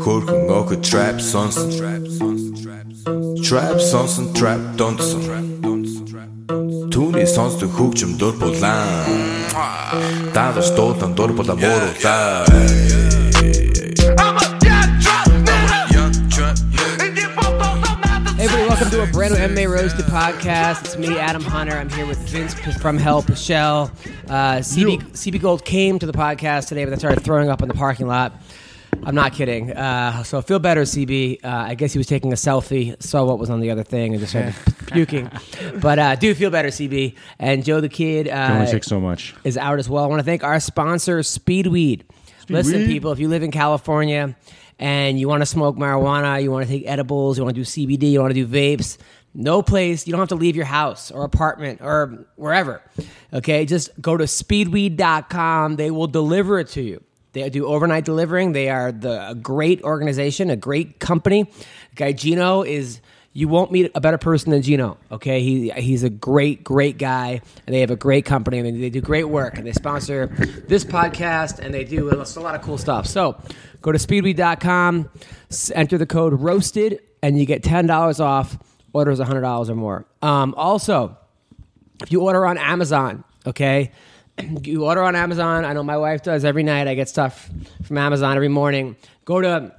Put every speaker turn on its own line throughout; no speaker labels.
Хөр хүн охид trap сонсон Trap сонсон trap донсон Түүний сонсдог хөгжим дур булаан Дагаж дуудан дур булаа мууруулаа
Hey everybody, welcome to a brand new MMA Roasted podcast. It's me, Adam Hunter. I'm here with Vince from Help, Michelle. Uh, CB, CB Gold came to the podcast today, but then started throwing up in the parking lot. I'm not kidding. Uh, so I feel better, CB. Uh, I guess he was taking a selfie, saw what was on the other thing, and just started puking. But uh, do feel better, CB. And Joe the Kid
It
uh,
only takes so much.
is out as well. I want to thank our sponsor, Speedweed. Listen,
Speedweed.
people, if you live in California and you want to smoke marijuana, you want to take edibles, you want to do CBD, you want to do vapes, no place, you don't have to leave your house or apartment or wherever. Okay, just go to speedweed.com. They will deliver it to you. They do overnight delivering. They are the a great organization, a great company. Guy Gino is you won't meet a better person than Gino. Okay, he he's a great great guy, and they have a great company, and they, they do great work, and they sponsor this podcast, and they do a lot of cool stuff. So go to speedweed.com, s- enter the code roasted, and you get ten dollars off orders hundred dollars or more. Um, also if you order on Amazon, okay, you order on Amazon. I know my wife does every night. I get stuff from Amazon every morning. Go to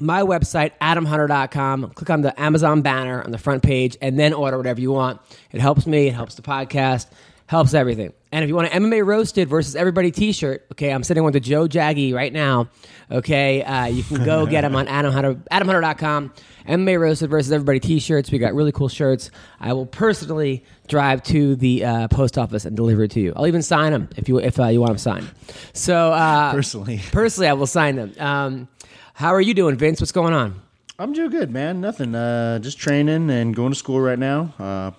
my website, adamhunter.com, click on the Amazon banner on the front page, and then order whatever you want. It helps me, it helps the podcast, helps everything. And if you want an MMA Roasted versus Everybody t shirt, okay, I'm sitting with the Joe Jaggy right now, okay, uh, you can go get them on Adam Hunter, adamhunter.com. MMA Roasted versus Everybody t shirts. We got really cool shirts. I will personally drive to the uh, post office and deliver it to you. I'll even sign them if you, if, uh, you want them signed. So, uh,
Personally.
personally, I will sign them. Um, how are you doing, Vince? What's going on?
I'm doing good, man. Nothing. Uh, just training and going to school right now. Uh,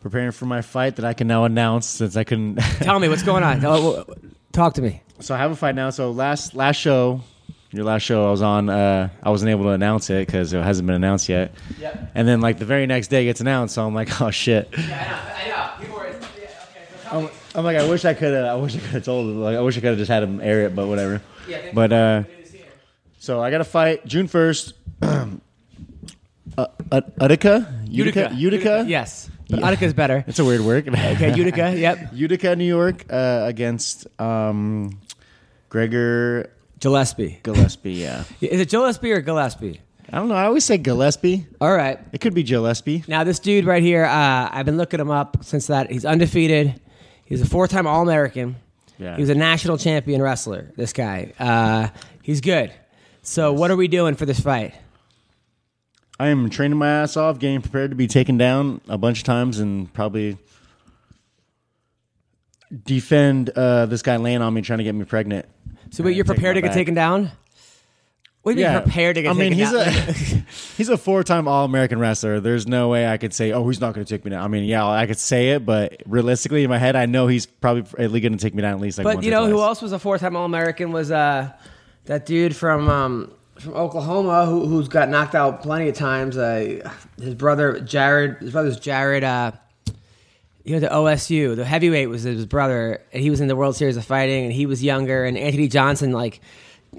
preparing for my fight that I can now announce since I couldn't.
Tell me what's going on. Tell- Talk to me.
so I have a fight now. So last last show, your last show I was on, uh, I wasn't able to announce it because it hasn't been announced yet. Yep. And then like the very next day it gets announced, so I'm like, oh shit. I'm, I'm like, I wish I could. I wish I could have told. Him. Like, I wish I could have just had him air it, but whatever.
thank
but uh, so I got a fight June first. uh, Utica? Utica, Utica.
Yes, but Utica's better.
it's a weird word.
Okay, Utica. Yep.
Utica, New York, uh, against um, Gregor
Gillespie.
Gillespie. Yeah,
Is it Gillespie or Gillespie?
I don't know. I always say Gillespie.
All right.
It could be Gillespie.
Now this dude right here, uh, I've been looking him up since that. He's undefeated. He's a four-time All-American.
Yeah.
He was a national champion wrestler. This guy. Uh, he's good. So what are we doing for this fight?
I am training my ass off, getting prepared to be taken down a bunch of times and probably defend uh, this guy laying on me trying to get me pregnant.
So wait, you're
take
prepared
my
to get
back.
taken down? What do you mean prepared to get
I mean,
taken
he's
down?
a he's a four time All American wrestler. There's no way I could say, oh, he's not going to take me down. I mean, yeah, I could say it, but realistically, in my head, I know he's probably at least going to take me down at least like.
But
once
you
or
know who
twice.
else was a four-time All-American was uh, that dude from um, from Oklahoma who, who's got knocked out plenty of times. Uh, his brother Jared, his brother's Jared. Uh, he went to OSU. The heavyweight was his brother, and he was in the World Series of Fighting, and he was younger. And Anthony Johnson like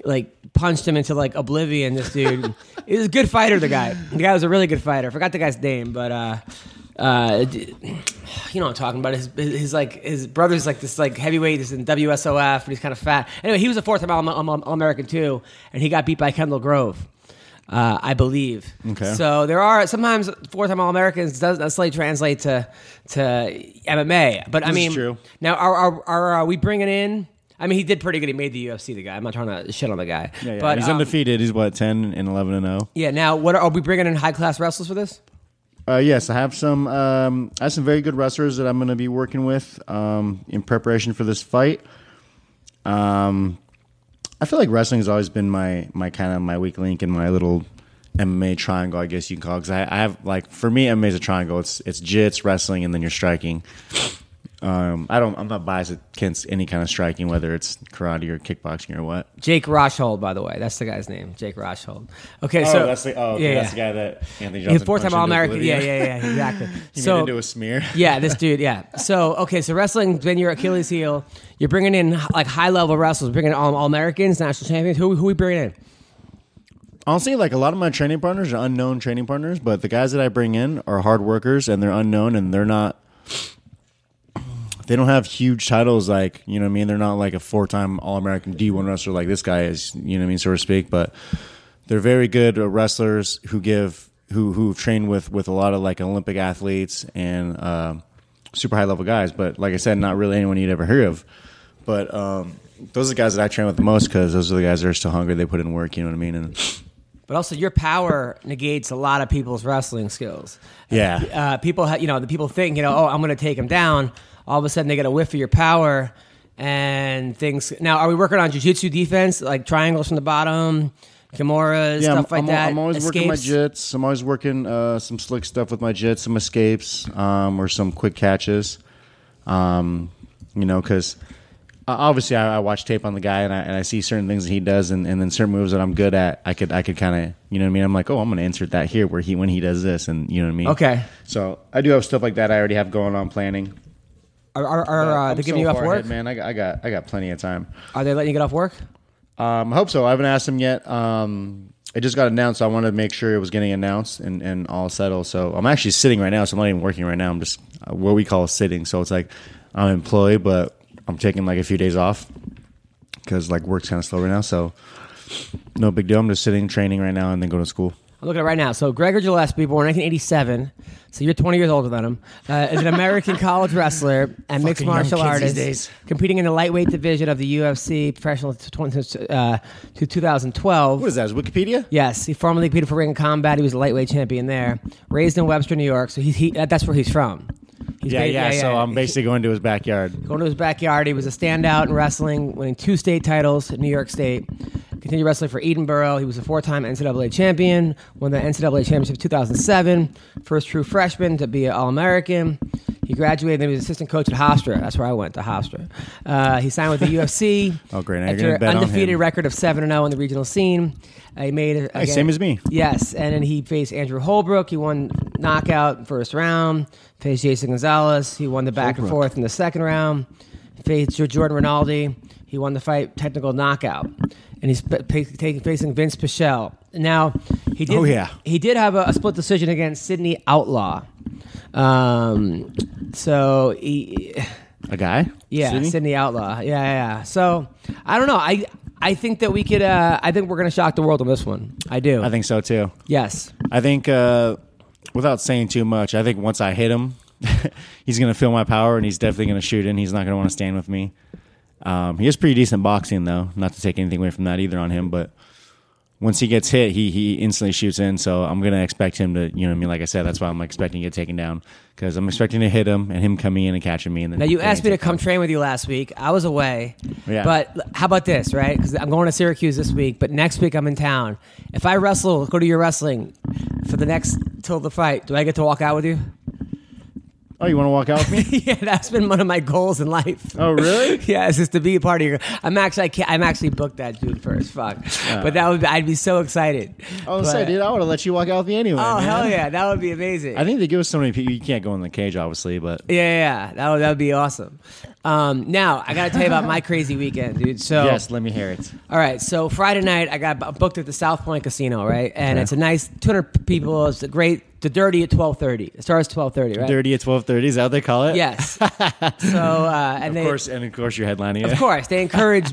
like punched him into like oblivion. This dude, he was a good fighter. The guy, the guy was a really good fighter. I forgot the guy's name, but. uh uh, d- you know what I'm talking about. His, his, his like his brother's like this like heavyweight. He's in WSOF and he's kind of fat. Anyway, he was a fourth-time All- All- All- All-American too, and he got beat by Kendall Grove, uh, I believe.
Okay.
So there are sometimes fourth-time All-Americans does necessarily translate to to MMA, but I
This is
mean,
true.
now are are, are are we bringing in? I mean, he did pretty good. He made the UFC. The guy. I'm not trying to shit on the guy.
Yeah, yeah.
But
he's
um,
undefeated. He's what ten and eleven and oh? zero.
Yeah. Now, what are, are we bringing in high-class wrestlers for this?
Uh, yes, I have some. Um, I have some very good wrestlers that I'm going to be working with um, in preparation for this fight. Um, I feel like wrestling has always been my my kind of my weak link in my little MMA triangle, I guess you can call. Because I, I have like for me, MMA is a triangle. It's it's jits, wrestling, and then you're striking. Um, I don't. I'm not biased against any kind of striking, whether it's karate or kickboxing or what.
Jake Roshold, by the way, that's the guy's name. Jake Roshold. Okay,
oh,
so
that's the oh,
yeah,
okay, that's the
yeah.
guy that Anthony
He's
Johnson.
a four-time
punched into
All-American. Yeah,
oblivion.
yeah, yeah, exactly.
E. he
so
made into a smear.
yeah, this dude. Yeah. So okay, so wrestling's been your Achilles heel. You're bringing in like high-level wrestlers, bringing in all, all Americans, national champions. Who who we bringing in?
Honestly, like a lot of my training partners are unknown training partners, but the guys that I bring in are hard workers and they're unknown and they're not. They don't have huge titles, like you know what I mean. They're not like a four-time All-American D1 wrestler like this guy is, you know what I mean, so to speak. But they're very good uh, wrestlers who give who who've trained with with a lot of like Olympic athletes and uh, super high level guys. But like I said, not really anyone you'd ever hear of. But um, those are the guys that I train with the most because those are the guys that are still hungry. They put in work, you know what I mean. And
But also, your power negates a lot of people's wrestling skills.
yeah,
uh, people, ha- you know, the people think, you know, oh, I'm going to take him down. All of a sudden, they get a whiff of your power and things. Now, are we working on jujitsu defense, like triangles from the bottom, kimuras,
yeah,
stuff like
I'm,
that?
I'm always working my
escapes?
jits. I'm always working uh, some slick stuff with my jits, some escapes, um, or some quick catches. Um, you know, because obviously I, I watch tape on the guy and I, and I see certain things that he does, and, and then certain moves that I'm good at. I could I could kind of you know what I mean. I'm like, oh, I'm gonna insert that here where he when he does this, and you know what I mean.
Okay.
So I do have stuff like that. I already have going on planning.
Are, are, are uh,
I'm
they
so
giving you off
far
work?
ahead, man. I, got- I got I got plenty of time.
are they letting you get off work?
Um, I hope so. I haven't asked him yet. Um, it just got announced. So I wanted to make sure it was getting announced and, and all settled. So I'm actually sitting right now. So I'm not even working right now. I'm just uh, what we call sitting. So it's like I'm employed, but I'm taking like a few days off because like work's kind of slow right now. So no big deal. I'm just sitting, training right now, and then go to school.
I'm looking at it right now. So Gregor Gillespie, born 1987, so you're 20 years older than him, uh, is an American college wrestler and mixed
Fucking young
martial
kids these
artist,
days.
competing in the lightweight division of the UFC professional to, 20 uh, to 2012.
What is that? Is Wikipedia?
Yes, he formerly competed for Ring of Combat. He was a lightweight champion there. Raised in Webster, New York, so he, he that- that's where he's from. He's
Yeah,
ba-
yeah. So I'm
He-
basically going to his backyard.
Going to his backyard, he was a standout in wrestling, winning two state titles in New York State. Continued wrestling for Edinburgh. He was a four-time NCAA champion. Won the NCAA championship in 2007. First true freshman to be an All-American. He graduated. Then he was assistant coach at Hofstra. That's where I went to Hofstra. Uh, he signed with the UFC.
Oh, great. Now you're
After
gonna
an
bet on him.
undefeated record of seven and zero in the regional scene. Uh, he made it
Hey, same as me.
Yes, and then he faced Andrew Holbrook. He won knockout first round. Faced Jason Gonzalez. He won the back and
Holbrook.
forth in the second round. Faced Jo- Jordan Rinaldi. He won the fight technical knockout, and he's p- p- taking facing Vince Pichel. Now he did.
Oh, yeah.
he did have a, a split decision against Sydney Outlaw. Um, so he.
A guy?
Yeah, Sydney,
Sydney?
Outlaw. Yeah, yeah, yeah. So I don't know. I I think that we could. Uh, I think we're gonna shock the world on this one. I do.
I think so too.
yes.
I think, uh, without saying too much, I think once I hit him, he's going to feel my power and he's definitely going to shoot in. He's not going to want to stand with me. Um, he is pretty decent boxing, though. Not to take anything away from that either on him, but once he gets hit, he he instantly shoots in. So I'm going to expect him to, you know what I mean? Like I said, that's why I'm expecting to get taken down because I'm expecting to hit him and him coming in and catching me. And then
Now you asked me to come train with you last week. I was away.
Yeah.
But l- how about this, right? Because I'm going to Syracuse this week, but next week I'm in town. If I wrestle, go to your wrestling for the next till the fight. Do I get to walk out with you?
Oh, you want to walk out with me?
yeah, that's been one of my goals in life.
oh, really?
Yeah, it's just to be a part of your. I'm actually, I can't, I'm actually booked that dude first. Fuck, but that would be, I'd be so excited.
I was
But-
say, dude, I would have let you walk out with me anyway.
Oh
man.
hell yeah, that would be amazing.
I think they give us so many people. You can't go in the cage, obviously, but
yeah, yeah, yeah. that would that would be awesome. Um, now I gotta tell you about my crazy weekend, dude. So
yes, let me hear it.
all right, so Friday night I got bu- booked at the South Point Casino, right? And it's a nice 200 people. It's a great. The dirty at 12:30. It starts 12:30, right?
Dirty at twelve thirty is that what they call it?
Yes. so uh, and
Of
they,
course, and of course you're headlining it.
Of course, they encourage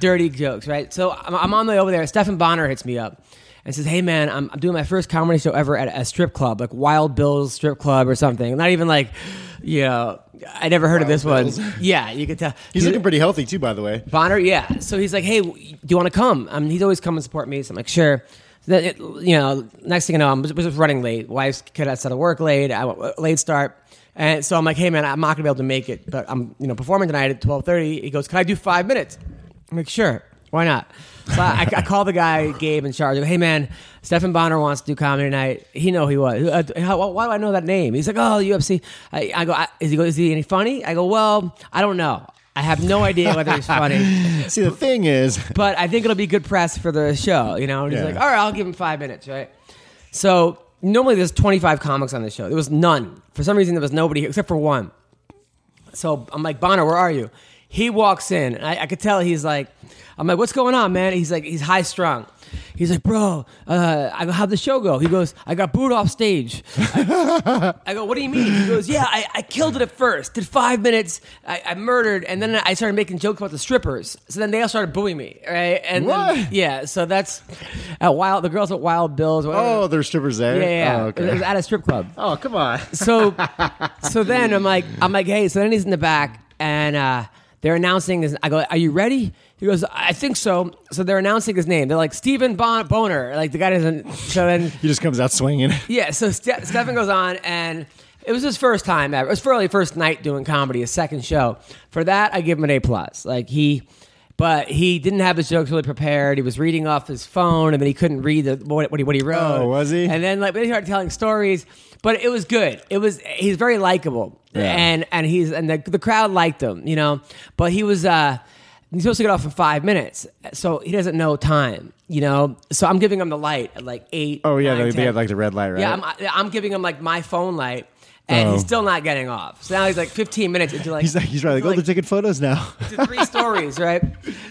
dirty jokes, right? So I'm, I'm on the way over there. Stephen Bonner hits me up and says, "Hey, man, I'm, I'm doing my first comedy show ever at a strip club, like Wild Bill's strip club or something. Not even like, you know, I never heard of this
Wild
one.
Bill's.
Yeah, you could tell
He's
He-
looking pretty healthy too, by the way.
Bonner, yeah. So he's like, "Hey, do you want to come?" I mean, he's always come and support me. So I'm like, "Sure." So then it- you know, next thing I know, I'm just, was just running late. Wife's kid outside of work late. I late start, and so I'm like, "Hey, man, I'm not gonna be able to make it, but I'm you know performing tonight at 12:30." He goes, "Can I do five minutes?" I'm like, "Sure." Why not? So I, I call the guy Gabe in charge. I go, Hey man, Stefan Bonner wants to do comedy tonight. He know he was. Uh, how, why do I know that name? He's like, oh, UFC. I, I go, I, is he go? Is he any funny? I go, well, I don't know. I have no idea whether he's funny,
See, the thing is,
but I think it'll be good press for the show. You know, and he's
Yeah.
like, all right, I'll give him five minutes, right? So normally there's 25 comics on the show. There was none. For some reason, there was nobody except for one. So I'm like, Bonner, where are you? He walks in, and I, I could tell he's like, I'm like, what's going on, man? He's like, he's high strung. He's like, bro, uh, I go, how'd the show go? He goes, I got booed off stage. I, I go, what do you mean? He goes, yeah, I, I killed it at first, did five minutes, I, I murdered, and then I started making jokes about the strippers. So then they all started booing me, right? And then-
What?
yeah, so that's at Wild, the girls at Wild Bill's. whatever.
oh, there's strippers there.
yeah, yeah, yeah.
Oh,
It was
okay.
at a strip club
oh come on.
so so then I'm like I'm like hey so then he's in the back and uh, they're announcing his I go are you ready he goes I think so so they're announcing his name they're like Stephen bon- Boner like the guy doesn't so then
He just comes out swinging.
yeah so Ste- Stephen goes on and it was his first time ever it was probably his first night doing comedy his second show for that I give him an A plus like he. But he didn't have his jokes really prepared. He was reading off his phone, and then he couldn't read the, what, what, he, what he wrote.
Oh, was he?
And then like they started telling stories, but it was good. It was he's very likable,
Yeah.
and and he's and the the crowd liked him, you know. But he was uh he's supposed to get off in five minutes, so he doesn't know time, you know. So I'm giving him the light at like eight.
Oh yeah,
nine,
they, they
10.
had like the red light, right?
yeah. I'm I'm giving him like my phone light. And he's
Oh.
still not getting off. So now he's like 15 minutes into like
he's like, he's right. Like,
into,
oh, they're taking photos now.
to three stories, right?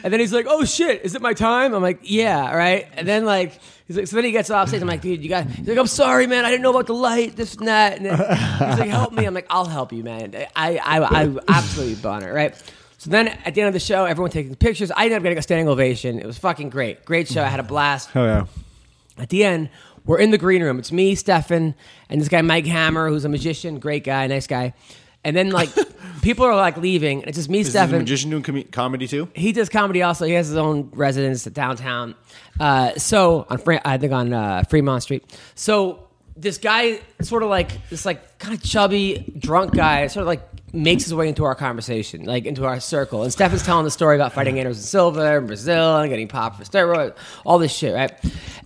And then he's like, "Oh shit, is it my time?" I'm like, "Yeah, right." And then like he's like, so then he gets off stage. I'm like, "Dude, you got." He's like, "I'm sorry, man. I didn't know about the light, this and that." And then he's like, "Help me." I'm like, "I'll help you, man. I I, I absolutely boner, right?" So then at the end of the show, everyone taking pictures. I ended up getting a standing ovation. It was fucking great. Great show. I had a blast
Oh yeah.
at the end, we're in the green room. It's me, Stefan, and this guy Mike Hammer, who's a magician, great guy, nice guy. And then like people are like leaving, and it's just me, Stefan.
doing comedy too?
He does comedy also. He has his own residence downtown. Uh, so on, Fre- I think on uh, Fremont Street. So this guy, sort of like this, like kind of chubby, drunk guy, sort of like makes his way into our conversation, like into our circle. And Stefan's telling the story about fighting Anderson Silva in Brazil and getting popped for steroids, all this shit, right?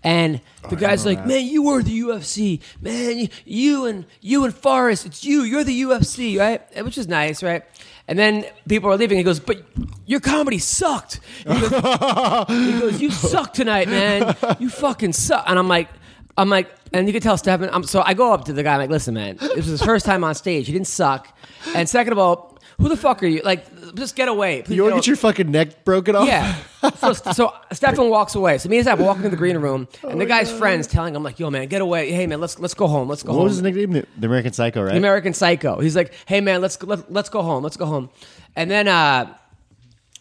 And the guy's like, "Man, you were the UFC, man. You, you and you and Forrest, it's you. You're the UFC, right?" Which is nice, right? And then people are leaving. He goes, "But your comedy sucked." He goes, he goes, "You suck tonight, man. You fucking suck." And I'm like, I'm like, and you can tell Stefan. I'm, so I go up to the guy. I'm like, "Listen, man, this was his first time on stage. He didn't suck. And second of all, who the fuck are you? Like, just get away. Please
You
get
want to get your fucking neck broken off?
yeah. So, so Stefan walks away. So me and Steph walk into the green room,
Oh
and the guy's friends telling him like, "Yo, man, get away! Hey, man, let's let's go home. Let's go
What
home."
was his nickname? The, the American Psycho, right?
The American Psycho. He's like, "Hey, man, let's let, let's go home. Let's go home." And then uh,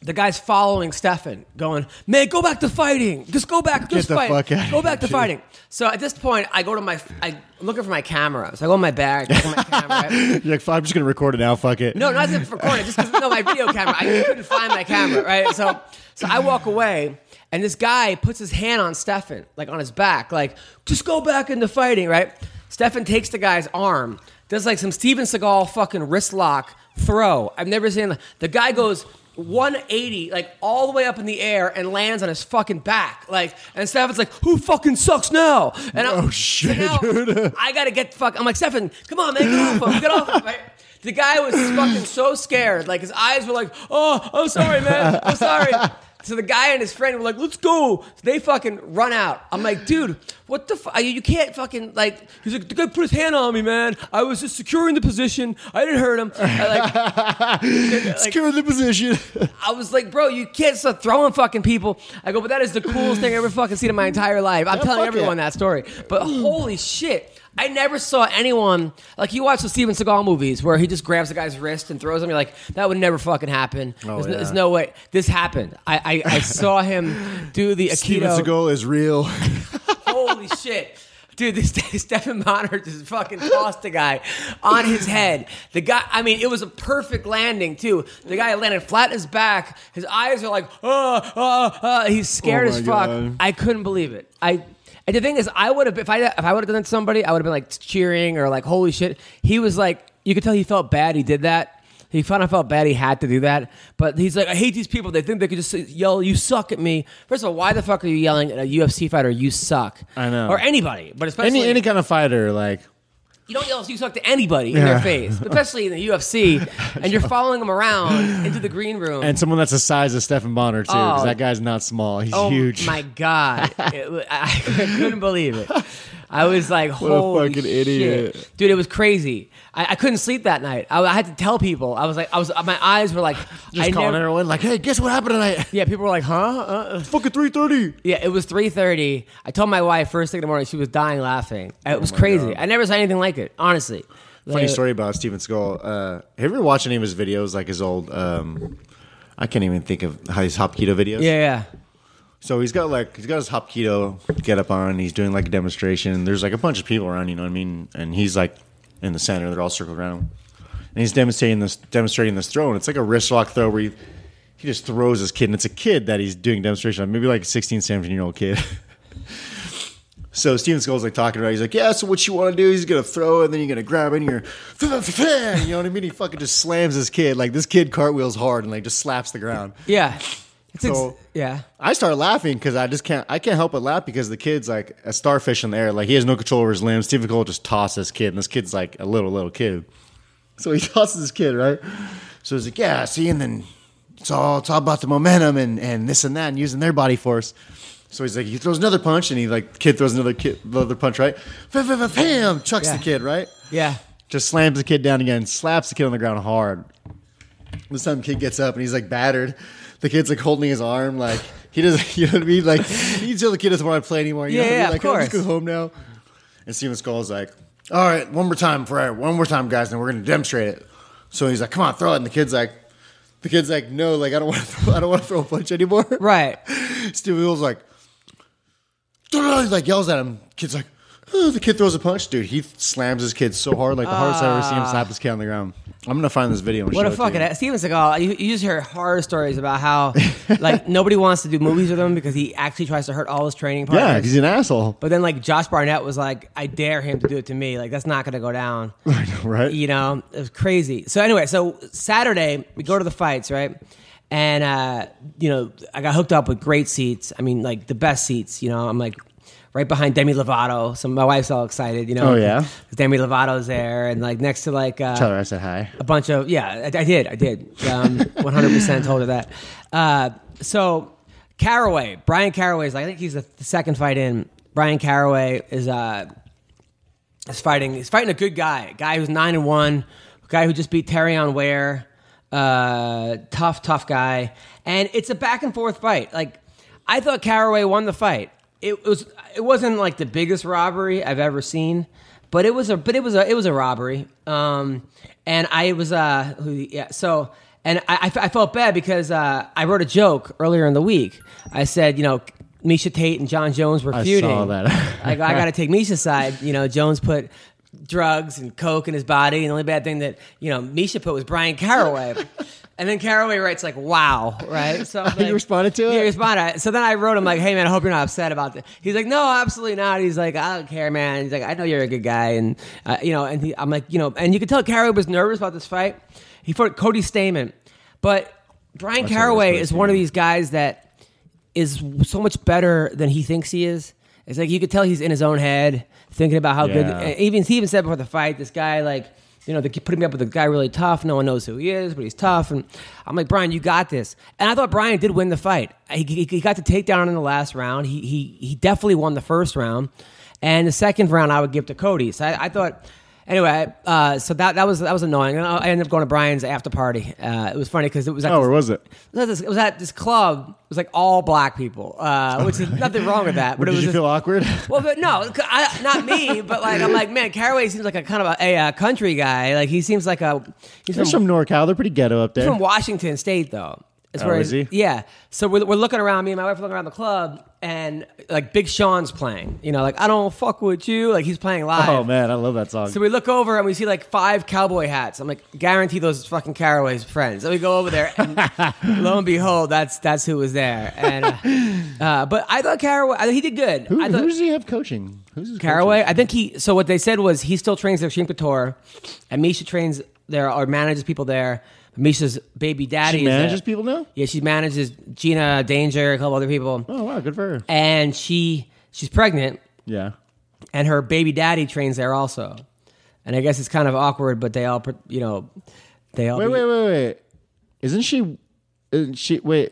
the guy's following Stefan, going, "Man, go back to fighting. Just go back. Just
the
fight.
fuck out
go
of
back to
here,
fighting." So at this point, I go to my, I'm looking for my camera. So I go in my bag, look at my camera.
You're like, "Fuck, I'm just gonna record it now. Fuck it.
No, not just recording. Just because no, my video camera. I couldn't find my camera. Right. So, so I walk away, and this guy puts his hand on Stefan, like on his back, like just go back into fighting. Right. Stefan takes the guy's arm, does like some Steven Seagal fucking wrist lock throw. I've never seen that. the guy goes. 180, like all the way up in the air, and lands on his fucking back. Like, and Stefan's like, "Who fucking sucks now?" And I'm,
Oh, shit,
so now
dude.
I gotta get fuck. I'm like Stefan, come on, man, get off him, get off him. Right? The guy was fucking so scared, like his eyes were like, "Oh, I'm sorry, man, I'm sorry." So the guy and his friend were like, "Let's go." So they fucking run out. I'm like, dude, what the fuck? You you can't fucking like. He's like, the guy put his hand on me, man. I was just securing the position. I didn't hurt him. I, like,
Secure the position.
I was like, bro, you can't stop throwing fucking people. I go, but that is the coolest thing I ever fucking seen in my entire life. I'm
Yeah,
telling
fuck
everyone
yeah.
that story. But holy shit. I never saw anyone like you watch the Steven Seagal movies where he just grabs the guy's wrist and throws him. You're like, that would never fucking happen. there's, no,
Oh, yeah.
there's no way this happened. I, I, I saw him do the
Steven
Aikido.
Seagal is real.
Holy shit. Dude, this Stephen Bonner just fucking tossed the guy on his head. The guy, I mean, it was a perfect landing too. The guy landed flat on his back. His eyes are like, oh, oh, oh. He's scared
Oh
as
my
fuck.
God.
I couldn't believe it. I and the thing is, I would have if I if I would have done it to somebody, I would have been like cheering or like, holy shit. He was like, you could tell he felt bad. He did that. He kind of felt bad he had to do that, but he's like, I hate these people. They think they could just yell, "You suck" at me. First of all, why the fuck are you yelling at a UFC fighter? You suck.
I know.
or anybody, but especially
Any any kind of fighter, like
you don't yell you suck to anybody in their
Yeah.
face, especially in the UFC, and you're following them around into the green room.
and someone that's the size of Stephen Bonner too, because
Oh.
that guy's not small. He's
oh
huge.
my god, It wa- I couldn't believe it. I was like,
a
holy
fucking
shit.
idiot.
dude! It was crazy. I, I couldn't sleep that night. I, I had to tell people. I was like, I was my eyes were like,
Just
I
calling
never-
everyone like, "Hey, guess what happened tonight?
Yeah, people were like, huh? Uh, uh.
Fucking three thirty.
Yeah, it was three thirty. I told my wife first thing in the morning. She was dying laughing. It was crazy. I never saw anything like it. Honestly.
Oh Funny
Like-
story about Steven Skull. Uh, have you ever watched any of his videos? Like his old, um, I can't even think of how his Hop Keto videos.
Yeah, yeah.
So he's got like he's got his Hop Keto get up on. He's doing like a demonstration. There's like a bunch of people around. You know what I mean? And he's like in the center. They're all circled around. him. And he's demonstrating this demonstrating this throw. And it's like a wrist lock throw where he, he just throws his kid. And it's a kid that he's doing demonstration on. Maybe like a 16, 17 year old kid. So Steven Skull's like talking about. it. He's like, yeah. So what you want to do? He's gonna throw, and then you're gonna grab it, and you're, you know what I mean? He fucking just slams his kid. Like this kid cartwheels hard and like just slaps the ground.
Yeah. It's ex-
So-
yeah.
I start laughing because I just can't. I can't help but laugh because the kid's like a starfish in the air. Like he has no control over his limbs. Stephen Cole just tosses this kid, and this kid's like a little little kid. So he tosses this kid right. So he's like, yeah, see, and then it's all it's all about the momentum and and this and that and using their body force. So he's like, he throws another punch, and he like kid throws another kid another punch right. Bam! Chucks
Yeah.
the kid right.
Yeah.
Just slams the kid down again, slaps the kid on the ground hard. This time, kid gets up and he's like battered. The kid's like holding his arm, like he doesn't, you know what I mean? Like you can tell the kid doesn't want to play anymore. You know
Yeah,
what I
yeah,
mean? Like,
of
"Can I just
course.
go home now. And Steven Skull's like, all right, one more time for one more time, guys, and we're gonna demonstrate it. So he's like, come on, throw it. And the kid's like, the kid's like, no, like I don't want to, throw, I don't want to throw a punch anymore.
Right.
Steven Skull's like, "Throw it!" He, like yells at him. Kid's like, "Oh," the kid throws a punch, dude. He slams his kid so hard, like the hardest I've ever seen him slap his kid on the ground. I'm gonna find this video. And
Ah. What
show
a
it to
fucking
you.
ass. Steven Seagal, you, you just hear horror stories about how like nobody wants to do movies with him because he actually tries to hurt all his training partners.
Yeah, 'cause he's an asshole.
but then like Josh Barnett was like, I dare him to do it to me. Like that's not gonna go down.
I know, right?
You know, it was crazy. So anyway, so Saturday we go to the fights, right? And uh, you know, I got hooked up with great seats. I mean, like the best seats. You know, I'm like right behind Demi Lovato. So my wife's all excited. You know,
Oh, yeah?
'Cause Demi Lovato's there, and like next to like uh,
Tell her I said hi.
a bunch of yeah i, I did i did um, 100% told her that uh, so caraway brian caraway is like i think he's the, the second fight in brian caraway is uh is fighting he's fighting a good guy a guy who's 9 and 1 a guy who just beat Terrion Ware uh tough tough guy and it's a back and forth fight like i thought caraway won the fight it was it wasn't like the biggest robbery i've ever seen but it was a but it was a it was a robbery um and i was uh who- yeah so and I- I, f- I felt bad because uh, I wrote a joke earlier in the week. I said, you know, Misha Tate and John Jones were
I
feuding.
saw that.
like, I got to take Misha's side. You know, Jones put drugs and coke in his body, and the only bad thing that you know Misha put was Brian Caraway. and then Caraway writes like, "Wow," right? So I'm
You
like-
responded to it?
Yeah, I responded. So then I wrote him like, "Hey man, I hope you're not upset about this." He's like, "No, absolutely not." He's like, "I don't care, man." He's like, "I know you're a good guy," and uh, you know, and he, I'm like, you know, and you could tell Caraway was nervous about this fight. He fought Cody Stamen, but Brian Caraway
Cody
is one of these guys that is so much better than he thinks he is. It's like you could tell he's in his own head, thinking about how good.
Yeah.
and Even he even said before the fight, this guy like you know they keep putting me up with a guy really tough. No one knows who he is, but he's tough. And I'm like Brian, you got this. And I thought Brian did win the fight. He, he, he got the takedown in the last round. He he he definitely won the first round, and the second round I would give to Cody. So I, I thought. Anyway, uh, so that, that was that was annoying. And I I ended up going to Brian's after party. Uh, it was funny because it was at
Oh,
this-
where was it?
it was, at this, it was at this club. It was like all black people, uh, which is nothing wrong with that. But
Did
it was
you
just-
feel awkward?
well, but no, I, not me. But like, I'm like, man, Caraway seems like a kind of a, a uh, country guy. Like he seems like a he's
There's
from,
some NorCal. They're pretty ghetto up
he's
there.
from Washington State though. It's
Oh, is he?
Yeah. So we're, we're looking around. Me and my wife are looking around the club, and like Big Sean's playing. You know, like I don't fuck with you. Like he's playing live.
Oh man, I love that song.
So we look over and we see like five cowboy hats. I'm like, guarantee those fucking Caraway's friends. And we go over there, and lo and behold, that's that's who was there. And uh, uh, but I thought Caraway, I, he did good.
who,
I
who
thought
does he have coaching? Who's his
Caraway. I think he. So what they said was he still trains at Extreme Couture, and Misha trains there or manages people there. Misha's baby daddy.
She
is a-
manages people now?
Yeah, she manages Gina Danger, a couple other people,
Oh wow, good for her.
and she she's pregnant,
Yeah.
and her baby daddy trains there also. And I guess it's kind of awkward, but they all pr- you know they all
Wait,
be-
wait, wait, wait. Isn't she? Isn't she wait.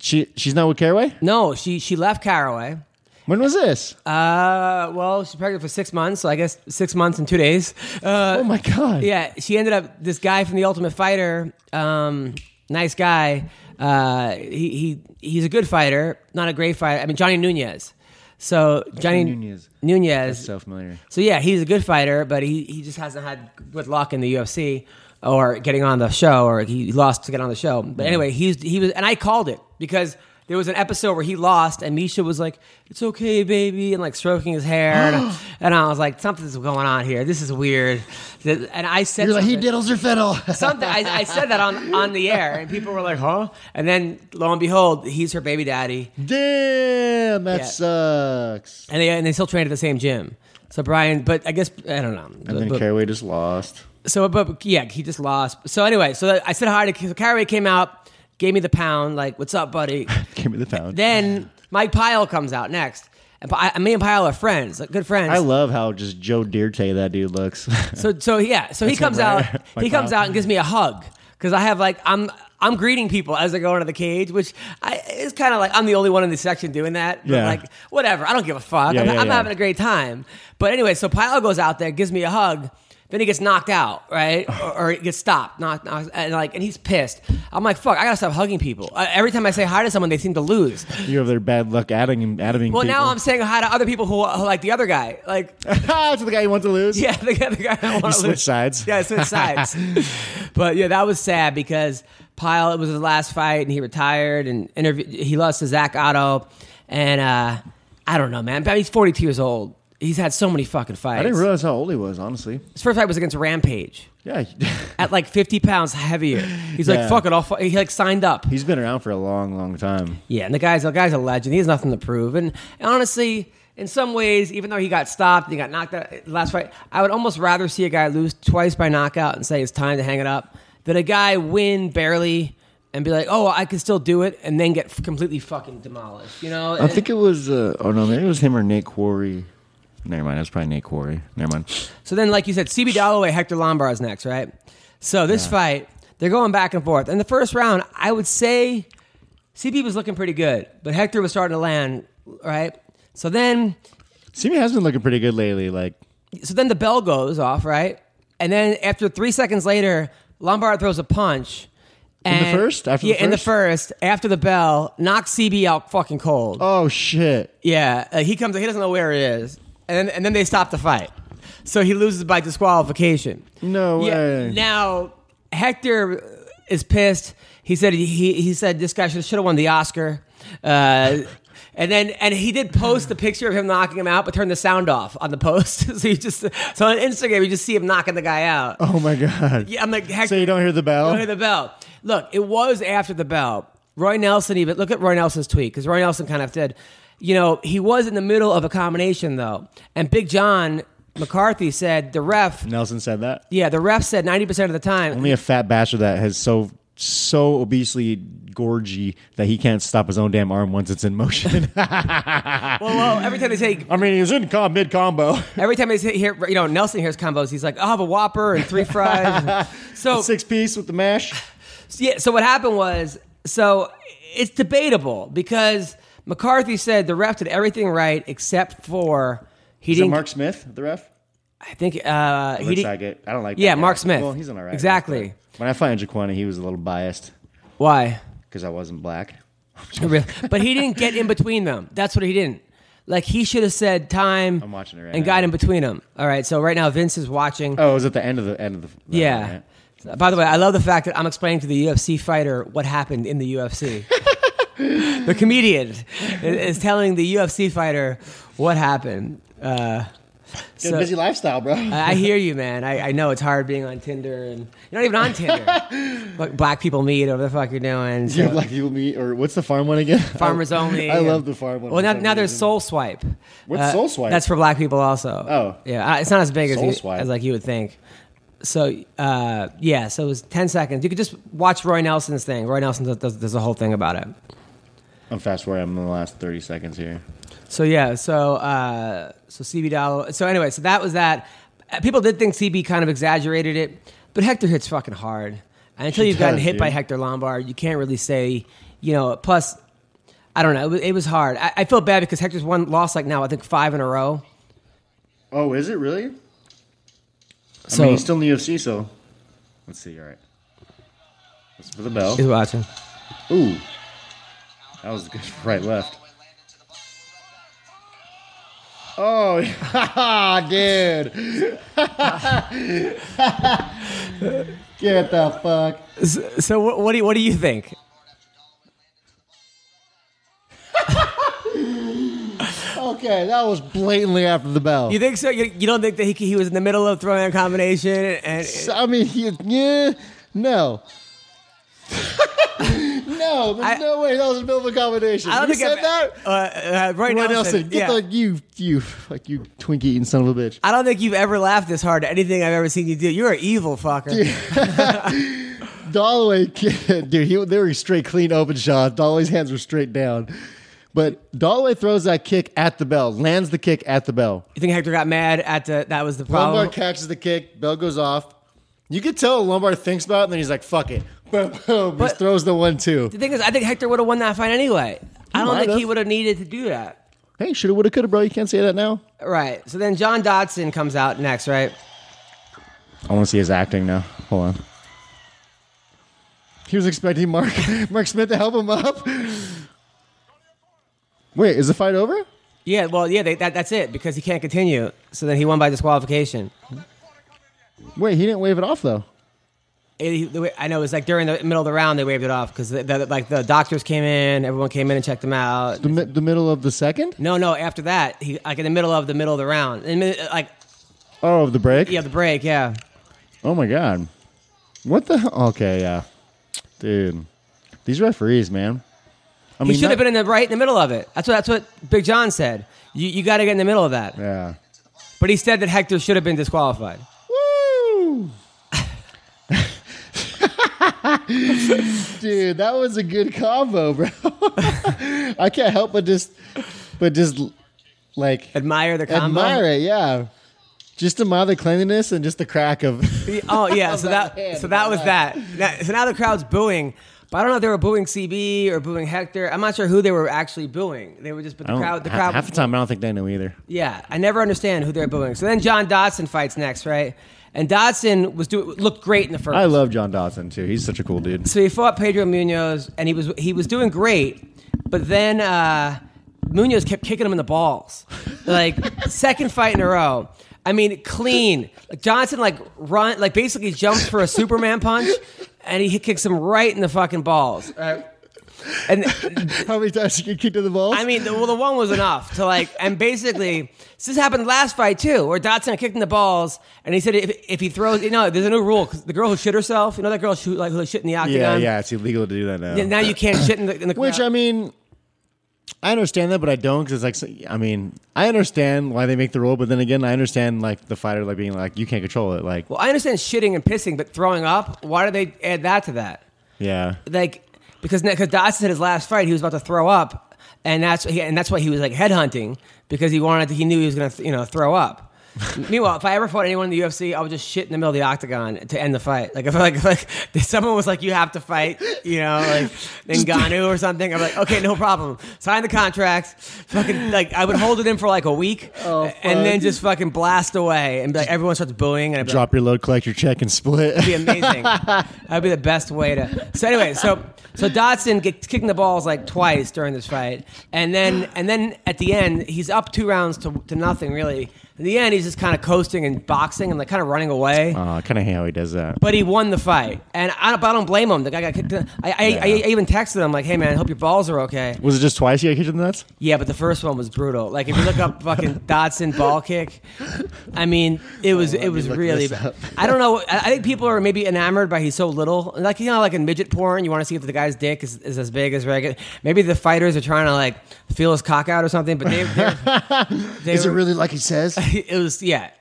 She she's not with Caraway.
No, she she left Caraway.
When was this?
Uh, well, she's pregnant for six months, so I guess six months and two days. Uh,
oh my god.
yeah, she ended up this guy from the Ultimate Fighter, um, nice guy. Uh, he he he's a good fighter, not a great fighter. I mean Johnny Nunez. So Johnny
Nunez.
Nunez.
So familiar.
So yeah, he's a good fighter, but he, he just hasn't had good luck in the UFC or getting on the show, or he lost to get on the show. But
Mm-hmm.
anyway, he's he was, and I called it because there was an episode where he lost, and Misha was like, "It's okay, baby," and like stroking his hair, and, and I was like, "Something's going on here. This is weird." Th- And I said,
You're like he
something-
diddles her fiddle.
Something I, I said that on, on the air, and people were like, "Huh?" And then lo and behold, he's her baby daddy,
Mm-hmm. Damn, that
Yeah.
sucks.
and they and they still trained at the same gym. So Brian, but I guess I don't know.
And then
But-
Caraway just lost.
So, but yeah, he just lost. So anyway, so I said hi to so Caraway came out, gave me the pound, like, "What's up, buddy?"
Give me the pound.
then Mike Pyle comes out next, and I, me and Pyle are friends, like, good friends.
I love how just Joe Dirte that dude looks.
so, so yeah, so he comes
not
out,
right.
he
Mike
comes
Pyle.
out and gives me a hug because I have like I'm. I'm greeting people as they go into the cage, which I, is kind of like I'm the only one in this section doing that. But
Yeah.
Like whatever, I don't give a fuck.
Yeah,
I'm,
yeah,
I'm
yeah.
having a great time. But anyway, so Pyle goes out there, gives me a hug. Then he gets knocked out, right? Or, or he gets stopped, knocked, knocked, and like, and he's pissed. I'm like, fuck, I gotta stop hugging people. Uh, every time I say hi to someone, they seem to lose.
you have their bad luck adding him, adding
Well,
people.
now I'm saying hi to other people who, who like the other guy. Like,
That's the guy you want to lose.
yeah, the guy, the guy I want
You
to
switch
lose.
sides.
Yeah, I switched sides. but yeah, that was sad because Pyle, it was his last fight and he retired and interview, he lost to Zach Otto. And uh, I don't know, man. But he's 42 years old. He's had so many fucking fights.
I didn't realize how old he was, honestly.
His first fight was against Rampage
Yeah,
at like 50 pounds heavier. He's
Yeah.
like, fuck it, I'll fight. He like signed up.
he's been around for a long, long time.
Yeah, and the guy's the guy's a legend. He has nothing to prove. And honestly, in some ways, even though he got stopped, he got knocked out in the last fight. I would almost rather see a guy lose twice by knockout and say it's time to hang it up than a guy win barely and be like, oh, I can still do it, and then get f- completely fucking demolished. You know?
I think it was. Uh, oh no, maybe it was him or Nate Quarry. Never mind. It was probably Nate Quarry. Never mind.
So then, like you said, CB Dalloway, Hector Lombard's next, right? So this fight, they're going back and forth. In the first round, I would say CB was looking pretty good, but Hector was starting to land, right? So then
Simi has been looking pretty good lately. Like
so then the bell goes off, right? And then after three seconds later, Lombard throws a punch.
the
And
first? After the
yeah, in the first, after the bell, knocks CB out fucking cold.
oh shit.
Yeah, uh, he comes. He doesn't know where it is, and then, and then they stop the fight. So he loses by disqualification.
No way.
Now Hector is pissed. He said he he said this guy should should have won the Oscar. Uh, And then, and he did post the picture of him knocking him out, but turned the sound off on the post. so you just, so on Instagram, you just see him knocking the guy out.
Oh my god.
Yeah, I'm like, Hector,
So you don't hear the bell?
don't hear the bell. Look, it was after the bell. Roy Nelson even look at Roy Nelson's tweet because Roy Nelson kind of said, you know, he was in the middle of a combination though, and Big John McCarthy said the ref,
Nelson said that.
yeah, the ref said ninety percent of the time.
Only a fat bastard that has so so obesely gorgy that he can't stop his own damn arm once it's in motion.
Well, well, every time they say,
I mean, he's in com- mid combo.
every time they say here, you know, Nelson hears combos, he's like, I'll have a Whopper and three fries. so
Six piece with the mash.
Yeah. So what happened was, so it's debatable because McCarthy said the ref did everything right except for he
Is it
didn't.
Mark Smith, the ref?
I think uh, he
Looks
didn't.
like it. I don't like. that
Yeah,
guy.
Mark Smith.
Well, he's an alright.
Exactly.
When I find Jaquana, he was a little biased
Why?
because I wasn't black.
but he didn't get in between them. That's what he didn't. Like he should have said time.
I'm watching it right
and
now.
got in between them. All right. So right now Vince is watching.
Oh, it was at the end of the end of the. that one,
yeah.
right?
So, By the way, I love the fact that I'm explaining to the UFC fighter what happened in the UFC. the comedian i- is telling the UFC fighter what happened. Uh,
Got a
so-
busy lifestyle, bro.
I I hear you, man. I, I know it's hard being on Tinder and you're not even on Tinder. But black people meet, whatever the fuck you're doing.
Do you
So.
have black people meet or what's the farm one again?
Farmers only.
I love the farm one.
Well,
for
now,
some
now there's
reason.
Soul Swipe. Uh,
What's Soul Swipe?
That's for black people also.
Oh.
yeah, I- it's not as big as
Soul
you,
Swipe.
as like you would think. so uh, yeah, so it was ten seconds. You could just watch Roy Nelson's thing. Roy Nelson does, does, does a whole thing about it.
I'm fast forward. I'm in the last 30 seconds here.
So yeah, so uh, so CB Dollar. So anyway, so that was that. Uh, People did think CB kind of exaggerated it, but Hector hits fucking hard. And until
She
you've gotten
does,
hit by
dude.
Hector Lombard, you can't really say, you know. Plus, I don't know. It was, it was hard. I, I feel bad because Hector's one lost like now I think five in a row.
Oh, is it really? I
So
mean, he's still in the UFC, so let's see. All right, let's for the bell.
he's watching.
Ooh, that was good. Right, left. Oh, dude! Get the fuck.
So, so what, what do you, what do you think?
Okay, that was blatantly after the bell.
You think so? You, you don't think that he, he was in the middle of throwing a combination and
So, I mean, he, yeah, no. no, there's
I-
no way that was a middle of a combination.
I don't
Who
think
said that?
I've, Uh, uh, Roy,
Roy
Nelson.
Nelson, get
yeah.
the you you like you Twinkie eating son of a bitch.
I don't think you've ever laughed this hard at anything I've ever seen you do. You're an evil fucker.
Dalloway, dude, he, they were straight clean open shots. Dalloway's hands were straight down, but Dalloway throws that kick at the bell, lands the kick at the bell.
You think Hector got mad at the that was the problem?
Lombard catches the kick, bell goes off. You could tell Lombard thinks about it, and then he's like, "Fuck it." Boom, boom.
But-
just throws the one two.
the thing is, I think Hector would have won that fight anyway. I don't
might
think he
have.
would have needed to do that.
Hey, shoulda, woulda, coulda, bro. You can't say that now.
Right. So then John Dodson comes out next, right?
I want to see his acting now. Hold on. He was expecting Mark Mark Smith to help him up. Wait, is the fight over?
Yeah. Well, yeah. They, that, that's it because he can't continue. So then he won by disqualification.
Wait, he didn't wave it off though.
It- he- the way- I know it was like during the middle of the round they waved it off because the, the, like the doctors came in, everyone came in and checked him out.
The, mi- the middle of the second?
No, no. After that, he like in the middle of the middle of the round, in the mid- like
Oh, of the break?
yeah, the break, yeah.
Oh my god. What the hell? Okay, yeah. Dude. These referees, man. I
he should have
not-
been in the right in the middle of it. That's what that's what Big John said. You you got to get in the middle of that.
Yeah.
But he said that Hector should have been disqualified.
Woo! Dude, that was a good combo, bro. I can't help but just, but just like
Admire the combo.
admire it. Yeah, just admire the cleanliness and just the crack of.
Oh yeah, so
That
that
hand,
so that was
that
that. Now- so now the crowd's booing. But I don't know if they were booing CB or booing Hector. I'm not sure who they were actually booing. They were just but the crowd the crowd
time, I don't think they know either.
Yeah, I never understand who they're booing. So then John Dodson fights next, right? And Dodson was do, looked great in the first.
I love John Dodson too. He's such a cool dude.
So he fought Pedro Munoz, and he was he was doing great, but then uh, Munoz kept kicking him in the balls, like second fight in a row. I mean, clean. Like Johnson, like run, like basically jumps for a Superman punch, and he kicks him right in the fucking balls. Right? And
How many times you get kicked in the balls?
I mean, the, well, the one was enough to like, and basically, this happened last fight too, where Dotson kicked in the balls, and he said if, if he throws, you know, there's a new rule 'cause the girl who shit herself, you know, that girl who like who shit in the
yeah,
octagon.
yeah, it's illegal to do that now.
Yeah, now you can't shit in the, in the
Which
crowd.
I mean, I understand that, but I don't because it's like I mean, I understand why they make the rule, but then again, I understand like the fighter like being like you can't control it, like
well, I understand shitting and pissing, but throwing up, why do they add that to that?
yeah,
Like, because because Dotson in his last fight, he was about to throw up, and that's he, and that's why he was like headhunting because he wanted to, he knew he was gonna you know throw up. Meanwhile, if I ever fought anyone in the UFC, I would just shit in the middle of the octagon to end the fight. Like if like if, like if someone was like, "You have to fight," you know, like Ngannou or something. I'm like, "Okay, no problem. Sign the contract." Fucking like I would hold it in for like a week, and then just fucking blast away, and be like everyone starts booing, and I'd be like,
drop your load, collect your check, and split.
be amazing. That'd be the best way to. So anyway, so so Dodson gets kicking the balls like twice during this fight, and then and then at the end he's up two rounds to, to nothing really. In the end, he's just kind of coasting and boxing and like kind of running away.
Oh, I kind of hate how he does that.
But he won the fight, and I don't, but I don't blame him. The guy got kicked. in- I, I, I, I even texted him like, "Hey man, hope your balls are okay."
Was it just twice you got kicked in the nuts?
Yeah, but the first one was brutal. Like if you look up fucking Dodson ball kick, I mean it was it was
look
really.
this
bad.
up.
I don't know. I I think people are maybe enamored by he's so little. Like you know, like in midget porn, you want to see if the guy's dick is, is as big as regular. Maybe the fighters are trying to like feel his cock out or something. But they, they, they
Is it
were-
really like he says?
it was yeah. He-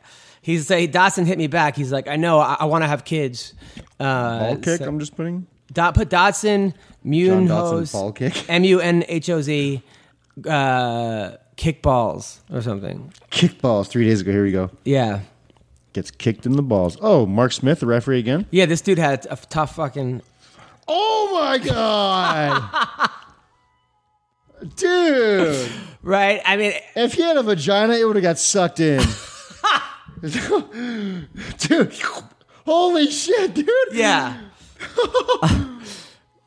He's say Dotson hit me back. He's like, I know, I, I want to have kids. Uh,
Ball kick.
so-
I'm just putting.
Dot put
John
Dotson Munhose
Dotson ball kick.
M U N H O Z uh, kickballs or something.
Kickballs three days ago. Here we go.
Yeah,
Gets kicked in the balls. Oh, Mark Smith, the referee again.
yeah. This dude had a tough fucking.
Oh my god, dude!
Right. I mean,
If he had a vagina, it would have got sucked in. dude, holy shit, dude!
yeah.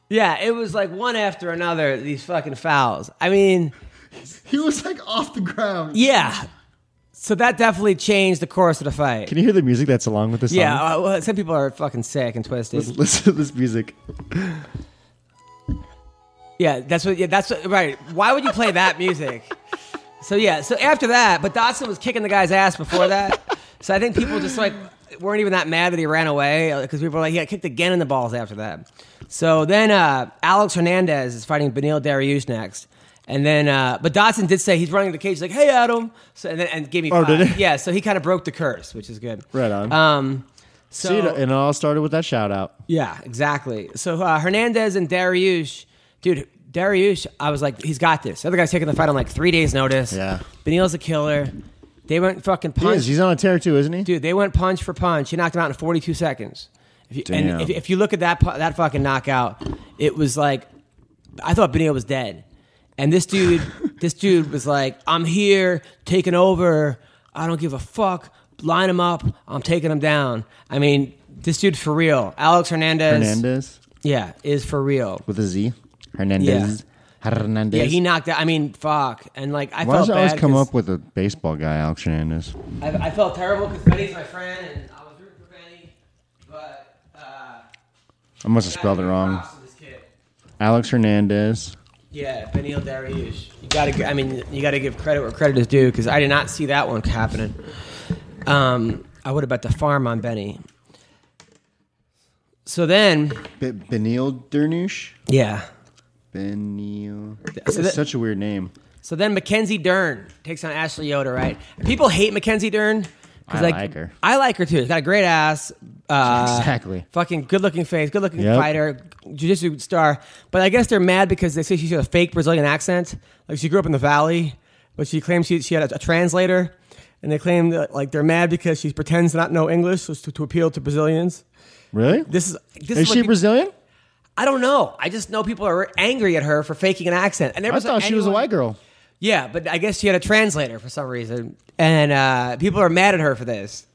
yeah, it was like one after another these fucking fouls. I mean,
he was like off the ground.
yeah. So that definitely changed the course of the fight.
Can you hear the music that's along with this?
yeah,
Song?
uh, well, some people are fucking sick and twisted.
Let's listen to this music.
Yeah, that's what. Yeah, that's what, right. Why would you play that music? so yeah, so after that, but Dotson was kicking the guy's ass before that. So I think people just like weren't even that mad that he ran away because people were like, he got kicked again in the balls after that. So then uh, Alex Hernandez is fighting Benil Dariush next. And then, uh, but Dotson did say he's running the cage like, "Hey, Adam," so and then and gave me
Oh,
five.
did he?
Yeah, so he kind of broke the curse, which is good.
Right on.
Um, so
See, it- and it all started with that shout out.
yeah, exactly. So uh, Hernandez and Dariush, dude, Dariush, I was like, he's got this. The other guy's taking the fight on like three days' notice.
Yeah.
Benil's a killer. They went fucking
He
punch.
is. He's on a tear too, isn't he?
dude, they went punch for punch. He knocked him out in 42 seconds. If you,
Damn.
And if, if you look at that pu- that fucking knockout, it was like, I thought Benil was dead. And this dude, this dude was like, I'm here, taking over. I don't give a fuck. Line him up. I'm taking him down. I mean, this dude for real. Alex
Hernandez
yeah, is for real.
with a Z. Hernandez. Hernandez.
Yeah, he knocked out. I mean, fuck. And like, I
Why
felt
does it always
bad
come
'cause
up with a baseball guy, Alex Hernandez?
I, I felt terrible because Benny's my friend, and I was rooting for Benny, but uh,
I must have spelled it wrong. Alex Hernandez.
Yeah, Benil Dariush. You gotta. gi- I mean, you gotta give credit where credit is due because I did not see that one happening. Um, I would have bet the farm on Benny. So then,
B- Benil Dernush.
yeah.
Benil.
So
That's
that-
such a weird name.
So then Mackenzie Dern takes on Ashley Yoder, right? People hate Mackenzie Dern. 'cause,
I like her.
I like her too. She's got a great ass. Uh,
Exactly.
Fucking good looking face, good looking
Yep.
fighter, jiu-jitsu star. But I guess they're mad because they say she's got a fake Brazilian accent. Like she grew up in the valley, but she claims she, she had a, a translator. And they claim that like they're mad because she pretends to not know English so as to, to appeal to Brazilians.
Really?
This is this
is
what
she
peop-
Brazilian?
I don't know. I just know people are angry at her for faking an accent. I never
I
saw
thought she was a
anyone-
white girl.
yeah, but I guess she had a translator for some reason, and uh, people are mad at her for this.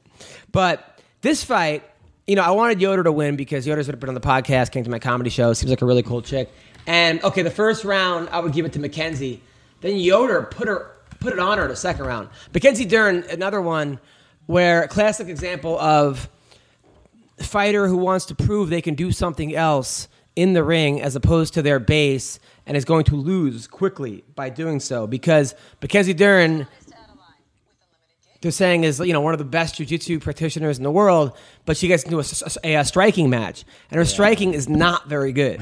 But this fight, you know, I wanted Yoder to win because Yoder's would have been on the podcast, came to my comedy show, seems like a really cool chick. And okay, the first round I would give it to Mackenzie. Then Yoder put her put it on her in the second round. Mackenzie Dern, another one where classic example of fighter who wants to prove they can do something else in the ring as opposed to their base and is going to lose quickly by doing so because Mackenzie Dern they're saying is you know one of the best jiu-jitsu practitioners in the world but she gets into a, s- a- a striking match and her striking is not very good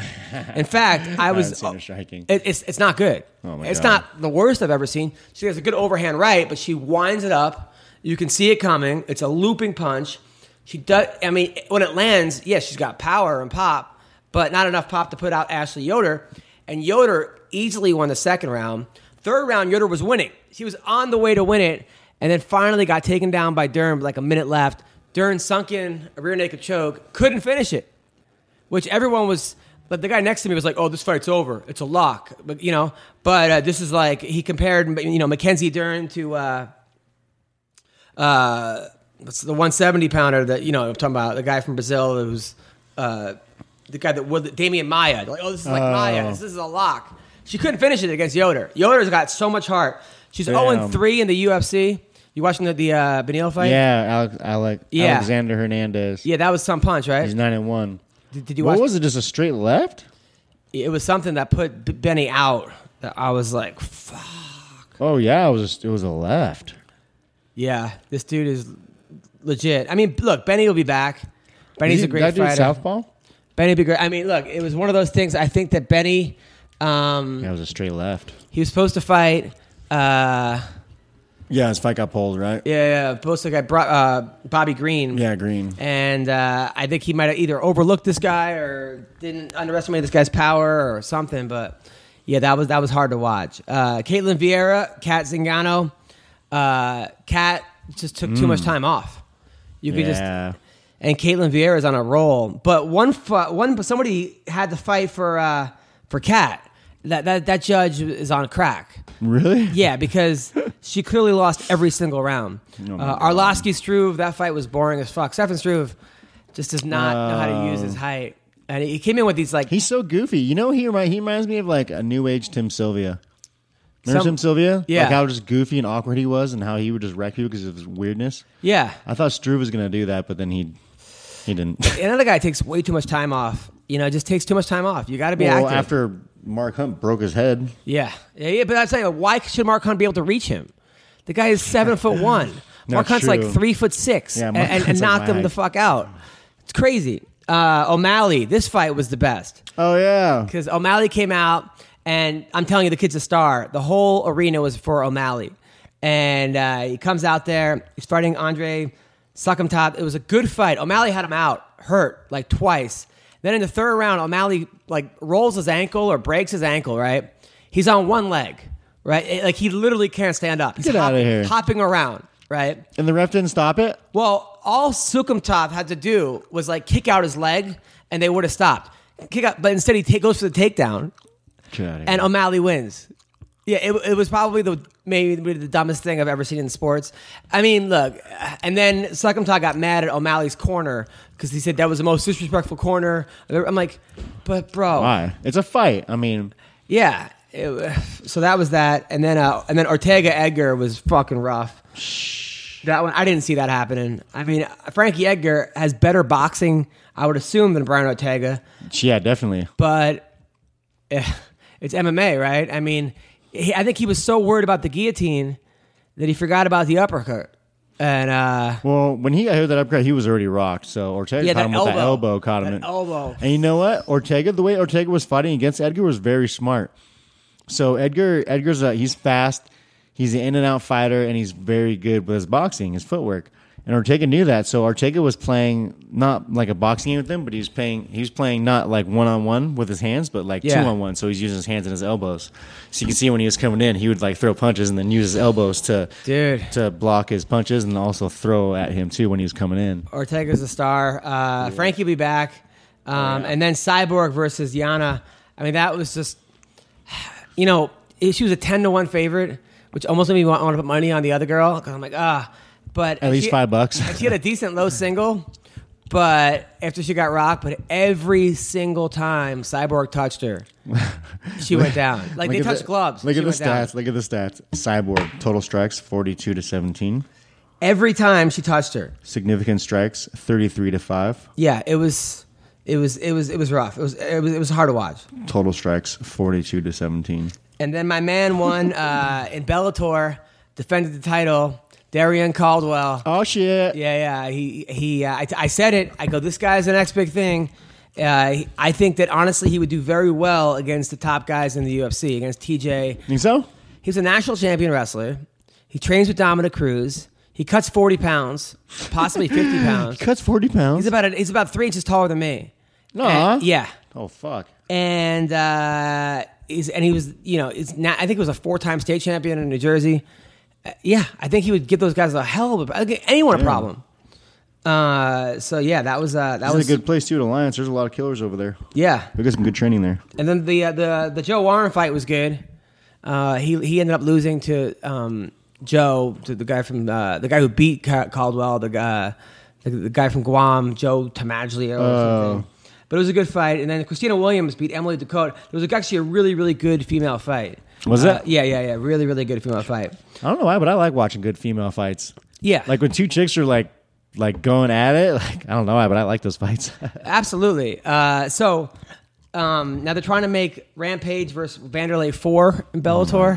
in fact i was
seen her striking.
it- it's, it's not good
Oh my
it's
God.
not the worst i've ever seen she has a good overhand right but she winds it up you can see it coming it's a looping punch she does i mean when it lands yes she's got power and pop but not enough pop to put out ashley yoder and yoder easily won the second round third round yoder was winning she was on the way to win it and then finally got taken down by Dern with like a minute left. Dern sunk in a rear naked choke, couldn't finish it, which everyone was. But the guy next to me was like, "Oh, this fight's over. It's a lock." But you know, but uh, this is like he compared, you know, Mackenzie Dern to. Uh, uh, what's the 170 pounder that you know I'm talking about the guy from Brazil who's uh, the guy that was Damian Maya. They're Like, oh, this is like Maya. This, this is a lock. She couldn't finish it against Yoder. Yoder's got so much heart. She's 0
Damn.
and 3 in the UFC. You watching the, the uh, Benil fight?
Yeah, Alex, Alec,
Yeah.
Alexander Hernandez.
Yeah, that was some punch, right?
He's nine and one.
Did, did you
What
watch?
was it? Just a straight left?
it was something that put B- Benny out. That I was like, fuck.
Oh yeah, it was. It was a left.
Yeah, this dude is legit. I mean, look, Benny will be back. Benny's
He-
a great
that dude
fighter.
Southpaw.
Benny would be great. I mean, look, it was one of those things. I think that Benny, um,
That was a straight left.
he was supposed to fight. Uh,
Yeah, his fight got pulled, right?
Yeah, yeah. Both the guy, Bro- uh, Bobby Green.
Yeah, Green.
And uh, I think he might have either overlooked this guy or didn't underestimate this guy's power or something. But yeah, that was that was hard to watch. Uh, Caitlin Vieira, Kat Zingano, uh, Kat just took too much time off. You could
Mm. Yeah.
just and Caitlin Vieira is on a roll. But one fu- one somebody had to fight for uh, for Kat. That, that that judge is on crack.
Really?
Yeah, because she clearly lost every single round.
Oh
uh, Arlovsky Struve, that fight was boring as fuck. Stefan Struve just does not know how
Uh,
to use his height. And he came in with these like
He's so goofy. You know, he remind, he reminds me of like a new age Tim Sylvia. Remember
Some-
Tim Sylvia?
Yeah.
Like how just goofy and awkward he was, and how he would just wreck you because of his weirdness.
yeah.
I thought Struve was gonna do that, but then he he didn't.
Another guy takes way too much time off. You know, just takes too much time off. You got to be
well,
active.
after Mark Hunt broke his head,
yeah. yeah, yeah. But I'm saying, why should Mark Hunt be able to reach him? The guy is seven foot one. Mark Hunt's like
true.
three foot six,
Yeah,
and,
Mark
and, and
Hunt's like
knocked
my
him the
height.
fuck out. It's crazy. Uh, O'Malley, this fight was the best.
oh yeah,
because O'Malley came out, and I'm telling you, the kid's a star. The whole arena was for O'Malley, and uh, he comes out there. He's fighting Andre Suckumtop. It was a good fight. O'Malley had him out, hurt like twice. Then in the third round, O'Malley like rolls his ankle or breaks his ankle. Right, he's on one leg. Right, It- like he literally can't stand up. He's
Get outta
hopping-
here.
hopping around. Right.
and the ref didn't stop it.
Well, all Sukumtov had to do was like kick out his leg, and they would have stopped. Kick out, but instead he ta- goes for the takedown,
Get out of here.
and O'Malley wins. Yeah, it, it was probably the maybe the dumbest thing I've ever seen in sports. I mean, look, and then Sukumta got mad at O'Malley's corner because he said that was the most disrespectful corner. I'm like, but bro,
why? It's a fight. I mean,
yeah. It- so that was that, and then uh, and then Ortega Edgar was fucking rough. That one I didn't see that happening. I mean, Frankie Edgar has better boxing, I would assume, than Brian Ortega
yeah, definitely.
but eh, it's MMA, right? I mean, he, I think he was so worried about the guillotine that he forgot about the uppercut. And uh,
Well, when he heard that upgrade, he was already rocked. So Ortega
Yeah,
caught
that
him with that
elbow.
elbow, caught him
That
in-
elbow.
And you know what? Ortega, the way Ortega was fighting against Edgar was very smart. So Edgar, Edgar's a, he's fast, he's an in and out fighter, and he's very good with his boxing, his footwork. And Ortega knew that, so Ortega was playing not like a boxing game with him, but he was playing he was playing not like one on one with his hands, but like
Yeah.
two on one. So he's using his hands and his elbows. So you can see when he was coming in, he would like throw punches and then use his elbows to
Dude.
to block his punches and also throw at him too when he was coming in.
Ortega's a star. Uh, Frankie will be back.
Oh,
Um, And then Cyborg versus Yana. I mean, that was just, you know, she was a 10 to 1 favorite, which almost made me want, want to put money on the other girl. Because I'm like, ah. But
At least
she-
five bucks.
and she had a decent low single, but after she got rocked, but every single time Cyborg touched her, she went down. Like, they
Look at
touched
the-
gloves.
Look
she
at the
went down.
stats. Look at the stats. Cyborg total strikes forty two to seventeen.
Every time she touched her.
Significant strikes thirty three to five.
Yeah, it was, it was, it was, it was rough. It was, it was, it was hard to watch.
Total strikes forty two to seventeen.
And then my man won uh, in Bellator, defended the title. Darian Caldwell.
Oh shit!
Yeah, yeah. He he. Uh, I, I said it. I go. This guy's the next big thing. Uh, I think that honestly, he would do very well against the top guys in the UFC. Against TJ,
Think so?
he's a national champion wrestler. He trains with Dominic Cruz. He cuts forty pounds, possibly fifty pounds.
Cuts forty pounds.
He's about a, he's about three inches taller than me.
no.
And- yeah,
Oh fuck.
and uh, he's and he was you know it's not, I think it was a four time state champion in New Jersey. Uh, yeah, I think he would give those guys a hell of a I'd give anyone a problem. Uh, so yeah, that was uh, that
That
was
was a good place too. At Alliance. There's a lot of killers over there.
Yeah,
We got some good training there.
and then the uh, the the Joe Warren fight was good. Uh, he he ended up losing to um, Joe, to the guy from uh, the guy who beat Ca- Caldwell, the guy the, the guy from Guam, Joe Tamaglia or
Oh.
something. But it was a good fight. And then Christina Williams beat Emily Dakota. It was actually a really really good female fight.
Was
Uh,
it?
yeah, yeah, yeah. Really, really good female fight.
I don't know why, but I like watching good female fights.
Yeah,
Like when two chicks are like like going at it. Like I don't know why, but I like those fights.
Absolutely. Uh, so um, now they're trying to make Rampage versus Vanderlei four in
Oh
Bellator.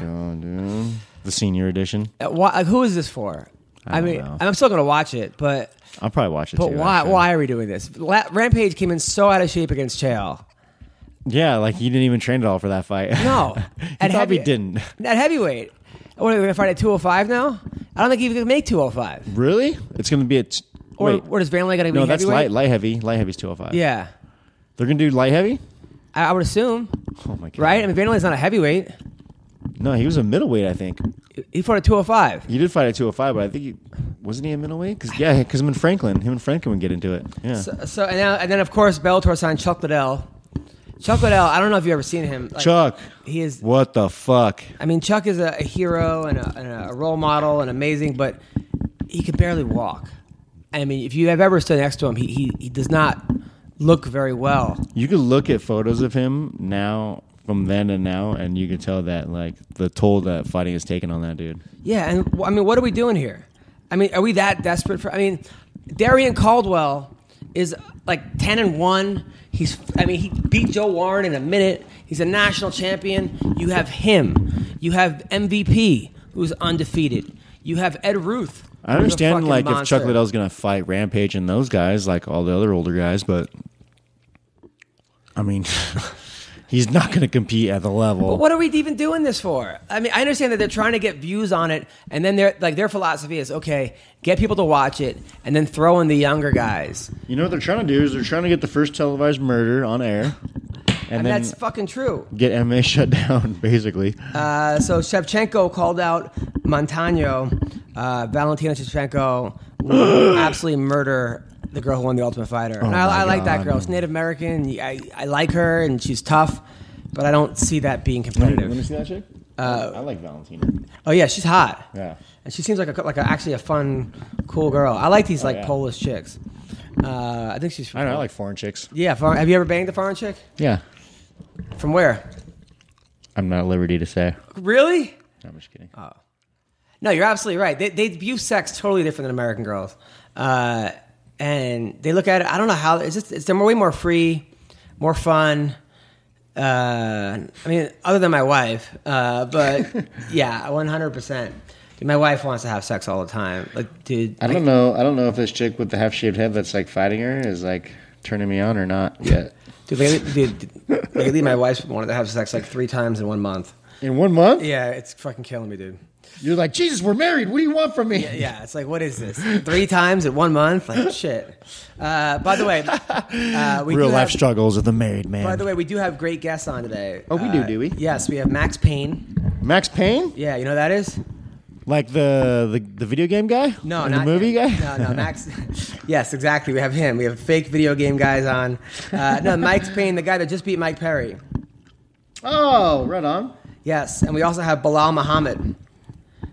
the senior edition.
Uh, why, like, who is this for? I,
don't
mean,
know.
I'm still gonna watch it, but
I'll probably watch it.
but
too,
why
actually.
why are we doing this? La- Rampage came in so out of shape against Chael.
Yeah, like he didn't even train at all for that fight.
No,
he probably didn't.
At heavyweight, What are we gonna fight at two hundred five now? I don't think he can make two hundred five.
Really? It's going to be at.
Or
wait,
or does Van Lay gotta be
no, that's
heavyweight?
light. Light heavy. Light heavy's 205.
Yeah,
They're going to do light heavy?
I, I would assume,
Oh, my God.
right? I mean, Van Lay's not a heavyweight.
No, he was a middleweight, I think.
He fought at two hundred five.
He did fight at 205, but I think he. Wasn't he a middleweight? Cause, yeah, because him and Franklin. Him and Franklin would get into it. Yeah.
So, so and, now, and then of course Bellator signed Chuck Liddell. Chuck Liddell, I don't know if you've ever seen him. Like,
Chuck.
he is.
What the fuck?
I mean, Chuck is a, a hero and a, and a role model and amazing, but he could barely walk. I mean, if you have ever stood next to him, he he, he does not look very well.
You could look at photos of him now from then and now, and you could tell that like the toll that fighting has taken on that dude.
Yeah, and wh- I mean, what are we doing here? I mean, are we that desperate for? I mean, Darian Caldwell is like ten and one. He's, I mean, he beat Joe Warren in a minute. He's a national champion. You have him. You have MVP, who's undefeated. You have Ed Ruth.
I
who's a
understand
fucking
like if Chuck
monster.
Liddell's gonna fight Rampage and those guys, like all the other older guys, but I mean, he's not gonna compete at the level.
But what are we even doing this for? I mean, I understand that they're trying to get views on it, and then their like their philosophy is okay, get people to watch it, and then throw in the younger guys,
you know what they're trying to do is they're trying to get the first televised murder on air, and,
and
then
that's fucking true.
get MMA shut down. Basically,
Uh, so Shevchenko called out Montano, uh, Valentina Shevchenko will absolutely murder the girl who won the Ultimate Fighter. and
Oh my
I, I like that
God.
girl. She's Native American. I, I like her, and she's tough, but I don't Uh, see that being competitive.
see that chick. I like Valentina.
Oh yeah, she's hot.
Yeah.
and she seems like a, like a, actually a fun, cool girl. I like these like
Oh, yeah.
Polish chicks. Uh, I think she's.
I don't know. I like foreign chicks.
Yeah, foreign, have you ever banged a foreign chick?
Yeah,
From where?
I'm not at liberty to say.
Really? Oh.
I'm just kidding.
No, you're absolutely right. They, they view sex totally different than American girls, uh, and they look at it. I don't know how it's just it's they're way more free, more fun. Uh, I mean, other than my wife, uh, but yeah, one hundred percent. My wife wants to have sex all the time. Like, dude,
I don't know. I don't know if this chick with the half shaved head that's like fighting her is like turning me on or not yet.
dude, lately, dude, lately my wife's wanted to have sex like three times in one month.
In one month,
Yeah, it's fucking killing me, dude.
you're like Jesus. We're married. What do you want from me?
Yeah, it's like, what is this? Three times in one month? Like, shit. Uh, by the way, uh, we
Real
do
life
have-
struggles of the married man.
By the way, we do have great guests on today. Uh,
Oh, we do, do we?
Yes, we have Max Payne.
Max Payne,
Yeah, you know who that is?
like the the, the video game guy.
No, not
And the movie
him.
guy.
No, no, Max. yes, exactly. We have him. We have fake video game guys on. Uh, no, Max Payne, the guy that just beat Mike Perry.
Oh, right on.
Yes, and we also have Bilal Muhammad,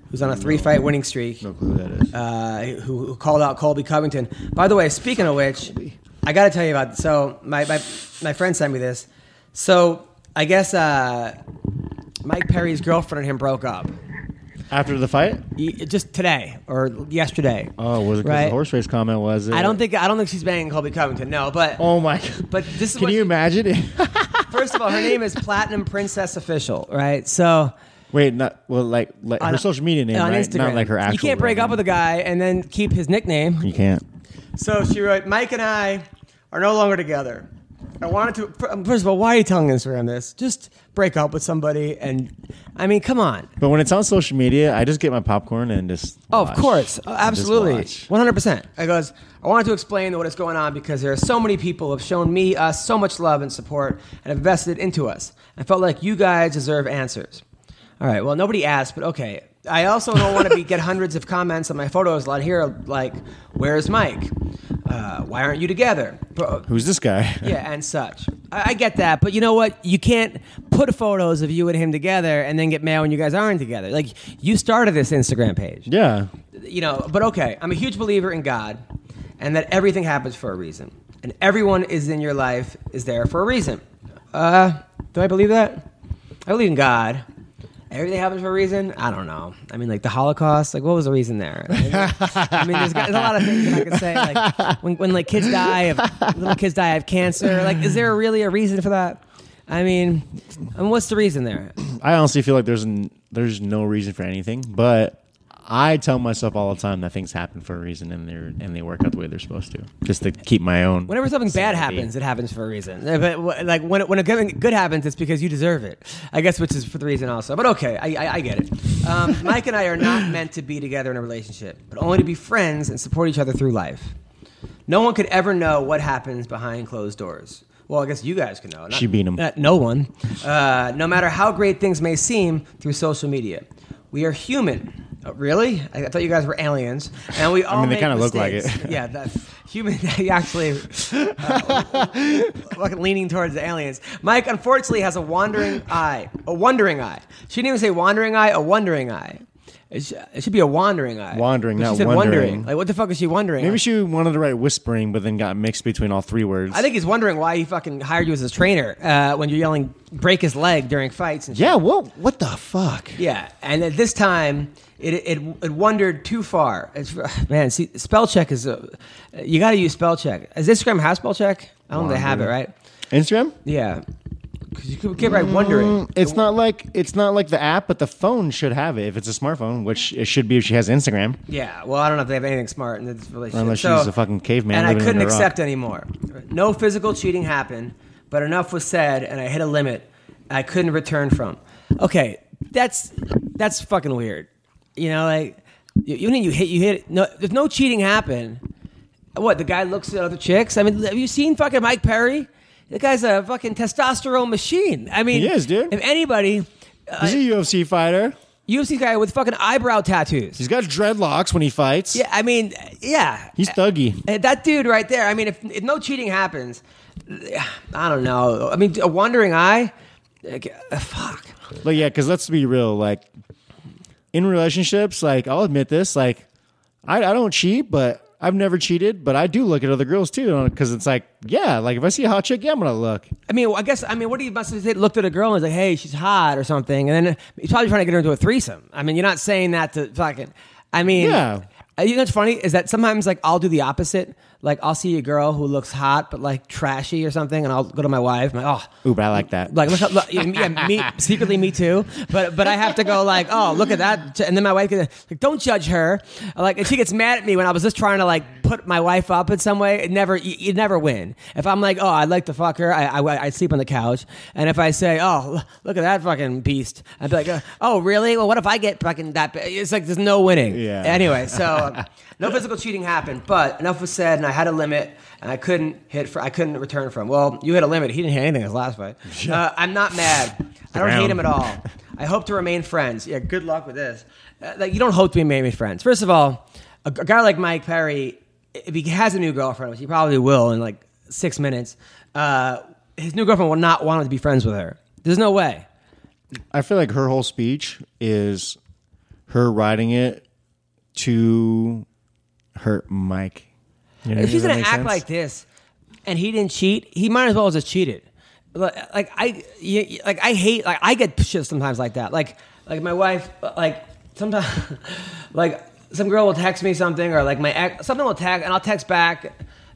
who's on a three-fight winning streak.
No clue who that is.
uh, who, who called out Colby Covington. By the way, speaking of which, I got to tell you about. So my, my my friend sent me this. So I guess uh, Mike Perry's girlfriend and him broke up
After the fight.
Y- just today or yesterday.
Oh, was it 'cause
Right.
the horse race comment? Was it?
I don't think I don't think she's banging Colby Covington. No, but
Oh my. God.
but this is
Can
what-
you imagine?
first of all, her name is Platinum Princess Official, right? So.
Wait, not well. Like, like her
on-
social media name,
on
right?
Instagram.
Not like her actual.
You can't break
real
up with a
name.
guy and then keep his nickname.
You can't.
So she wrote, Mike and I are no longer together. I wanted to. fir- um, First of all, why are you telling Instagram this? Just break up with somebody, and I mean, come on.
But when it's on social media, I just get my popcorn and just.
Oh, of
watch.
course, Oh,
I just
absolutely,
watch.
one hundred percent. I goes. I wanted to explain what is going on because there are so many people who have shown me us so much love and support and have invested into us. I felt like you guys deserve answers. All right. Well, nobody asked, but okay. I also don't want to be, get hundreds of comments on my photos. A lot here, like, "Where's Mike? Uh, why aren't you together?" Bro,
Who's this guy?
yeah, and such. I, I get that, but you know what? You can't put photos of you and him together and then get mad when you guys aren't together. Like you started this Instagram page,
Yeah.
you know. But okay, I'm a huge believer in God, and that everything happens for a reason, and everyone is in your life is there for a reason. Uh, do I believe that? I believe in God. Everything happens for a reason. I don't know. I mean, like the Holocaust. Like, what was the reason there? I mean, there's, got- there's a lot of things that I could say. Like, when, when like kids die of little kids die of cancer. Like, is there really a reason for that? I mean, I mean, what's the reason there?
I honestly feel like there's n- there's no reason for anything, but I tell myself all the time that things happen for a reason and they are and they work out the way they're supposed to, just to keep my own.
Whenever something bad
Mm-hmm. sanity.
happens, it happens for a reason. Uh, But wh- like when when a good, good happens, it's because you deserve it. I guess, which is for the reason also. But okay, I, I, I get it. Um, Mike and I are not meant to be together in a relationship, but only to be friends and support each other through life. No one could ever know what happens behind closed doors. Well, I guess you guys can know. Not-
She beat 'em.
not- no one. Uh, no matter how great things may seem through social media, we are human. Oh, really? I, I thought you guys were aliens, and we all.
mean, they
make
kinda look like
mistakes.
it.
yeah, that's human. actually, fucking leaning towards the aliens. Mike unfortunately has a wandering eye, a wandering eye. She didn't even say wandering eye, a wandering eye. It sh- it should be a wandering eye.
Wandering,
But she
not
said
wondering.
Like, what the fuck is she wondering?
Maybe she wanted to write whispering, but then got mixed between all three words.
I think he's wondering why he fucking hired you as his trainer uh, when you're yelling break his leg during fights. And shit.
Yeah. What? What the fuck?
Yeah, and at this time, it it, it wandered too far. It's, man, see, spell check is a, you got to use spell check. Is Instagram have spell check? I don't think they have it, right?
Instagram.
Yeah, because you could get right wondering.
It's not like it's not like the app, but the phone should have it if it's a smartphone, which it should be if she has Instagram.
Yeah, well, I don't know if they have anything smart in this relationship.
Unless
So-
she's a fucking caveman
And I
living
couldn't
under a rock.
accept anymore. No physical cheating happened, but enough was said, and I hit a limit I couldn't return from. Okay, that's that's fucking weird. You know, like you, you mean you hit you hit no if no cheating happened. What the guy looks at other chicks? I mean, have you seen fucking Mike Perry? The guy's a fucking testosterone machine. I mean,
He is, dude.
If anybody, Uh,
He's a UFC fighter.
UFC guy with fucking eyebrow tattoos.
He's got dreadlocks when he fights.
yeah, I mean, yeah.
He's thuggy.
Uh, That dude right there. I mean, if, if no cheating happens, I don't know. I mean, a wandering eye. like, uh, fuck.
Like, yeah, because let's be real. Like, in relationships, like, I'll admit this. Like, I, I don't cheat, but I've never cheated, but I do look at other girls too. Because it's like, yeah, like if I see a hot chick, yeah, I'm going to look.
I mean, I guess. I mean, what do you must have said? Looked at a girl and was like, "Hey, she's hot" or something, and then he's probably trying to get her into a threesome. I mean, you're not saying that to fucking. I mean,
Yeah.
uh, You know what's funny is that sometimes like I'll do the opposite. Like I'll see a girl who looks hot but like trashy or something, and I'll go to my wife. i like, oh,
Ooh, but I like that.
like look, how- look yeah, yeah, me secretly me too but but i have to go like oh look at that and then my wife gets like don't judge her like and she gets mad at me when i was just trying to like put my wife up in some way it never you, you never win if i'm like oh i'd like to fuck her I, I i sleep on the couch and if i say oh l- look at that fucking beast i'd be like uh, oh really well what if i get fucking that bi-" it's like there's no winning
Yeah.
anyway so um, no physical cheating happened but enough was said and i had a limit and I couldn't hit for I couldn't return from. Well, you hit a limit. He didn't hit anything in his last fight. Uh, I'm not mad. I don't hate him at all. I hope to remain friends. Yeah, good luck with this. Uh, like you don't hope to remain friends. First of all, a, g- a guy like Mike Perry, if he has a new girlfriend, which he probably will in like six minutes, uh, his new girlfriend will not want him to be friends with her. There's no way.
I feel like her whole speech is her writing it to hurt Mike. You know,
If she's
does that
gonna
make
act
sense?
like this, and he didn't cheat, he might as well have just cheated. Like like, I y- y- like I hate like I get shit sometimes like that. Like like my wife like sometimes like some girl will text me something or like my ex something will text and I'll text back,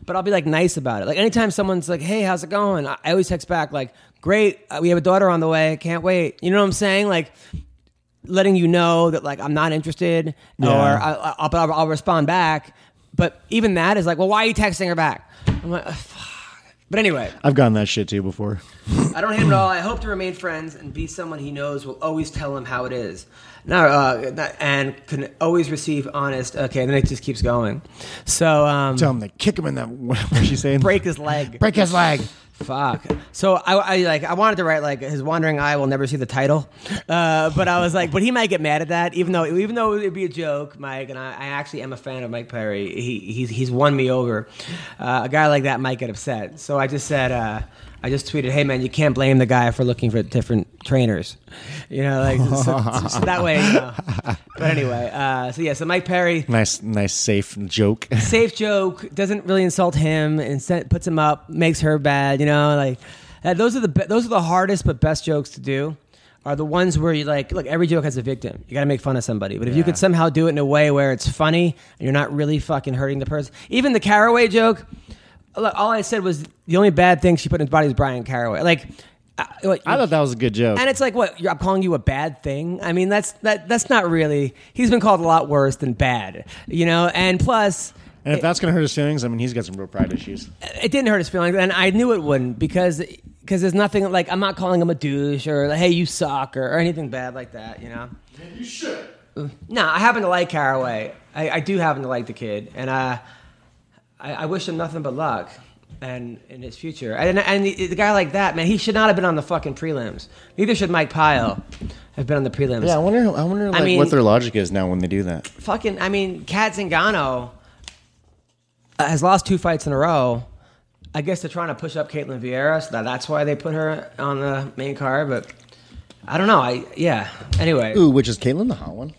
but I'll be like nice about it. Like anytime someone's like, "Hey, how's it going?" I, I always text back like, "Great, uh, we have a daughter on the way, can't wait." You know what I'm saying? Like letting you know that like I'm not interested, or I, I- I'll, I'll, I'll respond back. But even that is like, well, why are you texting her back? I'm like, "Ugh, fuck. But anyway,
I've gotten that shit too before.
I don't hate him at all. I hope to remain friends and be someone he knows will always tell him how it is. No, uh, not- and can always receive honest. Okay, then it just keeps going. So um,
Tell him to kick him in that. What was she saying?
break his leg.
break his leg.
Fuck. So I, I like I wanted to write like his wandering eye will never see the title, uh, but I was like, but he might get mad at that, even though even though it'd be a joke, Mike. And I, I actually am a fan of Mike Perry. He he's he's won me over. Uh, a guy like that might get upset. So I just said. Uh, I just tweeted, "Hey man, you can't blame the guy for looking for different trainers, you know, like so, so- so that way." You know. But anyway, uh, so yeah, so Mike Perry,
Nice, nice, safe joke.
safe joke doesn't really insult him and set, puts him up makes her bad you know like uh, those are the be- those are the hardest but best jokes to do are the ones where you like look every joke has a victim you got to make fun of somebody but if you could somehow do it in a way where it's funny and you're not really fucking hurting the person even the uh, caraway joke look all i said was the only bad thing she put in his body is brian caraway like uh, what,
I thought that was a good joke.
and it's like, what? You're, I'm calling you a bad thing. I mean, that's that. That's not really. He's been called a lot worse than bad, you know. And plus,
and if that's gonna hurt his feelings, I mean, he's got some real pride issues.
it didn't hurt his feelings, and I knew it wouldn't because because there's nothing like I'm not calling him a douche or like, hey you suck or, or anything bad like that, you know. you should. No, I happen to like Caraway. I, I do happen to like the kid, and uh, I I wish him nothing but luck and in his future. And and the, the guy like that, man, he should not have been on the fucking prelims. Neither should Mike Pyle have been on the prelims.
Yeah, I wonder. I wonder like,
mean-
what their logic is now when they do that.
fucking I mean, Kat Zingano uh, has lost two fights in a row. I guess they're trying to push up Caitlin Vieira, so that, that's why they put her on the main card. But I don't know. I yeah. Anyway,
Ooh, which is Caitlin the hot one?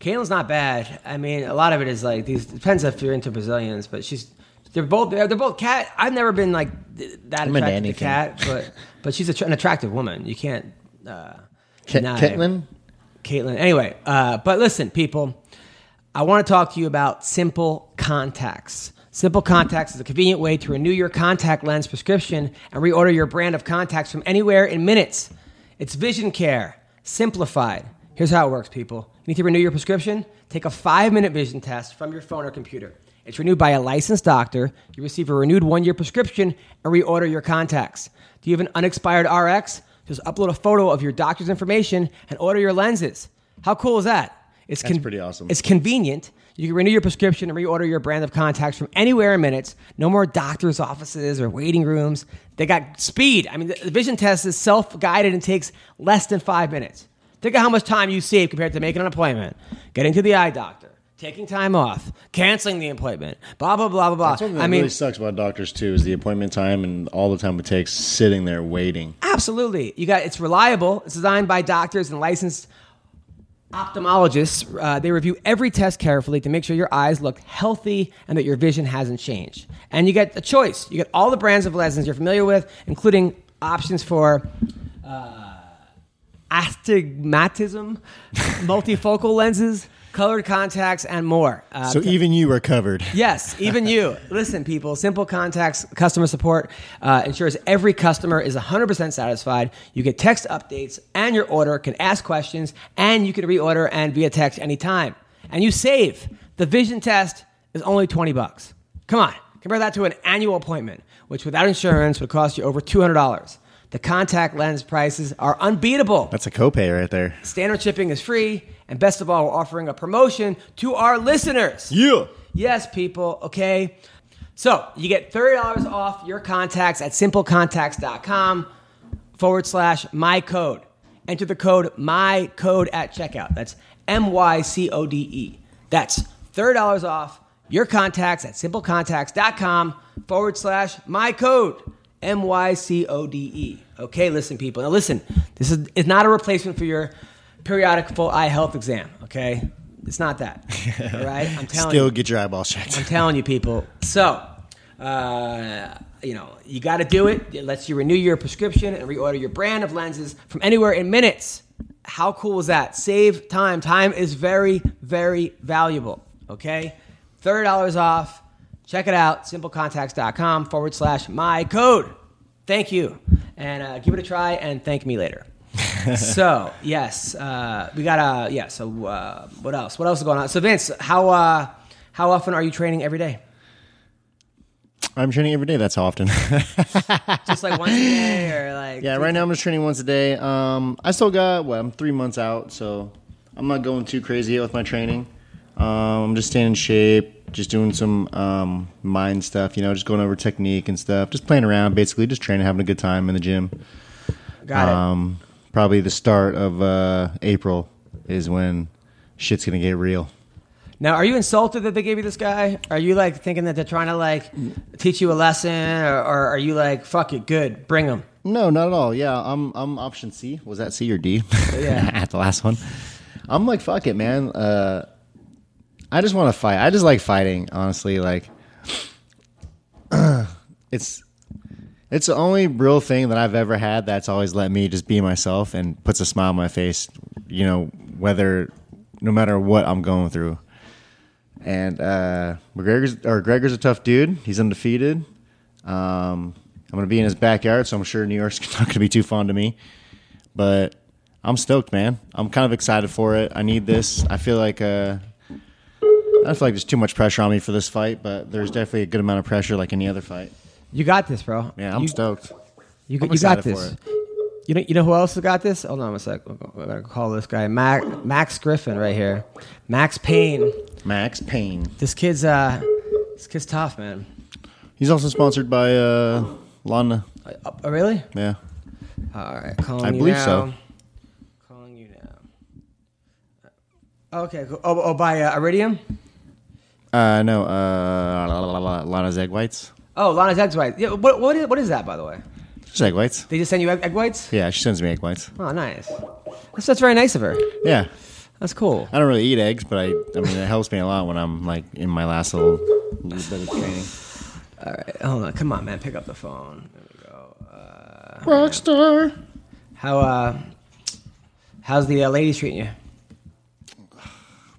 Caitlin's not bad. I mean, a lot of it is like these depends if you're into Brazilians, but she's they're both they're, they're both cat. I've never been like th- that
I'm into
attracted to
anything.
cat, but but she's a, an attractive woman. You can't. Uh,
Ca-
deny.
Caitlin.
Caitlin. Anyway, uh, but listen, people, I want to talk to you about Simple Contacts. Simple Contacts is a convenient way to renew your contact lens prescription and reorder your brand of contacts from anywhere in minutes. It's vision care, simplified. Here's how it works, people. You need to renew your prescription? Take a five minute vision test from your phone or computer. It's renewed by a licensed doctor. You receive a renewed one year prescription and reorder your contacts. Do you have an unexpired RX? Just upload a photo of your doctor's information and order your lenses. How cool is that? It's
That's pretty awesome.
It's convenient. You can renew your prescription and reorder your brand of contacts from anywhere in minutes. No more doctor's offices or waiting rooms. They got speed. I mean, the the vision test is self guided and takes less than five minutes. Think of how much time you save compared to making an appointment, getting to the eye doctor, taking time off, canceling the appointment, blah, blah, blah, blah,
That's
blah.
something that
Uh, I mean,
really sucks about doctors too is the appointment time and all the time it takes sitting there waiting.
Absolutely. You got it's reliable. It's designed by doctors and licensed ophthalmologists. Uh, they review every test carefully to make sure your eyes look healthy and that your vision hasn't changed. And you get a choice. You get all the brands of lenses you're familiar with, including options for uh, astigmatism, multifocal lenses, colored contacts, and more. Uh,
So even you are covered.
Yes, even you. Listen, people, Simple Contacts customer support uh, ensures every customer is 100% satisfied. You get text updates and your order can ask questions and you can reorder and via text anytime. And you save. The vision test is only 20 bucks. Come on, compare that to an annual appointment, which without insurance would cost you over $200. The contact lens prices are unbeatable.
That's a copay right there.
Standard shipping is free, and best of all, we're offering a promotion to our listeners.
Yeah.
Yes, people, okay? So you get $30 off your contacts at simplecontacts.com forward slash my code. Enter the code my code at checkout. That's M Y C O D E. That's $30 off your contacts at simplecontacts.com forward slash my code. M Y C O D E. Okay, listen, people. Now listen, this is it's not a replacement for your periodic full eye health exam, okay? It's not that. All right? I'm telling you.
Still get your eyeballs checked.
I'm telling you, people. So, uh, you know, you got to do it. It lets you renew your prescription and reorder your brand of lenses from anywhere in minutes. How cool is that? Save time. Time is very, very valuable. Okay? $30 off. Check it out. Simplecontacts.com forward slash my code. Thank you. And uh, give it a try and thank me later. so, yes. Uh, we got a, yeah. So, uh, what else? What else is going on? So, Vince, how, uh, how often are you training every day?
I'm training every day. That's how often.
Just like once a day or like
yeah, right now I'm just training once a day. Um, I still got what I'm three months out, so I'm not going too crazy yet with my training. Um, I'm just staying in shape, just doing some um, mind stuff, you know, just going over technique and stuff, just playing around, basically, just training, having a good time in the gym.
got it.
Um, probably the start of uh, April is when shit's gonna get real.
Now, are you insulted that they gave you this guy? Are you like thinking that they're trying to like teach you a lesson, or, or are you like fuck it, good, bring him?
No, not at all. Yeah, I'm I'm option C. Was that C or D?
Yeah.
at the last one. I'm like fuck it, man. Uh, I just want to fight. I just like fighting, honestly. Like, it's it's the only real thing that I've ever had that's always let me just be myself and puts a smile on my face. You know, whether no matter what I'm going through. And uh, McGregor's or Gregor's a tough dude. He's undefeated. Um, I'm going to be in his backyard, so I'm sure New York's not going to be too fond of me. But I'm stoked, man. I'm kind of excited for it. I need this. I feel like uh, I feel like there's too much pressure on me for this fight, but there's definitely a good amount of pressure, like any other fight.
You got this, bro.
Yeah, I'm
you,
stoked.
You,
I'm
you got
excited for
this.
it.
You know, you know who else got this? Hold on a sec. I gotta call this guy Max, Max Griffin right here. Max Payne.
Max Payne.
This kid's uh, this kid's tough, man.
He's also sponsored by uh, Lana.
Uh, oh, really?
Yeah,
All right, calling
I
you
believe
now.
so.
Calling you now. Okay. Cool. Oh, oh, by uh, Iridium.
uh, no, uh, la- la- la- Lana's egg whites.
Oh, Lana's egg whites. Yeah. What, what is what is that, by the way?
Just egg whites.
They just send you egg, egg whites?
Yeah, she sends me egg whites.
Oh, nice. That's, that's very nice of her.
Yeah,
That's cool.
I don't really eat eggs, but I, I mean, it helps me a lot when I'm like in my last little, little bit of training.
Hold on, come on, man, pick up the phone. There we go. Uh,
Rockstar.
how uh, how's the uh, ladies treating you?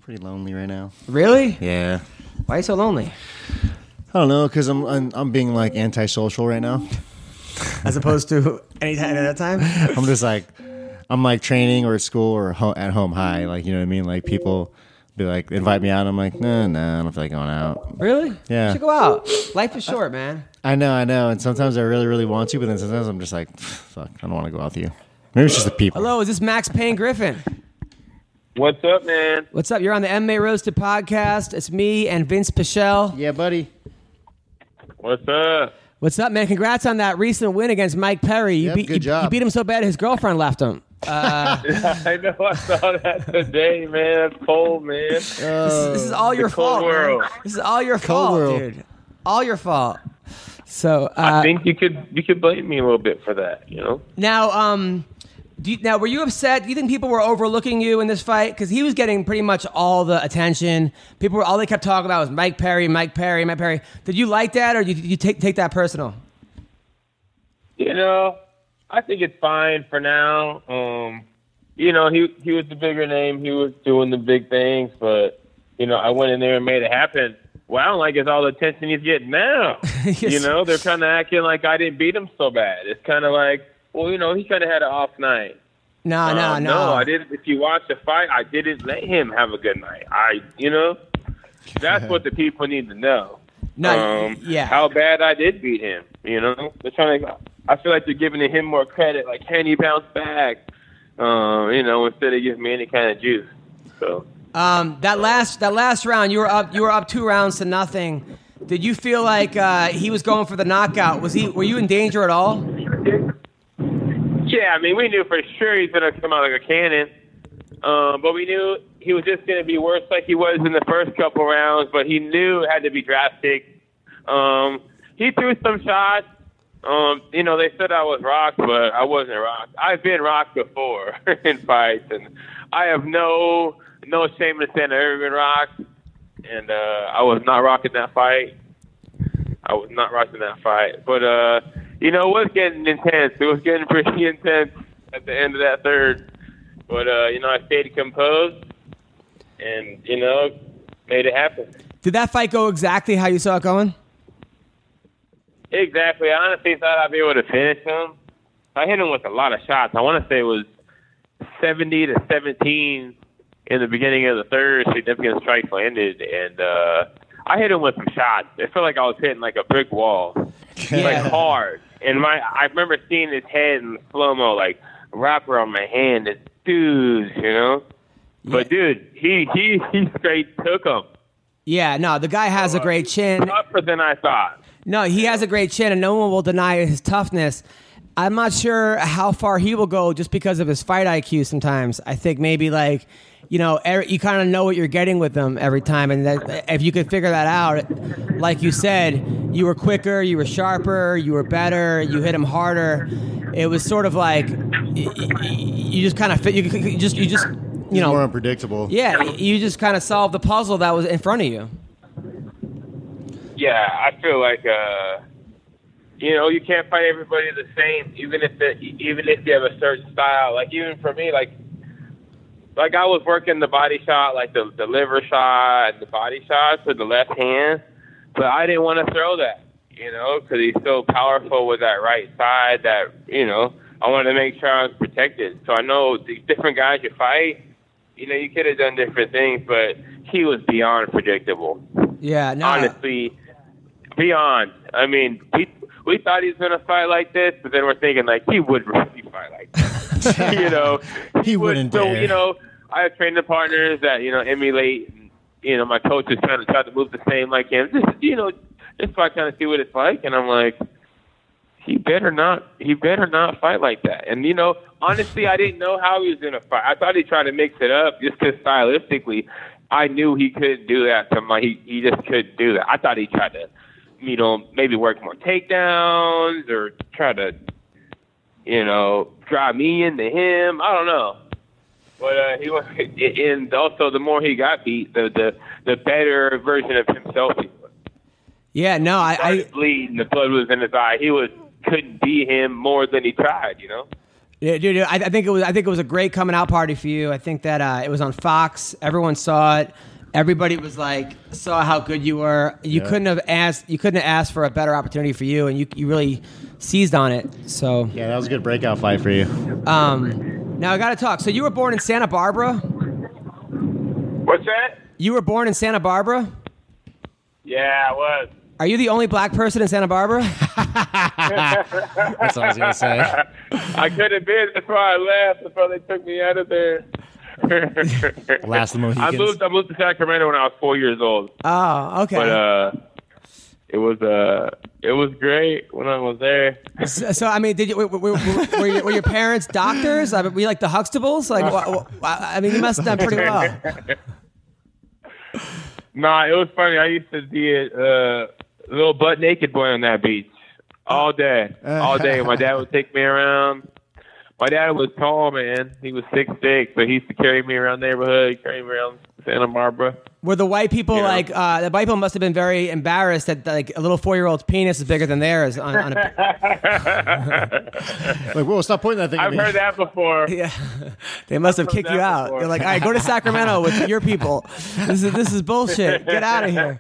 Pretty lonely right now.
Really?
Yeah.
Why are you so lonely?
I don't know, cause I'm I'm, I'm being like antisocial right now.
As opposed to any time at a time.
I'm just like, I'm like training or at school or ho- at home high. Like, you know what I mean? Like, people be like, invite me out. I'm like, no, no, I don't feel like going out.
Really?
Yeah.
You should go out. Life is short, man.
I know, I know. And sometimes I really, really want to, but then sometimes I'm just like, fuck, I don't want to go out with you. Maybe it's just the people.
Hello, is this Max Payne Griffin?
What's up, man?
What's up? You're on the MMA Roasted podcast. It's me and Vince Pichel.
Yeah, buddy.
What's up?
What's up, man? Congrats on that recent win against Mike Perry. You
Yep,
beat
good
you- you
job.
beat him so bad his girlfriend left him.
I know I saw that today, man. That's cold, man.
This is all your
Uh, cold
fault. man.
world.
This is all your fault,
world.
dude. All your fault. So
I
uh,
think you could you could blame me a little bit for that, you know.
now, um, do you, now were you upset? Do you think people were overlooking you in this fight because he was getting pretty much all the attention? People were all they kept talking about was Mike Perry, Mike Perry, Mike Perry. Did you like that, or did you, you take take that personal?
You know, I think it's fine for now. Um, you know, he he was the bigger name. He was doing the big things, but you know, I went in there and made it happen. What I don't like is all the attention he's getting now. You know, they're kind of acting like I didn't beat him so bad. It's kind of like, well, you know, he kind of had an off night.
No, no,
Um,
no.
I didn't. If you watch the fight, I didn't let him have a good night. I, you know, that's what the people need to know.
No,
um,
yeah.
how bad I did beat him. You know, they're trying to. I feel like they're giving him more credit. Like, can he bounce back? Um, you know, instead of giving me any kind of juice. So
Um, that last that last round, you were up. You were up two rounds to nothing. Did you feel like uh, he was going for the knockout? Was he? Were you in danger at all?
Yeah, I mean, we knew for sure he's gonna come out like a cannon, um, but we knew he was just gonna be worse like he was in the first couple rounds. But he knew it had to be drastic. Um, he threw some shots. Um, you know, they said I was rocked, but I wasn't rocked. I've been rocked before in fights, and I have no no shame in saying I've ever been rocked. And uh, I was not rocking that fight. I was not rocking that fight. But uh, you know, it was getting intense. It was getting pretty intense at the end of that third. But uh, you know, I stayed composed, and you know, made it happen.
Did that fight go exactly how you saw it going?
Exactly. I honestly thought I'd be able to finish him. I hit him with a lot of shots. I want to say it was 70 to 17 in the beginning of the third. Significant strikes landed, and uh, I hit him with some shots. It felt like I was hitting like a brick wall. like
Yeah.
hard. And my, I remember seeing his head in slow mo, like wrap around my hand. It's dude, you know. But dude, he he he straight took him
Yeah, no, the guy has a great chin.
tougher than I thought.
No, he has a great chin, and no one will deny his toughness. I'm not sure how far he will go just because of his fight IQ sometimes. I think maybe, like, you know, er- you kind of know what you're getting with him every time. And that, if you could figure that out, like you said, you were quicker, you were sharper, you were better, you hit him harder. It was sort of like y- y- y- you just kind of fit, you, you just, you just, you
More
know,
unpredictable.
yeah, you just kind of solved the puzzle that was in front of you.
Yeah, I feel like uh, you know you can't fight everybody the same, even if it, even if you have a certain style. Like even for me, like like I was working the body shot, like the the liver shot, the body shots with the left hand, but I didn't want to throw that. you know, because he's so powerful with that right side that, you know, I wanted to make sure I was protected. So I know these different guys you fight, you know, you could have done different things, but he was beyond predictable.
Yeah, no,
Honestly, beyond. I mean, we, we thought he was going to fight like this, but then we're thinking, like, he would really fight like this. you know,
He
would-
wouldn't
So,
dare.
you know, I have training partners that, you know, emulate. and, You know, my coach is trying to try to move the same like him. Just, you know, just so I kind of see what it's like. And I'm like, he better not he better not fight like that. And you know, honestly, I didn't know how he was gonna fight. I thought he tried to mix it up just 'cause stylistically, I knew he couldn't do that. To my he he just couldn't do that. I thought he tried to, you know, maybe work more takedowns or try to, you know, drive me into him. I don't know. But uh, he was, and also the more he got beat, the the the better version of himself he was
yeah, no, I, I
started bleeding. The blood was in his eye. He was couldn't beat him more than he tried. You know.
Yeah, dude, I, I think it was. I think it was a great coming out party for you. I think that uh, it was on Fox. Everyone saw it. Everybody was like, saw how good you were. You
Yeah.
couldn't have asked. You couldn't have asked for a better opportunity for you, and you, you really seized on it. So
Yeah, that was a good breakout fight for you.
um, now I got to talk. So you were born in Santa Barbara.
What's that?
You were born in Santa Barbara.
Yeah, I was.
Are you the only black person in Santa Barbara?
That's all I was gonna say.
I couldn't have been. That's why I left. That's why they took me out of there.
Last of the
I
Mohicans.
moved. I moved to Sacramento when I was four years old.
oh, okay.
But uh, it was uh, it was great when I was there.
so, so, I mean, did you were, were, were, were your, were your parents doctors? I mean, were you like the Huxtables? Like, wha- wha- I mean, you must have done pretty well.
Nah, it was funny. I used to be a uh, little butt naked boy on that beach all day, all day. My dad would take me around. My dad was tall, man. He was six six, but he used to carry me around the neighborhood, carry me around Santa Barbara.
Were the white people
Yeah.
like uh, the white people must have been very embarrassed that like a little four year old's penis is bigger than theirs on, on a
Like, whoa, stop pointing that thing.
I've
at me.
heard that before.
yeah. They must have kicked you out. They're like, all right, go to Sacramento with your people. This is this is bullshit. Get out of here.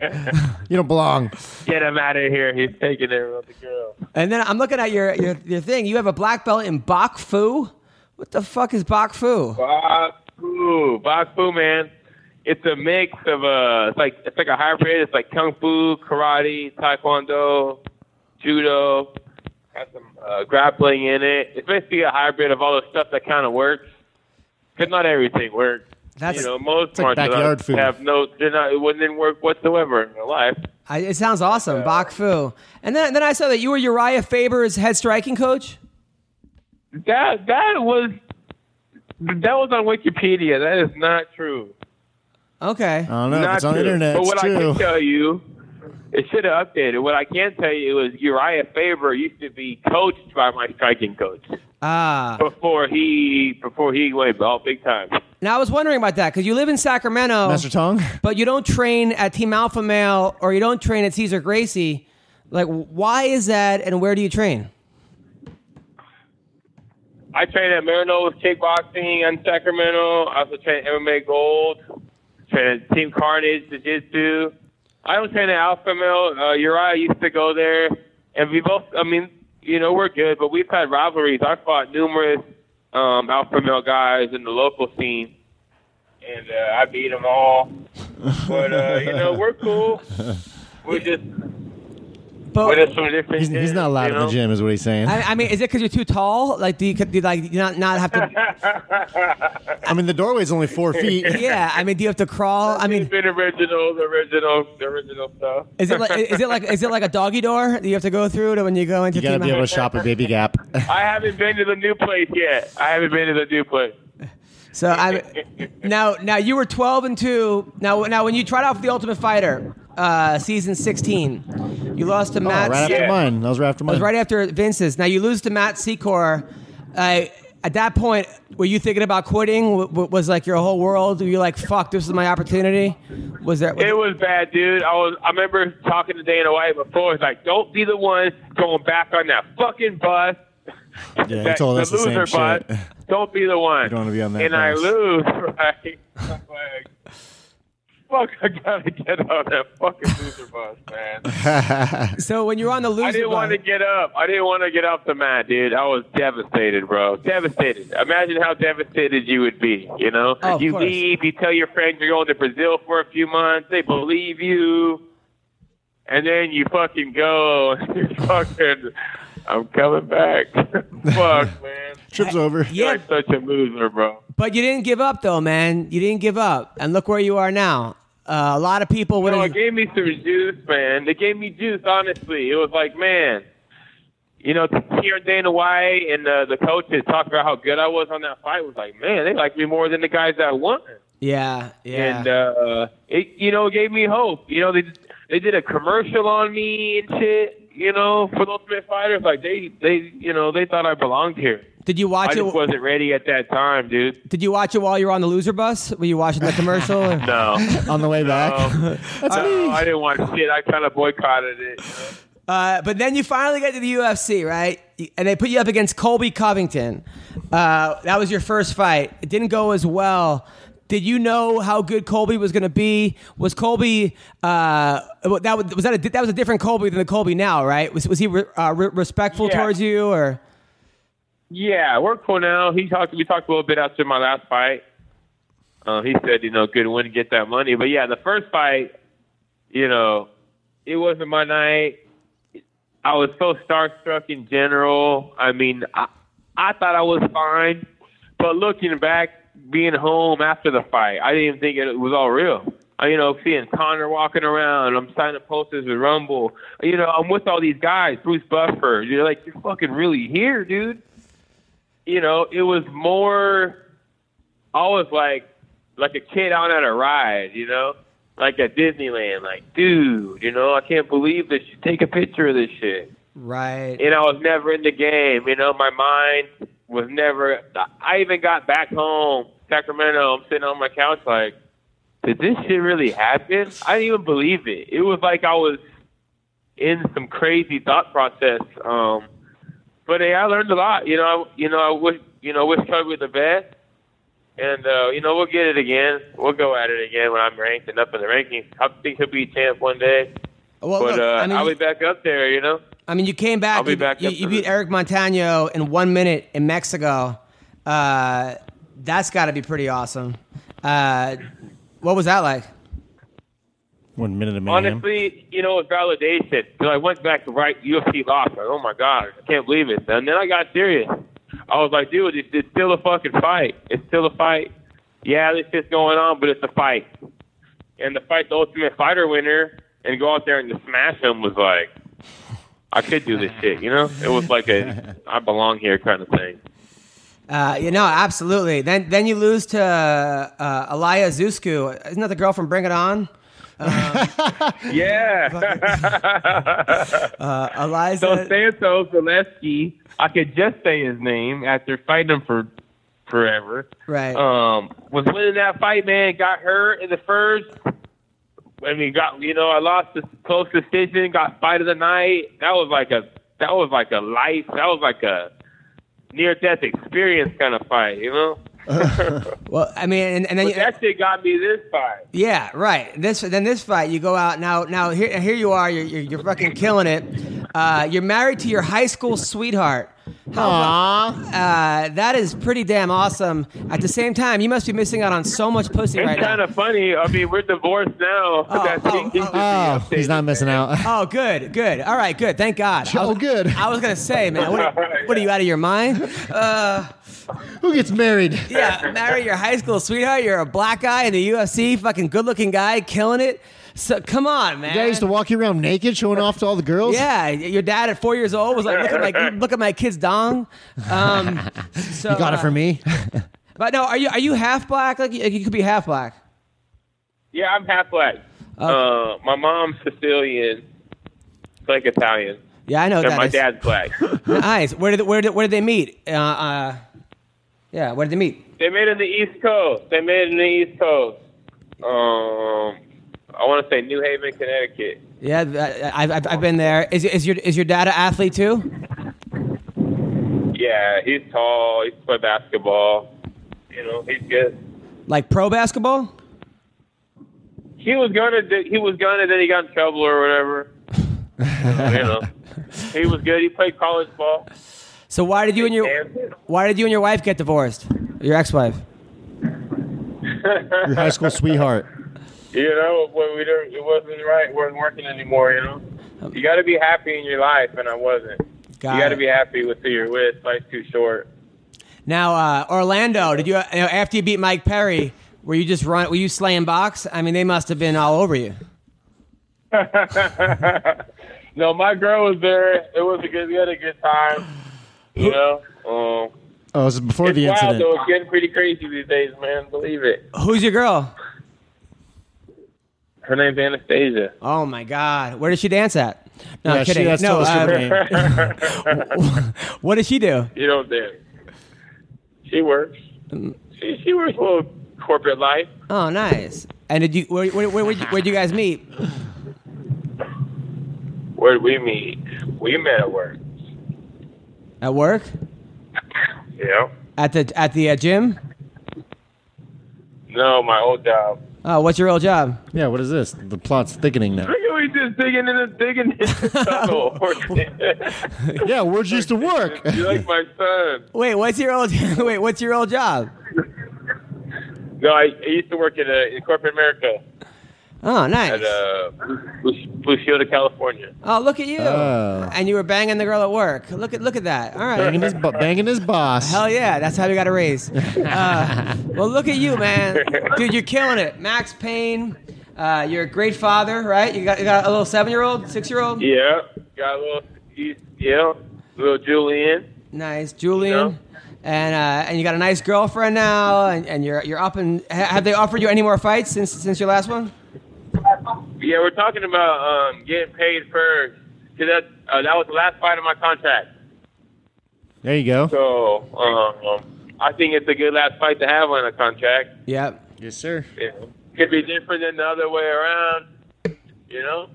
You don't belong.
Get him out of here. He's taking it with the girl.
And then I'm looking at your your, your thing. You have a black belt in Bok Fu. What the fuck is Bok Fu?
Baku, Baku, man. It's a mix of uh, it's like it's like a hybrid. It's like kung fu, karate, taekwondo, judo. Has some uh, grappling in it. It's basically a hybrid of all the stuff that kind of works. Cause not everything works.
That's-
you know most
like
martial
backyard
arts
food.
have no. They're not. It wouldn't work whatsoever in real life.
I, it sounds awesome, Bok Fu. And then then I saw that you were Uriah Faber's head striking coach.
That that was that was on Wikipedia. That is not true.
Okay.
I don't know. If
Not
it's on the
true.
internet.
But what
It's
I
true.
can tell you, it should have updated. What I can tell you is Uriah Faber used to be coached by my striking coach
Ah.
before he before he went all big time.
now I was wondering about that because you live in Sacramento.
Master Tong.
but you don't train at Team Alpha Male or you don't train at Caesar Gracie. Like, why is that, and where do you train?
I trained at Marino with kickboxing in Sacramento. I also trained at MMA Gold. Trained at Team Carnage Jiu Jitsu. I don't train at Alpha Male. Uh, Uriah used to go there, and we both. I mean, you know, we're good, but we've had rivalries. I fought numerous um, Alpha Male guys in the local scene, and uh, I beat them all. But uh, you know, we're cool. We're just
But
we're just from different.
He's, he's not allowed
you
in the
know?
gym, is what he's saying.
I, I mean, is it because you're too tall? Like, do you, do you like you not not have to?
I mean, the doorway's only four feet.
Yeah, I mean, do you have to crawl? I
it's
mean,
been original, the original, the original stuff.
is it like is it like is it like a doggy door that you have to go through to when you go into
You gotta
Team
be able to
Alpha?
shop at Baby Gap.
I haven't been to the new place yet. I haven't been to the new place.
So I now now you were 12 and two. Now now when you tried out for the Ultimate Fighter, uh, season 16, you lost to
Oh,
Matt.
right after
Yeah.
mine. That was right after
It
mine.
was right after Vince's. Now you lose to Matt Secor. Uh, at that point, were you thinking about quitting? W- w- was like your whole world? Were you like, "Fuck, this is my opportunity"? Was there?
It was bad, dude. I was. I remember talking to Dana White before. He's like, "Don't be the one going back on that fucking bus."
Yeah, he
That-
told us the same
loser bus.
shit.
Don't be the one.
You don't wanna be on that
And I
bus.
lose, right? I'm like, fuck, I gotta get on that fucking loser bus, man.
so when you're on the loser, I
didn't
bus,
want to get up. I didn't want to get off the mat, dude. I was devastated, bro. Devastated. Imagine how devastated you would be. You know,
Oh, of
you
course.
leave. You tell your friends you're going to Brazil for a few months. They believe you, and then you fucking go. and you fucking, I'm coming back. fuck, man.
Trip's over.
Yeah.
You're such a loser, bro.
But you didn't give up, though, man. You didn't give up, and look where you are now. Uh, a lot of people would
No,
have.
it gave me some juice, man. They gave me juice, honestly. It was like, man, you know, to hear Dana White and uh, the coaches talk about how good I was on that fight was like, man, they like me more than the guys that won.
Yeah, yeah.
And uh, it, you know, gave me hope. You know, they they did a commercial on me and shit. You know, for the Ultimate Fighters, like they they you know they thought I belonged here.
did you
I
watch
just
it?
wasn't ready at that time, dude.
Did you watch it while you were on the loser bus? Were you watching the commercial? or-
No,
On the way back.
no, no I didn't want shit. I kind of boycotted it.
Uh, but then you finally get to the UFC, right? And they put you up against Colby Covington. Uh, that was your first fight. It didn't go as well. Did you know how good Colby was going to be? Was Colby uh, wa- that was, was that a, that was a different Colby than the Colby now, right? Was was he re, uh, re- respectful
Yeah.
towards you or?
Yeah, we're cool now. He talked. We talked a little bit after my last fight. Uh, he said, you know, good win, get that money. But yeah, the first fight, you know, it wasn't my night. I was so starstruck in general. I mean, I, I thought I was fine, but looking back, being home after the fight, I didn't even think it was all real. I, you know, seeing Connor walking around, I'm signing posters with Rumble. You know, I'm with all these guys, Bruce Buffer. You're like, you're fucking really here, dude you know, it was more. I was like, like a kid out at a ride, you know, like at Disneyland. Like, dude, you know, I can't believe this. You take a picture of this shit.
Right.
And I was never in the game. You know, my mind was never. I even got back home, Sacramento. I'm sitting on my couch, like, did this shit really happen? I didn't even believe it. It was like I was in some crazy thought process. Um, but hey, I learned a lot. You know, I, you know, I wish, you know, wish Kobe the best. And uh, you know, we'll get it again. We'll go at it again when I'm ranked and up in the rankings. I think he'll be champ one day.
Well,
But
look,
uh,
I mean,
I'll be back up there. You know.
I mean, you came back.
I'll be
you,
back
you,
up
you
for
beat
this.
Eric Montano in one minute in Mexico. Uh, that's got to be pretty awesome. Uh, what was that like?
One minute a minute.
Honestly, you know, it's validation. So I went back to right UFC lost. Like, oh my god, I can't believe it. And then I got serious. I was like, dude, it's, it's still a fucking fight. It's still a fight. Yeah, this shit's going on, but it's a fight. And the fight, the Ultimate Fighter winner, and go out there and just smash him was like, I could do this shit. You know, it was like a I belong here kind of thing.
Uh, you know, absolutely. Then then you lose to uh, Elia Zusku. Isn't that the girl from Bring It On?
Yeah.
Uh,
So
Eliza.
Santos Zaleski, I could just say his name after fighting him for forever.
right.
Um, was winning that fight, man. Got hurt in the first. I mean, got you know, I lost the close decision. Got fight of the night. That was like a that was like a life. That was like a near death experience kind of fight, you know.
well, I mean, and, and then you,
But that shit got me this fight.
yeah, right. This then this fight you go out now. Now here here you are. You're you're, you're fucking killing it. Uh, you're married to your high school sweetheart. How fu- Uh, that is pretty damn awesome. At the same time, you must be missing out on so much pussy
It's
right
kind
now.
of funny. I mean, we're divorced now.
Oh,
That
oh,
thing-
Oh, he's not missing out.
Oh, good, good. All right, good. Thank God. I
Oh,
was-
good.
I was gonna say, man. What, what are you out of your mind? Uh,
Who gets married?
yeah, marry your high school sweetheart. You're a black guy in the UFC, fucking good-looking guy, killing it. So come on, man.
Dad used to walk you around naked, showing off to all the girls.
yeah, your dad at four years old was like, look at my look at my kid's dong. Um, so,
You got it
uh,
for me.
But no, are you are you half black? Like you, you could be half black.
Yeah, I'm half black. Uh, my mom's Sicilian, like Italian,
Yeah, I know
and
that
my
is.
dad's black.
Nice. Where did where did where did they meet? Uh, uh, yeah, where did they meet?
they made it in the East Coast. They made it in the East Coast. Um, I want to say New Haven, Connecticut.
Yeah, th- I- I've, I've, I've been there. Is, is your is your dad an athlete too?
Yeah, he's tall. He's play basketball. You know, he's good.
Like pro basketball?
he was gonna do, he was gonna then he got in trouble or whatever. So, you know, he was good. He played college ball.
So why did you and your why did you and your wife get divorced? Your ex-wife.
Your high school sweetheart.
You know, when we didn't, it wasn't right. wasn't working anymore. You know, you got to be happy in your life, and I wasn't.
Got
you got to
it.
be happy with who you're with. Life's too short.
Now, uh, Orlando, did you, you know, after you beat Mike Perry, were you just run? Were you slaying box? I mean, they must have been all over you.
no, my girl was there. It was a good. We had a good time. You know, um,
Oh, this is before
it's
the
wild
incident.
though. It's getting pretty crazy these days, man. Believe it.
Who's your girl?
Her name's Anastasia.
Oh my God, where does she dance at? No,
Yeah,
I'm
she-
kidding.
that's
no, uh,
told us her
um,
what does she do?
You don't dance. She works. She she works a little corporate life.
Oh, nice. And did you? Where, where, where, where'd, you, where'd you guys meet?
Where'd we meet? We met at work.
At work?
Yeah.
At the at the uh, gym?
No, my old job.
Oh, what's your old job?
Yeah, what is this? The plot's thickening now.
Look at we just digging in a digging in the tunnel.
yeah, words used to work.
you like my son?
Wait, what's your old? wait, what's your old job?
No, I, I used to work at uh, in corporate America
Oh, nice.
at uh, Blue, Blue Shield of California.
Oh, look at you!
Oh.
And you were banging the girl at work. Look at look at that. All right.
banging, his, bo- banging his boss.
Hell Oh, yeah, that's how we got a raise. Uh, well, look at you, man, dude, you're killing it. Max Payne, uh, you're a great father, right? You got you got a little seven year old, six year old.
Yeah, got a little, he's- yeah, little Julian.
Nice, Julian, and uh, and you got a nice girlfriend now, and, and you're you're up and ha- have they offered you any more fights since since your last one?
Yeah, we're talking about um, getting paid first. Cause that uh, that was the last fight of my contract.
There you go.
So um, I think it's a good last fight to have on a contract.
Yep.
Yes, sir.
You know, could be different than the other way around. You know.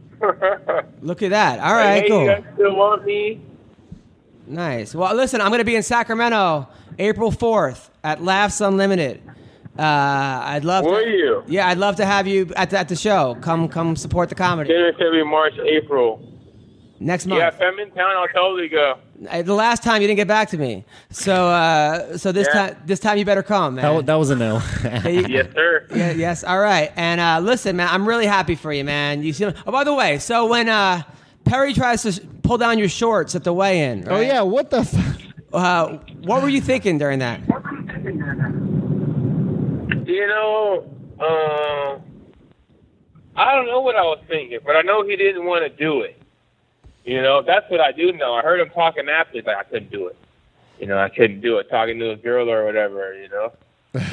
Look at that. All right,
hey,
cool.
you guys still want me?
Nice. Well, listen, I'm going to be in Sacramento April 4th at Laughs Unlimited. Uh, I'd love.
Will
to,
you?
Yeah, I'd love to have you at the, at the show. Come come support the comedy
January, February, March, April.
next month.
Yeah, if I'm in town, I'll totally go.
I- the last time you didn't get back to me, so uh, so this
Yeah.
time this time you better come, man.
That, wa- that was a no.
Hey,
Yes, sir.
yeah, yes. All right. And uh, listen, man, I'm really happy for you, man. You see, oh, by the way, so when uh, Perry tries to sh- pull down your shorts at the weigh-in,
oh,
right?
yeah, what the fuck?
Uh, what were you thinking during that?
You know, um, I don't know what I was thinking, but I know he didn't want to do it. You know, that's what I do know. I heard him talking after, he's like, I couldn't do it. You know, I couldn't do it, talking to a girl or whatever, you know.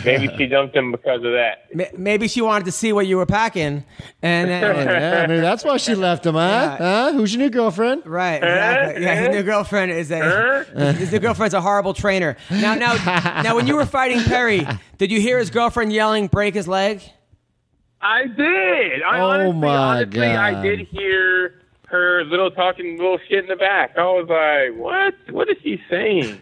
Maybe she dumped him because of that.
Ma- Maybe she wanted to see what you were packing, and then,
yeah, maybe that's why she left him, huh?
Yeah.
Huh? Who's your new girlfriend?
Right, exactly. Yeah, his new girlfriend is
Eh?
a his new girlfriend's a horrible trainer. Now, now, now, when you were fighting Perry, did you hear his girlfriend yelling, "Break his leg"?
I did. I
Oh
honestly,
my
honestly, I
God.
did hear her little talking little shit in the back. I was like, what? What is she saying?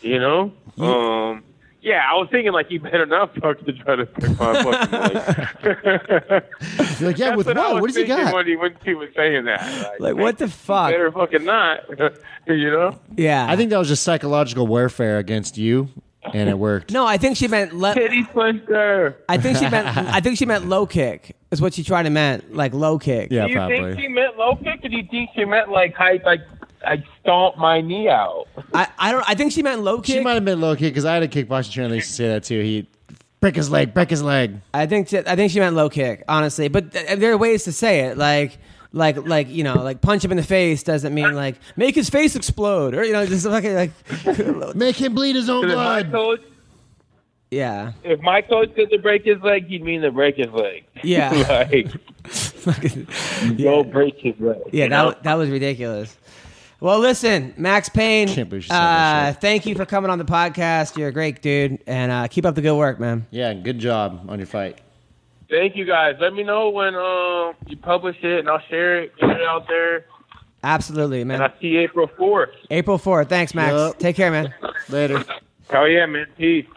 You know? Um. Yeah, I was thinking like you better not fuck to try to pick my fucking leg.
You're like, yeah,
That's
with
what, I
what?
was
What does he
thinking
got?
When, he, when she was saying that,
Like, what the fuck?
Better fucking not. you know?
Yeah,
I think that was just psychological warfare against you, and it worked.
no. I think she meant. Le-
Titty punched her.
I think she meant. I think she meant low kick. Is what she tried to meant, like low kick.
Yeah,
do you think she
probably.
meant low kick, or do you think she meant like height, like I stomp my knee out?
I, I don't. I think she meant low kick.
She might have been low key because I had a kickboxing trainer that used to say that too. He break his leg, break his leg.
I think. She, I think she meant low kick. Honestly, but th- there are ways to say it. Like. Like, like you know, like punch him in the face doesn't mean like make his face explode or you know just fucking like,
Make him bleed his own
If my
blood.
coach,
yeah,
if my coach said to break his leg, he'd mean to break his leg.
yeah,
like go break his leg.
Yeah, that,
you know?
wa- that was ridiculous. Well, listen, Max Payne,
Can't believe she said that
uh,
shit.
thank you for coming on the podcast. You're a great dude, and uh, keep up the good work, man.
Yeah, good job on your fight.
Thank you guys. Let me know when um you publish it, and I'll share it, get it out there.
Absolutely,
And I
man.
see you April fourth.
April 4th. Thanks, Max.
Yup.
Take care, man.
Later.
Oh yeah, man. Peace.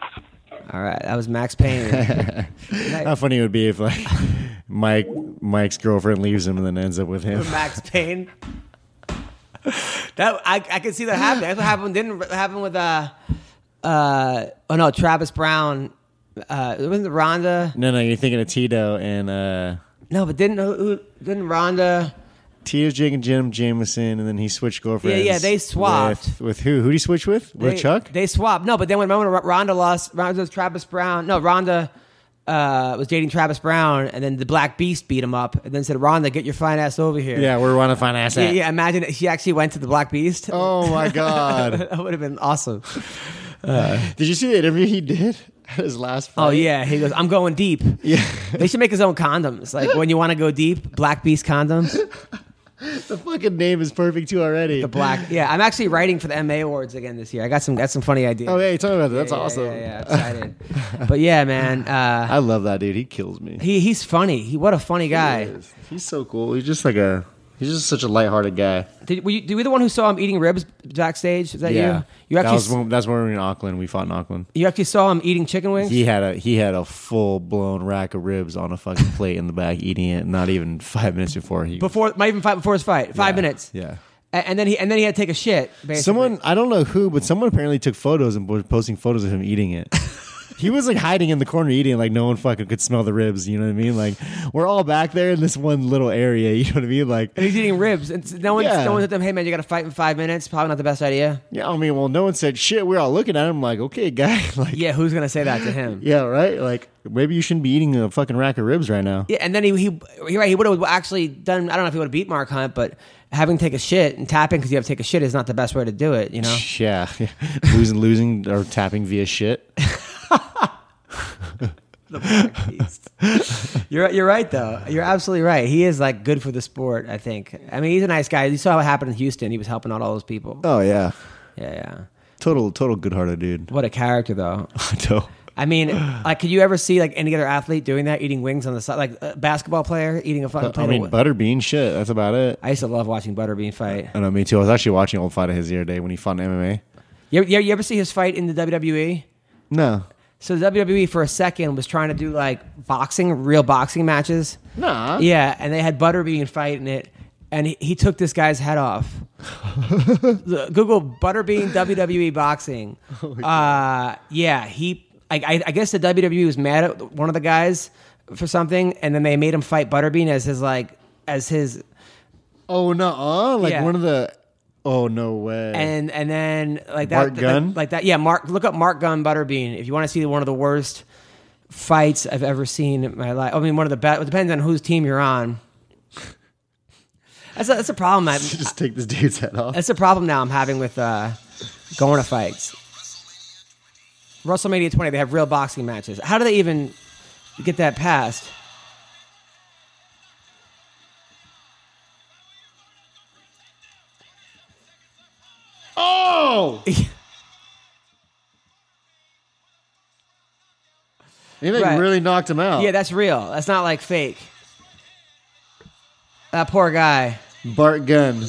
All right, that was Max Payne.
How funny it would be if like Mike Mike's girlfriend leaves him and then ends up with him.
Max Payne. That I I can see that happening. That's what happened. Didn't happen with uh uh oh no Travis Brown. Uh, it wasn't Rhonda.
No, no, you're thinking of Tito and uh,
No, but didn't who, who- didn't Rhonda?
Tito, Jake, and Jim Jameson, and then he switched girlfriends.
Yeah, yeah, they swapped.
with, with who? Who did he switch with? With
they-
Chuck?
They swapped. No, but then when remember when Rhonda lost, Rhonda was Travis Brown. No, Rhonda uh, was dating Travis Brown, and then the Black Beast beat him up, and then said, "Rhonda, get your fine ass over here."
yeah, we're on to find ass
yeah.
at.
yeah imagine that she actually went to the Black Beast.
Oh my god!
that would have been awesome.
did you see the interview he did at his last? Fight?
Oh yeah, he goes, "I'm going deep."
yeah.
They should make his own condoms. Like when you want to go deep, Black Beast condoms.
the fucking name is perfect too already.
The black. Yeah, I'm actually writing for the MA Awards again this year. I got some got some funny ideas.
Oh yeah, you talking about that? That's
Yeah, yeah,
awesome.
Yeah, yeah, I'm excited. but yeah, man, uh,
I love that dude. He kills me.
he he's funny. He what a funny guy.
He's so cool. He's just like a. He's just such a lighthearted guy.
Did were you, were you the one who saw him eating ribs backstage? Is that you? You
that
actually
was when, that's when we were in Auckland. We fought in Auckland.
you actually saw him eating chicken wings.
He had a he had a full blown rack of ribs on a fucking plate in the back, eating it. Not even five minutes before he
Before might even fight before his fight. Five
Yeah,
minutes.
Yeah.
A- And, then he and then he had to take a shit. Basically.
Someone I don't know who, but someone apparently took photos and was posting photos of him eating it. he was like hiding in the corner eating, like no one fucking could smell the ribs. You know what I mean? Like we're all back there in this one little area. You know what I mean? Like
And he's eating ribs, and no one,
Yeah.
no one said to him, "Hey man, you got to fight in five minutes." Probably not the best idea.
yeah, I mean, well, no one said shit. We're all looking at him like, okay, guy, like
Yeah, who's gonna say that to him?
yeah, right, like maybe you shouldn't be eating a fucking rack of ribs right now.
Yeah, and then he he he, right, he would have actually done. I don't know if he would have beat Mark Hunt, but having to take a shit and tapping because you have to take a shit is not the best way to do it. You know,
Yeah, losing, losing, or tapping via shit.
you're you're right though. You're absolutely right. He is like good for the sport. I think. I mean, he's a nice guy. You saw what happened in Houston. He was helping out all those people.
Oh yeah,
Yeah, yeah.
total, total good-hearted dude.
What a character though.
No.
I mean, like, could you ever see like any other athlete doing that, eating wings on the side, like a basketball player eating a fucking?
I
plate of
mean,
wi-
butterbean shit. That's about it.
I used to love watching Butterbean fight.
I know, me too. I was actually watching an old fight of his the other day when he fought in MMA.
You ever, you ever- you ever see his fight in the E? WWE?
No.
So the WWE for a second was trying to do like boxing, real boxing matches.
Nah.
Yeah, and they had Butterbean fighting it, and he, he took this guy's head off. The- Google Butterbean WWE boxing. uh, yeah, he. I, I, I guess the WWE was mad at one of the guys for something, and then they made him fight Butterbean as his like as his
Oh, no. uh Like
Yeah.
one of the. Oh, no way.
and and then like that
Mark Gunn?
like, like that yeah Mark look up Mark Gunn Butterbean if you want to see one of the worst fights I've ever seen in my life I mean one of the best it depends on whose team you're on that's a, that's a problem I,
Just take this dude's head off.
that's a problem now I'm having with uh, going to fights WrestleMania 20 they have real boxing matches how do they even get that passed
Oh! He like
Right.
really knocked him out.
yeah that's real that's not like fake that poor guy
Bart Gunn.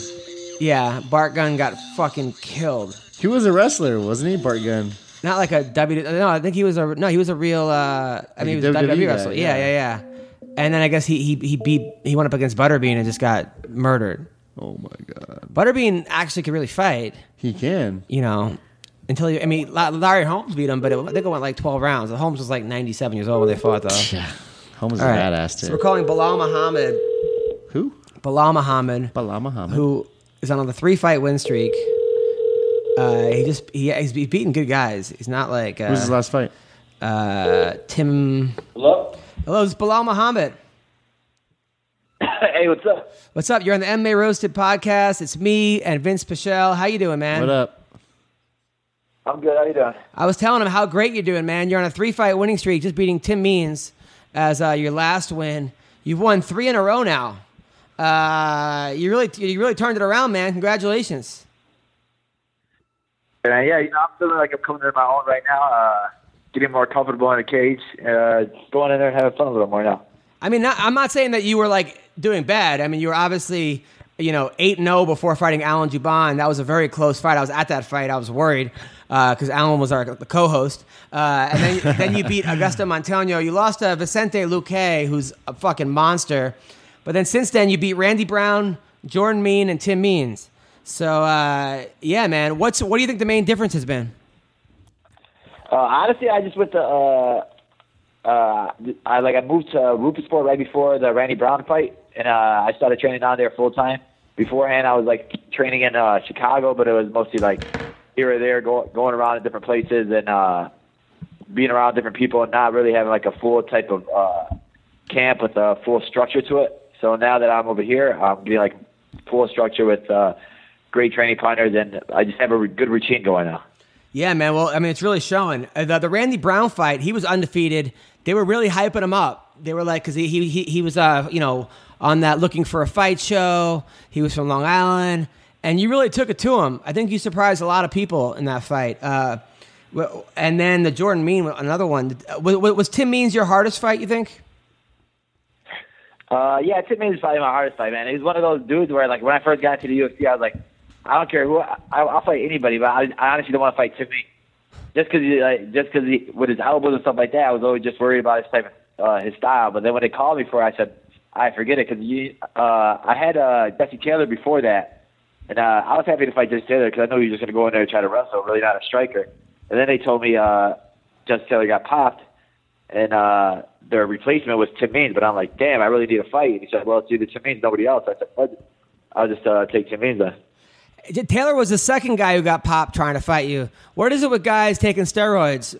yeah Bart Gunn got fucking killed
He was a wrestler, wasn't he? Bart Gunn.
Not like a W. No, I think he was a no. He was a real. Uh, I mean,
a
he was a
WWE
WWE
guy,
wrestler. Yeah,
yeah.
yeah, yeah. And then I guess he he he beat he went up against Butterbean and just got murdered.
Oh my god.
Butterbean actually could really fight,
He can.
you know. Until you, I mean, La- Larry Holmes beat him, but it, I think it went like twelve rounds. Holmes was like ninety-seven years old when they fought, though.
Holmes is
All
a
right.
badass
So we're
too.
calling Bilal Muhammad.
Who?
Bilal Muhammad,
Bala Muhammad.
who is on a three-fight win streak. Uh, he just he, he's beating good guys. He's not like uh,
Who was his last fight?
uh, Tim.
Hello.
Hello, it's Bilal Muhammad.
hey, what's up?
What's up? You're on the MMA Roasted podcast. It's me and Vince Pichel. How you doing, man?
What up?
I'm good. How you doing?
I was telling him how great you're doing, man. You're on a three fight winning streak, just beating Tim Means as uh, your last win. You've won three in a row now. Uh, you really, you really turned it around, man. Congratulations.
And uh, yeah, you know, I'm feeling like I'm coming into my own right now. Uh, getting more comfortable in the cage. Uh, going in there and having fun a little more now.
I mean, not, I'm not saying that you were like doing bad. I mean, you were obviously you know, 8 0 before fighting Alan Juban. That was a very close fight. I was at that fight. I was worried because Alan was our the co host. Uh, and then, then you beat Augusto Montano. You lost to Vicente Luque, who's a fucking monster. But then since then, you beat Randy Brown, Jordan Mean, and Tim Means. So, uh, yeah, man. What's, what do you think the main difference has been?
Uh, honestly, I just went to uh, uh, I like I moved to Rupert Sport right before the Randy Brown fight, and uh, I started training down there full time. Beforehand, I was like training in uh, Chicago, but it was mostly like here or there, go, going around to different places and uh, being around different people, and not really having like a full type of uh, camp with a full structure to it. So now that I'm over here, I'm getting like full structure with uh, great training partners, and I just have a re- good routine going now.
Yeah, man. Well, I mean, it's really showing. Uh, The, the Randy Brown fight, he was undefeated. They were really hyping him up. They were like, because he, he, he, he was, uh, you know, on that looking for a fight show. He was from Long Island. And you really took it to him. I think you surprised a lot of people in that fight. Uh, w- and then the Jordan Mean, another one. Uh, Was, was Tim Means your hardest fight, you think?
Uh, yeah, Tim Means is probably my hardest fight, man. He's one of those dudes where, like, when I first got to the UFC, I was like, I don't care who, I, I'll fight anybody, but I, I honestly don't want to fight Tim Means. Just because, like, just because he with his elbows and stuff like that, I was always just worried about his type, of, uh, his style. But then when they called me for it, I said, I forget it because you, uh, I had uh, Jesse Taylor before that, and uh, I was happy to fight Jesse Taylor because I know he was just going to go in there and try to wrestle, really not a striker. And then they told me uh, Jesse Taylor got popped, and uh, their replacement was Tim Means. But I'm like, damn, I really need a fight. And he said, well, it's either Tim Means, nobody else. I said, "Fuck it. I'll just uh, take Tim Means then.
Taylor was the second guy who got popped trying to fight you. What is it with guys taking steroids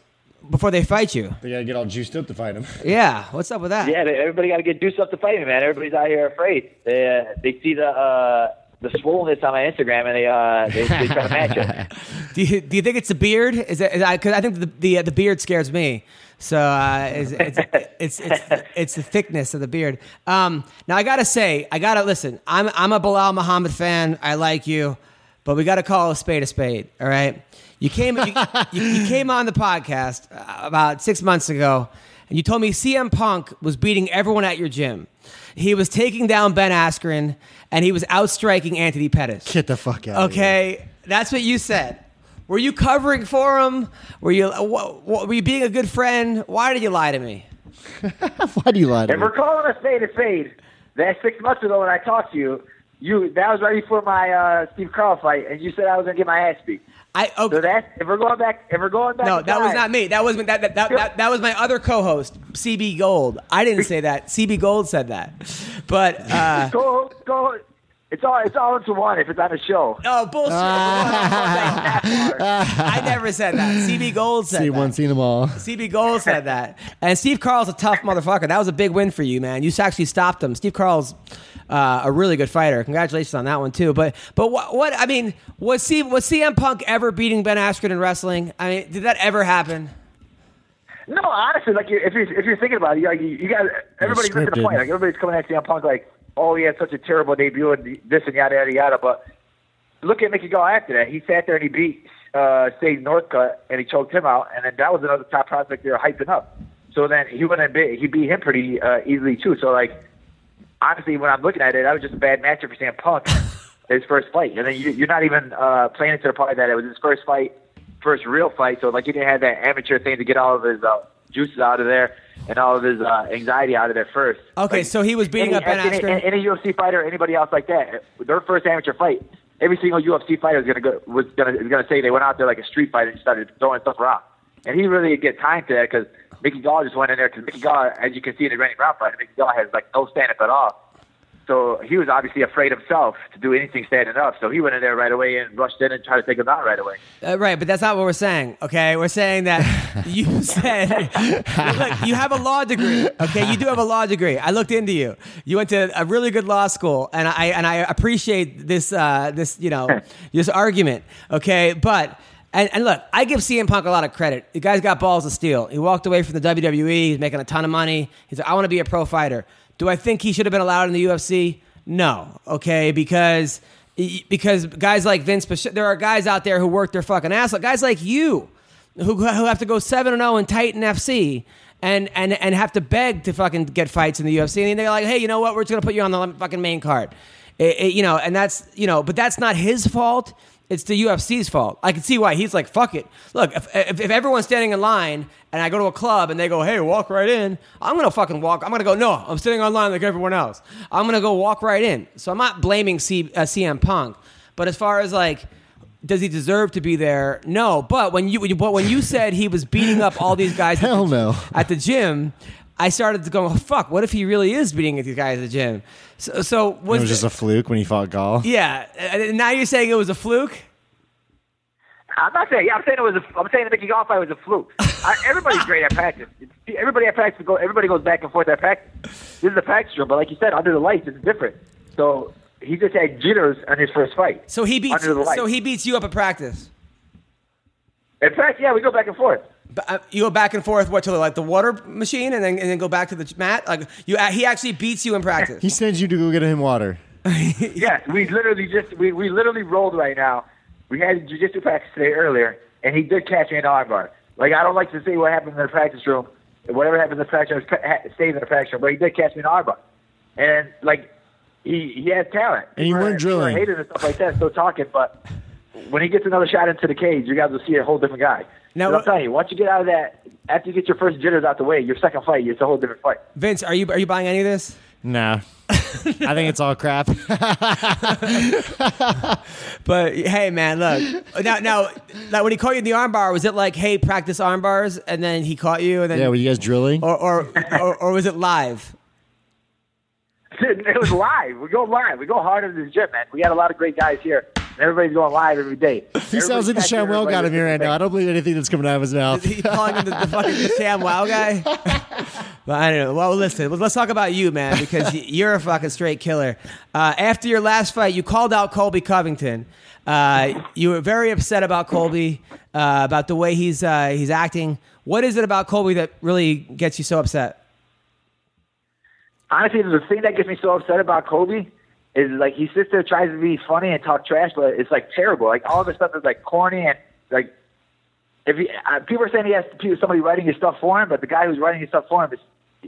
before they fight you?
They gotta get all juiced up to fight him.
Yeah, what's up with that?
Yeah, they, everybody got to get juiced up to fight me, man. Everybody's out here afraid. They uh, they see the uh, the swollenness on my Instagram and they uh, they, they try to match it.
Do you, do you think it's the beard? Is it? Is I, cause I think the the, uh, the beard scares me. So uh, it's, it's, it's it's it's the thickness of the beard. Um, now I gotta say, I gotta listen. I'm I'm a Bilal Muhammad fan. I like you, but we gotta call a spade a spade. All right. You came you, you, you came on the podcast uh, about six months ago, and you told me CM Punk was beating everyone at your gym. He was taking down Ben Askren, and he was outstriking Anthony Pettis.
Get the fuck out.
Okay, that's what you said. Were you covering for him? Were you wha wha- were you being a good friend? Why did you lie to me?
Why do you lie to
If
me?
we're calling a spade a spade, that six months ago when I talked to you, you that was right before my uh, Steve Carl fight, and you said I was gonna get my ass beat.
I okay.
So that's if we're going back, if we're going back,
no,
in
that was
time-
not me. That was that that, that, that that was my other co-host, CB Gold. I didn't say that. CB Gold said that. But uh,
Go, go. It's all it's all into one. If it's on a show,
oh bullshit! I never said that. CB Gold said
See
that.
one, seen them all.
CB Gold said that. And Steve Carl's a tough motherfucker. That was a big win for you, man. You actually stopped him. Steve Carl's uh, a really good fighter. Congratulations on that one too. But but what, what I mean was C, was CM Punk ever beating Ben Askren in wrestling? I mean, did that ever happen?
no, honestly, like you, if you're if you're thinking about it, you, like, you, you got everybody's missing the
scripted.
point. Like everybody's coming at CM Punk like, oh, he had such a terrible debut and this and yada yada yada. But look at Mickey Gall after that. He sat there and he beat uh, Sage Northcutt and he choked him out, and then that was another top prospect they were hyping up. So then he went and beat, he beat him pretty uh, easily too. So like, honestly, when I'm looking at it, that was just a bad matchup for CM Punk. his first fight, and then you, you're not even uh, playing into the part that it was his first fight, first real fight. So like he didn't have that amateur thing to get all of his uh, juices out of there and all of his uh, anxiety out of there first.
Okay,
Like,
so he was beating
any,
up Ben
any,
Askren.
Any, any UFC fighter, or anybody else like that, their first amateur fight. Every single UFC fighter is gonna go, was gonna is gonna say they went out there like a street fighter and started throwing stuff around. And he really didn't get time to that because Mickey Gall just went in there because Mickey Gall, as you can see in the Randy Brown fight, Mickey Gall has like no stand up at all. So he was obviously afraid himself to do anything standing up. So he went in there right away and rushed in and tried to take him out right away.
Uh, right, but that's not what we're saying. Okay, we're saying that you said look, you have a law degree. Okay, you do have a law degree. I looked into you. You went to a really good law school, and I and I appreciate this uh, this you know this argument. Okay, but. And, and look, I give CM Punk a lot of credit. The guy's got balls of steel. He walked away from the WWE. He's making a ton of money. He's like, I want to be a pro fighter. Do I think he should have been allowed in the UFC? No. Okay, because because guys like Vince, Pache- there are guys out there who work their fucking ass off. Guys like you, who who have to go seven and zero in Titan FC. And, and, and have to beg to fucking get fights in the UFC. And they're like, hey, you know what? We're just going to put you on the fucking main card. It- it- you know, and that's you know, but that's not his fault. It's the UFC's fault. I can see why he's like, "Fuck it." Look, if, if, if everyone's standing in line and I go to a club and they go, "Hey, walk right in," I'm gonna fucking walk. I'm gonna go. No, I'm standing online like everyone else. I'm gonna go walk right in. So I'm not blaming C, uh, CM Punk, but as far as like does he deserve to be there? No. But when you but when you said he was beating up all these guys, hell
no,
at the gym, I started to go, oh, fuck. What if he really is beating these guys at the gym? So, so
it
was,
was just a fluke when he fought Gall.
yeah. and Now you're saying it was a fluke.
I'm not saying. Yeah, I'm saying it was. A, I'm saying the Mickey Gall fight was a fluke. I, everybody's great at practice. It's, everybody at practice go. Everybody goes back and forth at practice. This is a practice drill, but like you said, under the lights, it's different. So he just had jitters on his first fight.
So he beats.
under the lights.
So he beats you up at practice.
in fact, yeah, we go back and forth.
But, uh, You go back and forth. What to like the water machine, and then and then go back to the mat. Like you, he actually beats you in practice.
He sends you to go get him water.
yes, we literally just we, we literally rolled right now. We had jujitsu practice today earlier, and he did catch me in an armbar. Like I don't like to say what happened in the practice room. Whatever happens in the practice room ha- stays in the practice room. But he did catch me in an armbar, and like he he has talent.
And you weren't
People are
drilling.
hated and stuff like that. Still talking, but when he gets another shot into the cage, you guys will see a whole different guy.
Now-
But I'm telling you, once you get out of that, after you get your first jitters out the way, your second fight, it's a whole different fight.
Vince, are you are you buying any of this?
Nah. I think it's all crap.
But hey, man, look now. Now, like when he caught you in the armbar, was it like, "Hey, practice armbars," and then he caught you, and then
yeah, were you guys drilling?
or, or or or was it live?
it was live. We go live. We go hard in this gym, man. We got a lot of great guys here. And everybody's going live every day.
He sounds like the Shamwell got him here right now. I don't believe anything that's coming out of his mouth.
He calling him the, the fucking the Sam Wow guy. but I don't know. Well, listen, let's- let's talk about you, man, because y- you're a fucking straight killer. Uh, after your last fight, you called out Colby Covington. Uh, you were very upset about Colby, uh, about the way he's uh, he's acting. What is it about Colby that really gets you so upset?
Honestly, the thing that gets me so upset about Kobe is like his sister tries to be funny and talk trash, but it's like terrible. Like all the stuff is like corny and like if he, uh, people are saying he has people, somebody writing his stuff for him, but the guy who's writing his stuff for him is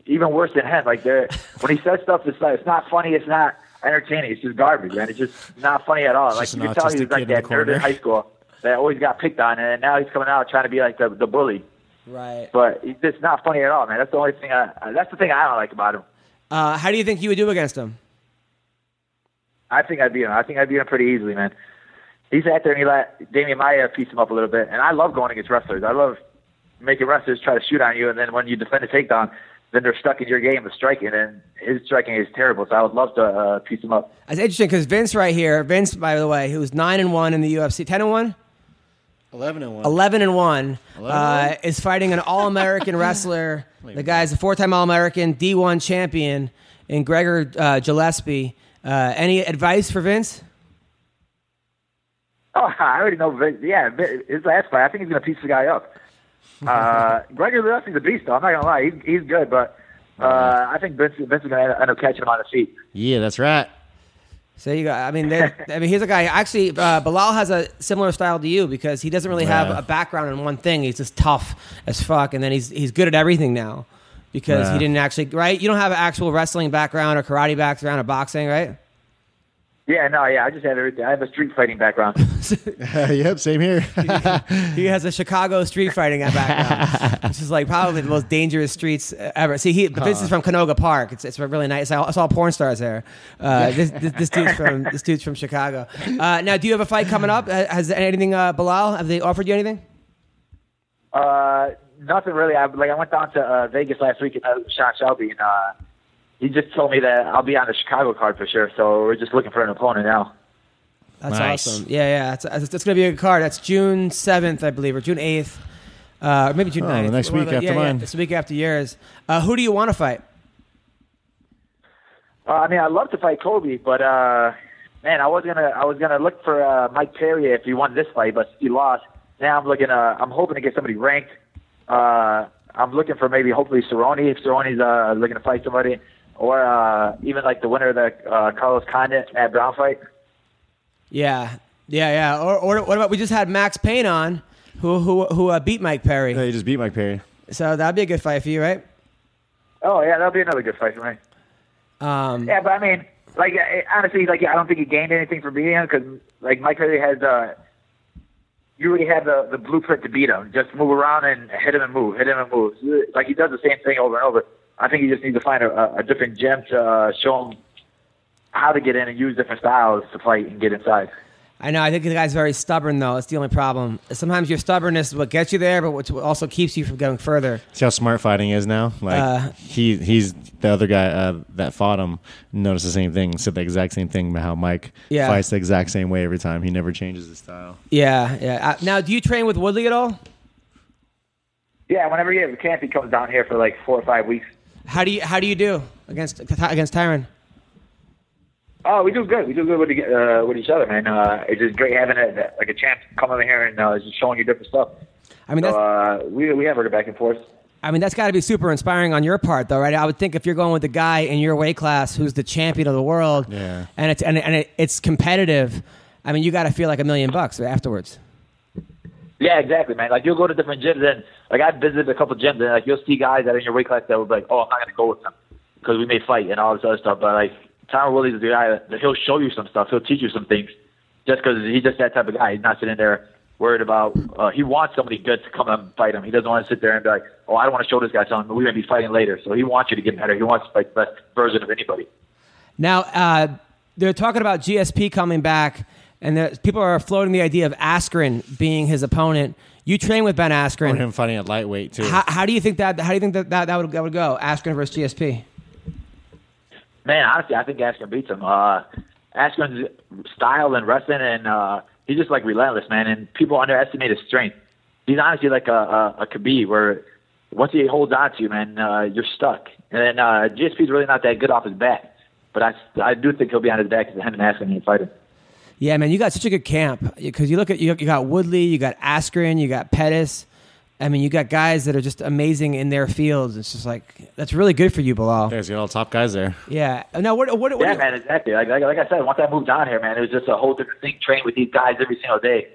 even worse than him. Like they're- when he says stuff, it's like it's not funny, it's not entertaining, it's just garbage, man. It's just not funny at all. like
just
you
an
can tell
autistic
he's
kid
like
in the
that nerd
corner.
in high school that always got picked on, and now he's coming out trying to be like the the bully.
Right.
But he's just not funny at all, man. That's the only thing. I, uh, that's the thing I don't like about him.
Uh, how do you think you would do against him?
I think I beat him. I think I beat him pretty easily, man. He sat there and he let Damian Maya piece him up a little bit. And I love going against wrestlers. I love making wrestlers try to shoot on you, and then when you defend a takedown, then they're stuck in your game of striking, and his striking is terrible. So I would love to uh, piece him up.
It's interesting because Vince right here, Vince, by the way, who's nine and one in the UFC, ten and one,
11 and 1.
eleven and one,
and
uh, is fighting an all-American wrestler. The guy's a four-time all-American, D1 champion, and Gregor uh, Gillespie. Uh, any advice for Vince?
Oh, I already know. Vin- Yeah, Vin- his last fight, I think he's gonna piece the guy up. Uh, Gregory Gillespie's a beast, though. I'm not gonna lie, he's, he's good, but uh, I think Vince, Vince is gonna end up catching him on his feet.
Yeah, that's right.
So you go. I mean, they- I mean, here's a guy. Actually, uh, Bilal has a similar style to you because he doesn't really have
Yeah.
a background in one thing. He's just tough as fuck, and then he's he's good at everything now because he
Yeah.
didn't actually right. You don't have an actual wrestling background or karate background or boxing, right?
Yeah, no, yeah, I just have everything. I have a street fighting background.
yep, same here.
He has a Chicago street fighting background, which is like probably the most dangerous streets uh, ever. See, he Vince is from Canoga Park. It's, it's really nice. I saw porn stars there. Uh, this, this, this dude's from this dude's from Chicago. Uh, now, do you have a fight coming up? Uh, Has anything, uh, Bilal? Have they offered you anything?
Uh, nothing really. I like I went down to uh, Vegas last week and uh, Sean Shelby, and uh, he just told me that I'll be on the Chicago card for sure. So we're just looking for an opponent now.
That's
Nice.
awesome. Yeah, yeah. That's, that's, that's going to be a good card. That's June 7th, I believe, or June 8th. Uh, or maybe June
Oh,
9th.
the next
One of
week
the-
after
yeah, yeah,
mine.
It's the week after yours. Uh, who do you want to fight?
Uh, I mean, I'd love to fight Kobe, but uh, man, I was gonna I was gonna look for uh, Mike Perry if he won this fight, but he lost. Now I'm looking. Uh, I'm hoping to get somebody ranked. Uh, I'm looking for maybe hopefully Cerrone if Cerrone's uh, looking to fight somebody, or uh, even like the winner of the uh, Carlos Condit at Brown fight.
Yeah. Yeah, yeah. Or, or what about we just had Max Payne on, who, who, who uh, beat Mike Perry.
they just beat Mike Perry.
So that'd be a good fight for you, right?
Oh yeah, that'll be another good fight for me.
Um,
Yeah, but I mean, like I- honestly, like I don't think he gained anything from beating him because like Mike already had the. You already had the, the blueprint to beat him. Just move around and hit him and move, hit him and move. Like he does the same thing over and over. I think he just needs to find a, a- a different gem to uh, show him how to get in and use different styles to fight and get inside.
I know. I think the guy's very stubborn, though. It's the only problem. Sometimes your stubbornness is what gets you there, but what also keeps you from going further.
See how smart fighting is now. Like
Uh,
he he's the other guy uh, that fought him noticed the same thing, said the exact same thing about how Mike
Yeah.
fights the exact same way every time. He never changes his style.
Yeah, yeah. Uh, now, do you train with Woodley at all?
Yeah, whenever you have a camp, he comes down here for like four or five weeks.
How do you How do you do against against Tyron?
Oh, we do good. We do good with the- uh, with each other, man. Uh, it's just great having a, like a champ come over here and uh, just showing you different stuff.
I mean,
so,
that's,
uh, we we have heard it back and forth.
I mean, that's got to be super inspiring on your part, though, right? I would think if you're going with the guy in your weight class who's the champion of the world,
Yeah.
and it's and, it- and it, it's competitive. I mean, you got to feel like a million bucks afterwards.
Yeah, exactly, man. Like you'll go to different gyms, and like I visited a couple gyms, and like you'll see guys that are in your weight class that will be like, "Oh, I'm not gonna go with them because we may fight and all this other stuff." But like Tyron Willie's the guy that he'll show you some stuff, he'll teach you some things, just because he's just that type of guy. He's not sitting there worried about. Uh, he wants somebody good to come and fight him. He doesn't want to sit there and be like, "Oh, I don't want to show this guy something. We're gonna be fighting later." So he wants you to get better. He wants to fight the best version of anybody.
Now, uh, they're talking about GSP coming back, and there- people are floating the idea of Askren being his opponent. You train with Ben
Or
Askren.
Oh, him fighting at lightweight too.
How, how do you think that? How do you think that that, that would that would go? Askren versus GSP.
Man, honestly, I think Askren beats him. Uh, Askren's style and wrestling, and uh, he's just like relentless, man. And people underestimate his strength. He's honestly like a, a, a Khabib, where once he holds on to you, man, uh, you're stuck. And then uh, GSP's really not that good off his back, but I, I do think he'll be on his back because him and Askren need to fight him.
Yeah, man, you got such a good camp because you look at you, you got Woodley, you got Askren, you got Pettis. I mean, you got guys that are just amazing in their fields. It's just like that's really good for you, Bilal.
Yeah, he's got all top guys there.
Yeah. Now, what what, what
Yeah, man, exactly. Like, like like I said, once I moved down here, man, it was just a whole different thing. Train with these guys every single day,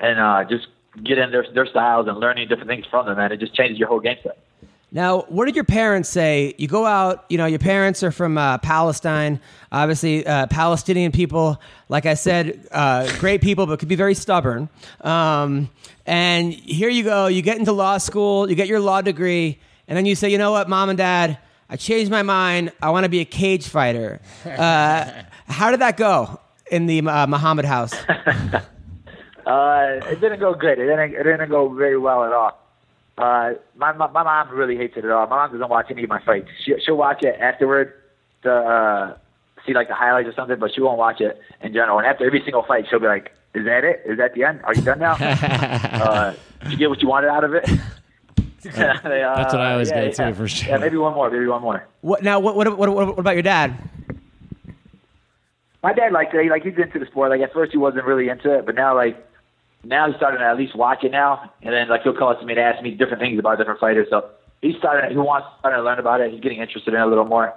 and uh, just get in their their styles and learning different things from them, man. It just changes your whole game set.
Now, what did your parents say? You go out, you know, your parents are from uh, Palestine, obviously uh, Palestinian people. Like I said, uh, great people, but could be very stubborn. Um, and here you go, you get into law school, you get your law degree, and then you say, you know what, mom and dad, I changed my mind. I want to be a cage fighter. Uh, how did that go in the uh, Muhammad house?
Uh, it didn't go good. It didn't. It didn't go very well at all. Uh, my, my my mom really hates it at all. My mom doesn't watch any of my fights. She she'll watch it afterward to uh, see like the highlights or something, but she won't watch it in general. And after every single fight, she'll be like, "Is that it? Is that the end? Are you done now? uh, did you get what you wanted out of it?" uh,
That's what I always
yeah,
get too,
yeah.
for sure.
Yeah, maybe one more. Maybe one more.
What, now, what, what, what, what about your dad?
my dad liked it. He, Like he's into the sport. Like at first he wasn't really into it, but now like now he's starting to at least watch it now. And then like he'll come up to me and ask me different things about different fighters. So he's starting. He wants starting to learn about it. He's getting interested in it a little more.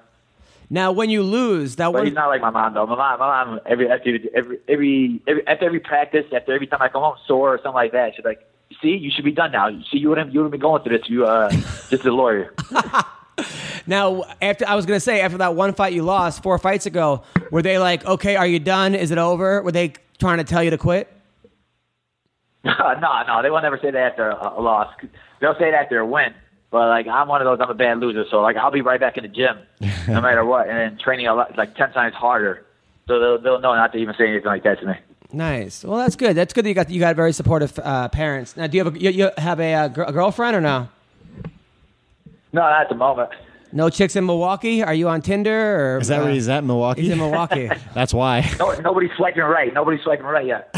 Now, when you lose, that
But
was
he's not like my mom though. My mom, my mom, every after every every, every after every practice, after every time I come home sore or something like that, she's like, "See, you should be done now. See, you wouldn't you wouldn't be going through this. You uh, just a lawyer."
Now, after I was gonna say, after that one fight you lost four fights ago, were they like, "Okay, are you done? Is it over?" Were they trying to tell you to quit?
no, no, they will never say that after a, a loss. They'll say that after a win. But like I'm one of those, I'm a bad loser. So like I'll be right back in the gym, no matter what, and then training a lot, like ten times harder. So they'll they'll know not to even say anything like that to me.
Nice. Well, that's good. That's good that you got you got very supportive uh, parents. Now, do you have a you, you have a, uh gir- a girlfriend or no?
No, not at the moment.
No chicks in Milwaukee? Are you on Tinder? Or, uh,
Is that where he's at in Milwaukee?
He's in Milwaukee.
That's why.
No, nobody's swiping right. Nobody's swiping right yet.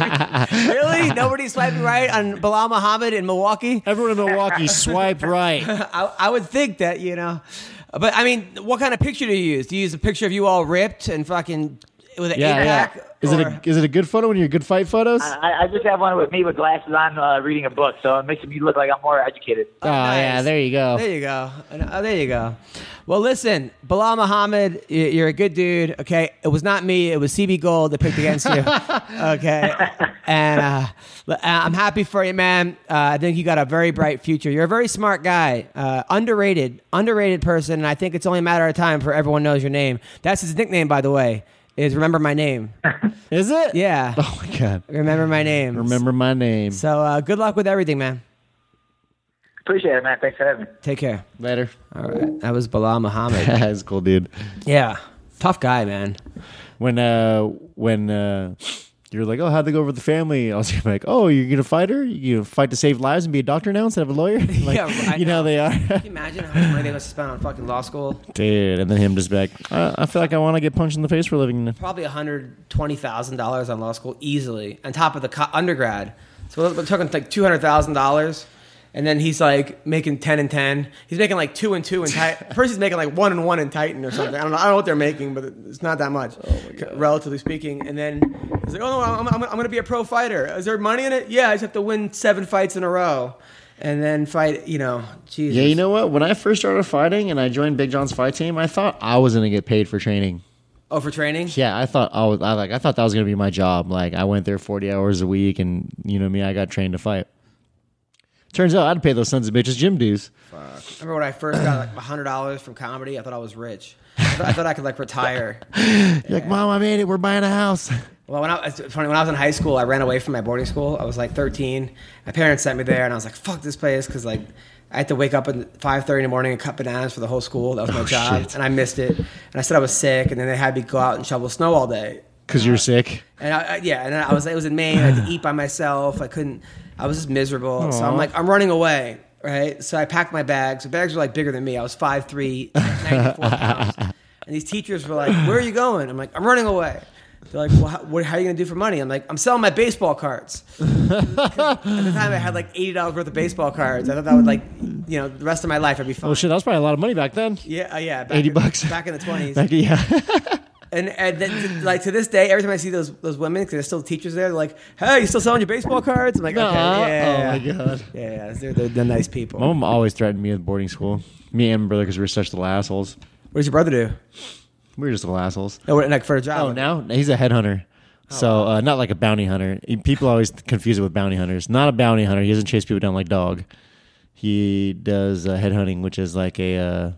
really? Nobody's swiping right on Bilal Muhammad in Milwaukee?
Everyone in Milwaukee swipe right.
I, I would think that you know, but I mean, what kind of picture do you use? Do you use a picture of you all ripped and fucking with an
Yeah,
eight
yeah.
pack.
Is it a is it a good photo? One of your good fight photos?
I, I- I just have one with me with glasses on, uh, reading a book, so it makes me look like I'm more educated.
Oh yeah, there you go.
There you go. And- Oh, there you go. Well, listen, Bilal Muhammad, y- you're a good dude. Okay, it was not me. It was CB Gold that picked against you. okay, and uh, l- I'm happy for you, man. Uh, I think you got a very bright future. You're a very smart guy, uh, underrated, underrated person. And I think it's only a matter of time for everyone knows your name. That's his nickname, by the way. Is remember my name?
Is it?
Yeah,
Oh my god.
remember my name.
Remember my name.
So uh, good luck with everything, man.
Appreciate it, man. Thanks for having me.
Take care.
Later.
All right, that was Bilal Muhammad.
That's cool, dude.
Yeah. Tough guy, man.
When uh when uh you're like, oh, how'd they go over the family? I was gonna be like, oh, you're gonna fight her? You gonna fight to save lives and be a doctor now instead of a lawyer? like,
Yeah, I
you know,
know.
how they are,
Can you imagine how much money they must spend on fucking law school?
dude. And then him just be like, I, I feel like I want to get punched in the face for a living.
Probably hundred twenty thousand dollars on law school easily, on top of the co- undergrad. So we're talking like two hundred thousand dollars, and then he's like making ten and ten. He's making like two and two in Titan. First, he's making like one and one in Titan or something. I don't know. I don't know what they're making, but it's not that much, relatively speaking. And then he's like, "Oh no, I'm, I'm, I'm going to be a pro fighter. Is there money in it? Yeah, I just have to win seven fights in a row, and then fight. You know, Jesus.
Yeah, you know what? When I first started fighting and I joined Big John's fight team, I thought I was gonna get paid for training.
oh, for training.
Yeah, I thought I was I, like I thought that was gonna be my job. Like I went there forty hours a week, and you know me, I got trained to fight. Turns out I'd pay those sons of bitches gym dues.
Remember when I first got like hundred dollars from comedy? I thought I was rich. I thought I, thought I could like retire.
You're like, mom, I made it. We're buying a house.
Well, when I it's funny when I was in high school, I ran away from my boarding school. I was like thirteen. My parents sent me there, and I was like, "Fuck this place," because like I had to wake up at five thirty in the morning and cut bananas for the whole school. That was my job, and I missed it. And I said I was sick, and then they had me go out and shovel snow all day.
Cause you're sick.
And I, I, yeah, and I was it was in Maine. I had to eat by myself. I couldn't. I was just miserable. So I'm like, I'm running away, right? So I packed my bags. The bags were like bigger than me. I was 5'3", 94 pounds. And these teachers were like, "Where are you going?" I'm like, "I'm running away." They're like, well, how, what, how are you gonna do for money? I'm like, I'm selling my baseball cards. 'Cause at the time, I had like eighty dollars worth of baseball cards. I thought that would like, you know, the rest of my life I'd be fine.
Oh shit, that was probably a lot of money back then.
Yeah, uh, yeah, back
80
in-
bucks.
back in the twenties
Like, yeah. Uh-huh.
and and then, to- like to this day, every time I see those those women, because there's still teachers there, they're like, "Hey, you still selling your baseball cards?" I'm like, "Okay,
Nuh-uh.
yeah,
Oh my god.
yeah, yeah, they're, they're, they're nice people."
My mom always threatened me at boarding school. Me and my brother, because we were such little assholes.
What does your brother do?
We were just little assholes.
No, we're- like for a job.
Oh, now he's a headhunter.
Oh,
So uh, not like a bounty hunter. People always confuse it with bounty hunters. Not a bounty hunter. He doesn't chase people down like dog. He does uh, headhunting, which is like a, uh,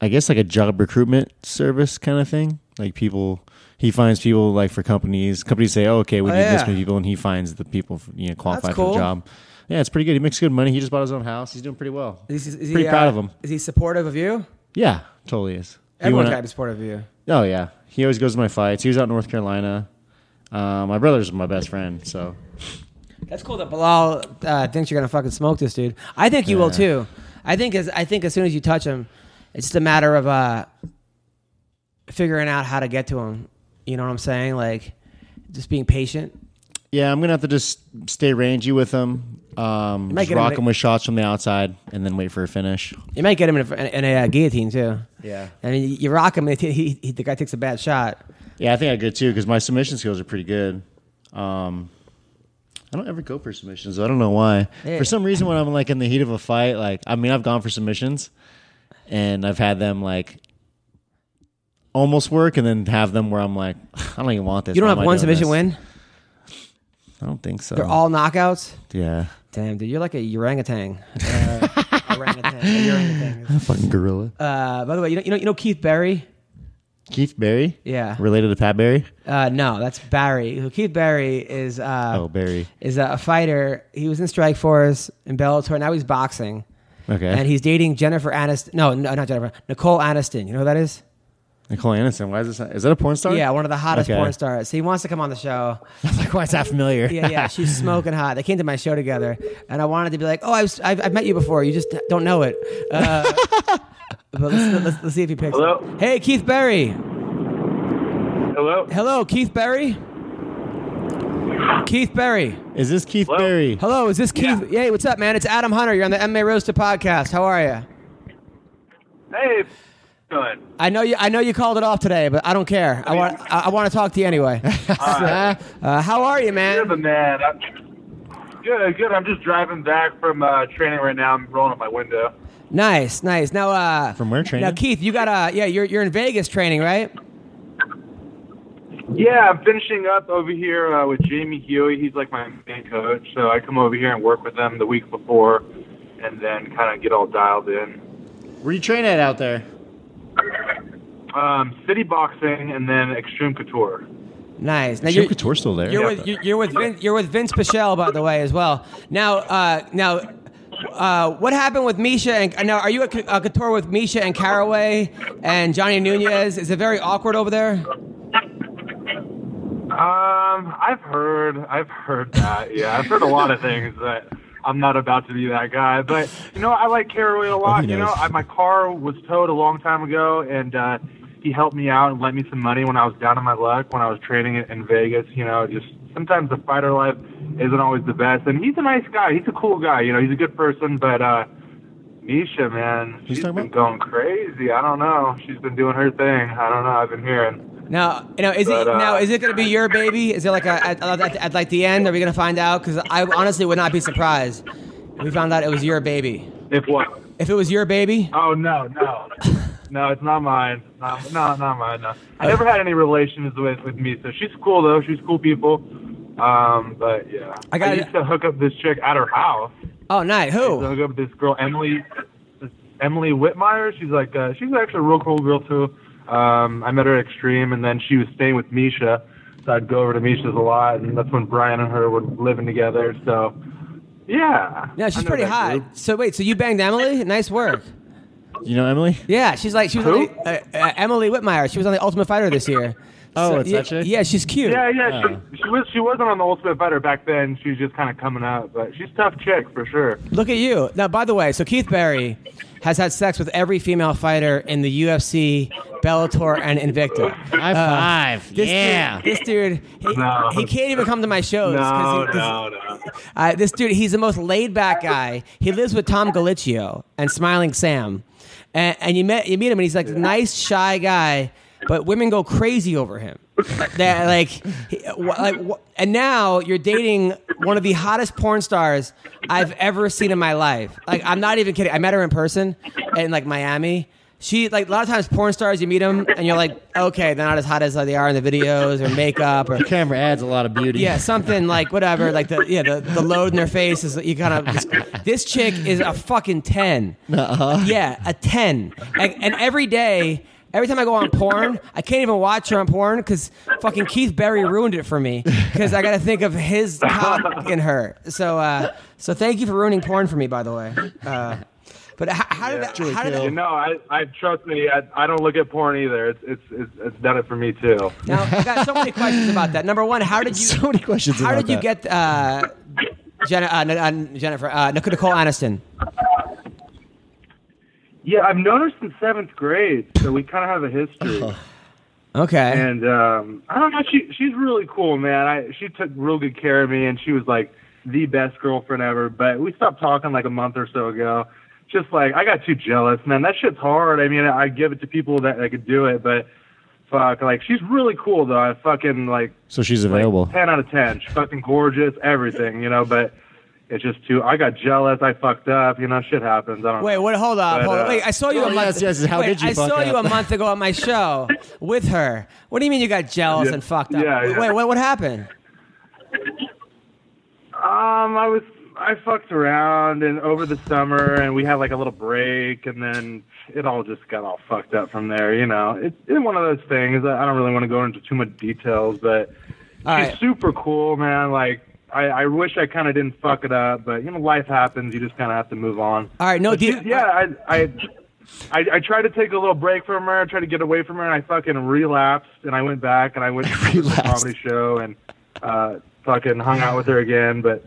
I guess like a job recruitment service kind of thing. Like people, he finds people like for companies. Companies say, "Oh, okay, we
Oh,
need this
yeah.
many people," and he finds the people you know qualified for
cool.
the job. Yeah, it's pretty good. He makes good money. He just bought his own house. He's doing pretty well.
Is he- is he,
pretty proud
uh,
of him.
Is he supportive of you?
Yeah, totally is. He
Everyone's
went
got
out-
to be supportive of you.
Oh yeah, he always goes to my fights. He was out in North Carolina. Uh, my brother's my best friend, so
That's cool that Bilal uh, thinks you're gonna fucking smoke this dude. I think you will too. I think as I think as soon as you touch him, it's just a matter of uh, figuring out how to get to him. You know what I'm saying? Like just being patient.
yeah, I'm gonna have to just stay rangy with him. Um,
might
just
get him
rock
to-
him with shots from the outside, and then wait for a finish.
You might get him in a, in a uh, guillotine too.
Yeah.
I mean, you rock him, and he, he, he, the guy takes a bad shot.
Yeah, I think I could too because my submission skills are pretty good. Um, I don't ever go for submissions. though. I don't know why.
Yeah.
For some reason, when I'm like in the heat of a fight, like I mean, I've gone for submissions, and I've had them like almost work, and then have them where I'm like, I don't even want this.
You don't
Why
have
am I
one
doing
submission
this?
win.
I don't think so.
They're all knockouts.
yeah,
Damn, dude, you're like a orangutan. Uh, orangutan. a orangutan.
fucking gorilla.
Uh, by the way, you know, you know, you know Keith Barry.
Keith Barry,
Yeah.
related to Pat Barry.
Uh, no, that's Barry. Who Keith Barry is? Uh,
Oh, Barry.
is a, fighter. He was in Strike Force in Bellator. Now he's boxing,
Okay,
and he's dating Jennifer Aniston. No, no, not Jennifer. Nicole Aniston. You know who that is?
Nicole Anderson. Why is this? Is that a porn star?
Yeah, one of the hottest
Okay.
porn stars. So he wants to come on the show.
like, why is that familiar?
Yeah, yeah, she's smoking hot. They came to my show together, and I wanted to be like, "Oh, I've I've, I've met you before. You just don't know it." Uh, but let's, let's, let's see if he picks.
Hello?
up. Hey, Keith Berry.
Hello?
Hello, Keith Berry. Keith Berry.
is this Keith
Hello?
Barry?
Hello, is this Keith? Yeah. Hey, what's up, man? It's Adam Hunter. You're on the MMA Roasted podcast. How are you?
Hey, doing?
I know you. I know you called it off today, but I don't care. I want. I, I want to talk to you anyway. Uh, uh, how are you, man?
You're the man. I'm, good, good. I'm just driving back from uh, training right now. I'm rolling up my window.
Nice, nice. Now, uh,
From where training?
now Keith, you got uh, yeah, you're you're in Vegas training, right?
Yeah, I'm finishing up over here uh, with Jamie Huey. He's like my main coach, so I come over here and work with them the week before, and then kind of get all dialed in.
Where you train at out there?
Um, city boxing and then extreme couture.
Nice. Now
Jim
you're,
Couture's still there.
you're with you're, you're with Vin, you're with Vince Pichel, by the way, as well. Now, uh, now, uh, what happened with Misha and now are you at uh, Couture with Misha and Caraway and Johnny Nunez? Is it very awkward over there?
Um, I've heard, I've heard that. Yeah, I've heard a lot of things that I'm not about to be that guy. But you know, I like Caraway a lot.
he
you know,
knows.
I, my car was towed a long time ago, and uh, he helped me out and lent me some money when I was down on my luck when I was training in, in Vegas. You know, just sometimes the fighter life isn't always the best. And he's a nice guy. He's a cool guy. You know, he's a good person, but. uh Misha, man,
He's
she's
talking
been
about-
going crazy. I don't know. She's been doing her thing. I don't know. I've been hearing.
Now, you know, is it
But, uh,
now is it going to be your baby? Is it like a, at, at, at like the end? Are we going to find out? Because I honestly would not be surprised if we found out it was your baby.
If what?
If it was your baby,
Oh no, no, no! It's not mine. No, no, not mine. No. I never had any relations with with me, so she's cool though. She's cool people. Um, but yeah,
I got-
used to hook up this chick at her house.
oh, night
I
who?
hook up this girl Emily, this Emily Whitmire. She's like, uh, she's actually a real cool girl too. Um, I met her at Extreme, and then she was staying with Misha, so I'd go over to Misha's a lot, and that's when Brian and her were living together. So yeah,
Yeah, she's
I know
pretty
that
hot.
group.
So wait, so you banged Emily? Nice work.
You know Emily?
Yeah, she's like she was on
Who?
the, uh, uh, Emily Whitmire. She was on the Ultimate Fighter this year.
Oh,
So-
it's
yeah,
that chick?
Yeah, she's cute.
Yeah, yeah. She, she was she wasn't on the Ultimate Fighter back then. She was just kind of coming up, but she's a tough chick for sure.
Look at you. Now, by the way, so Keith Barry has had sex with every female fighter in the UFC, Bellator, and Invicta.
High five.
uh, This
yeah.
Dude, this dude, he,
No.
he can't even come to my shows. 'cause
No,
he- 'cause-
no, no.
Uh, this dude, he's the most laid back guy. He lives with Tom Galicchio and Smiling Sam. And, and you, met, you meet him, and he's like a nice, shy guy, but women go crazy over him. that, like, he- wh- like, wh- and now you're dating one of the hottest porn stars I've ever seen in my life. Like, I'm not even kidding. I met her in person in like Miami. She like a lot of times porn stars you meet them and you're like okay they're not as hot as like, they are in the videos or makeup or
Camera adds a lot of beauty.
yeah, something like whatever, like the yeah, the, the load in their face is you kind of. This chick is a fucking 10 Yeah, a ten. And, and every day, every time I go on porn, I can't even watch her on porn because fucking Keith Berry ruined it for me because I got to think of his cock in her. So, uh, so thank you for ruining porn for me, by the way. Uh, but how, how did that, how did that,
You know, I, I trust me. I, I don't look at porn either. It's, it's it's it's done it for me too.
Now, I got so many questions about that. Number one, how did you?
So many questions
How
about
did you
that.
get uh, Jenna, uh, n- uh, Jennifer uh, Nic- Nicole Aniston?
Yeah, I've known her since seventh grade, so we kind of have a history.
Okay.
And um, I don't know. She she's really cool, man. I she took real good care of me, and she was like the best girlfriend ever. But we stopped talking like a month or so ago. Just like I got too jealous, man. That shit's hard. I mean, I give it to people that, that could do it, but fuck, like she's really cool though. I fucking like
So she's available.
ten out of ten. She's fucking gorgeous, everything, you know. But it's just too. I got jealous. I fucked up. You know, shit happens. I don't.
Wait,
know.
what? Hold up.
But,
Hold up.
uh,
Wait, I saw you a
oh,
month.
yes, yes, how
wait,
did you
I
fuck
saw you a
up?
month ago on my show with her. What do you mean you got jealous
Yeah.
and fucked up?
Yeah, yeah.
Wait, what? What happened?
Um, I was I fucked around and over the summer, and we had like a little break, and then it all just got all fucked up from there. You know, it's it's one of those things. I I don't really want to go into too much details, but
All
she's
right.
super cool, man. Like. I, I wish I kind of didn't fuck it up, but you know, life happens. You just kind of have to move on.
All right. No.
But
Do
she- yeah, I, I, I, I tried to take a little break from her. I tried to get away from her, and I fucking relapsed. And I went back, and I went to the
Relapsed.
comedy show, and uh, fucking hung out with her again. But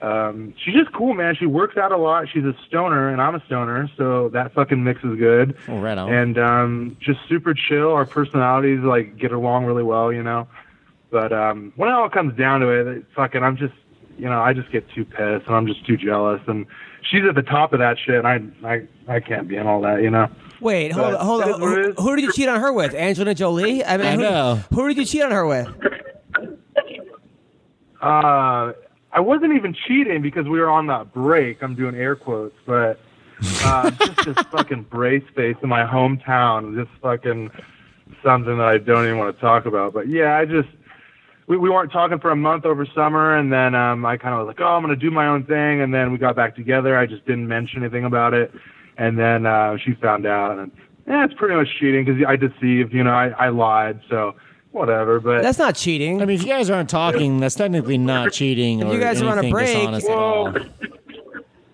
um, she's just cool, man. She works out a lot. She's a stoner, and I'm a stoner, so that fucking mix is good.
Oh, right on.
And um, just super chill. Our personalities like get along really well, you know. But um, when it all comes down to it, it fucking, I'm just you know, I just get too pissed and I'm just too jealous. And she's at the top of that shit. And I, I, I can't be in all that, you know.
Wait, hold
But-
on, hold on. Who, who did you cheat on her with? Angelina Jolie? I mean,
I
who,
know.
who did you cheat on her with?
Uh, I wasn't even cheating because we were on that break. I'm doing air quotes, but uh, just this fucking brace face in my hometown. Just fucking something that I don't even want to talk about. But yeah, I just we, we weren't talking for a month over summer, and then um, I kind of was like, oh, I'm gonna do my own thing, and then we got back together. I just didn't mention anything about it, and then uh, she found out, and yeah, it's pretty much cheating because I deceived. You know, I, I lied, so whatever. But
That's not cheating.
I mean, if you guys aren't talking, that's technically not cheating.
If
or
you guys are on a
anything
break-
dishonest at all.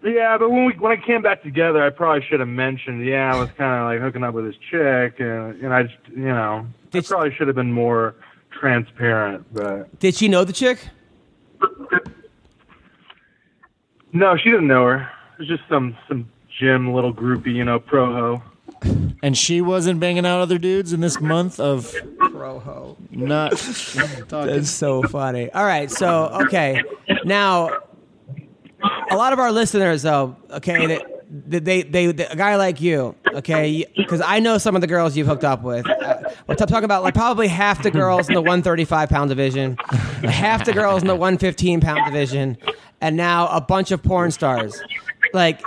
Yeah, but when we when I came back together, I probably should have mentioned. Yeah, I was kind of like hooking up with this chick, and and I just you know I
Did-
probably should have been more transparent. But
Did she know the chick?
no, she didn't know her. It was just some some gym little groupie, you know, pro ho.
And she wasn't banging out other dudes in this month of
Roho.
not.
That's so funny. All right, so okay, now a lot of our listeners, though, okay, they, they, they, they a guy like you, okay, because I know some of the girls you've hooked up with. Uh, we're talking about like probably half the girls in the 135 pound division, half the girls in the 115 pound division, and now a bunch of porn stars. Like,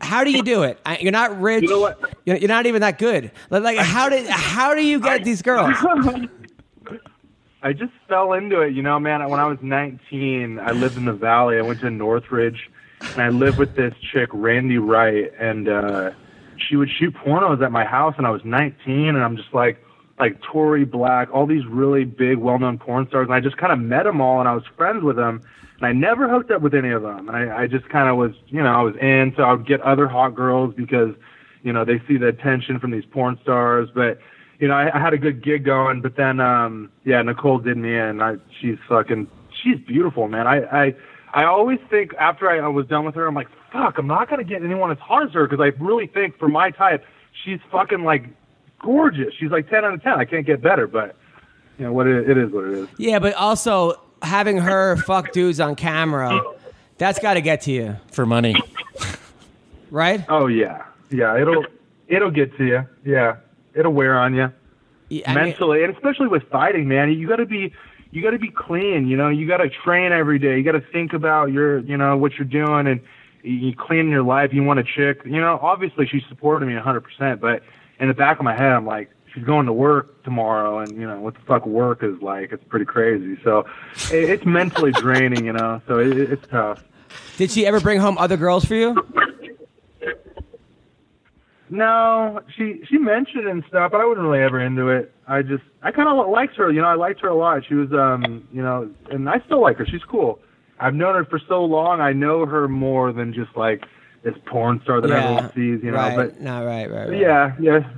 how do you do it? I, you're not rich.
know what?
You're you're not even that good. Like, like, how did how do you get these girls?
I just fell into it, you know, man. When I was 19, I lived in the valley. I went to Northridge, and I lived with this chick, Randy Wright, and uh, she would shoot pornos at my house. And I was 19, and I'm just like, like Tory Black, all these really big, well-known porn stars. And I just kind of met them all, and I was friends with them. And I never hooked up with any of them. And I, I just kind of was, you know, I was in. So I would get other hot girls because, you know, they see the attention from these porn stars, but you know, I, I had a good gig going, but then, um, yeah, Nicole did me in. I, she's fucking, she's beautiful, man. I, I, I always think after I, I was done with her, I'm like, fuck, I'm not gonna get anyone as hot as her because I really think for my type, she's fucking like gorgeous. She's like 10 out of 10. I can't get better, but you know what? It, it is what it is.
Yeah, but also having her fuck dudes on camera, that's got to get to you,
for money.
right?
Oh yeah, yeah. It'll, it'll get to you. Yeah, it'll wear on you.
Yeah, I mean-
mentally and especially with fighting man you got to be you got to be clean you know you got to train every day you got to think about your you know what you're doing and you- you clean your life you want a chick you know obviously she supported me 100% but in the back of my head i'm like she's going to work tomorrow and you know what the fuck work is like it's pretty crazy so it, it's mentally draining you know so it, it's tough
did she ever bring home other girls for you?
No, she she mentioned it and stuff, but I wasn't really ever into it. I just I kind of liked her, you know. I liked her a lot. She was, um, you know, and I still like her. She's cool. I've known her for so long. I know her more than just like this porn star that everyone sees, you know.
right.
But
no, right, right, right.
yeah, yeah,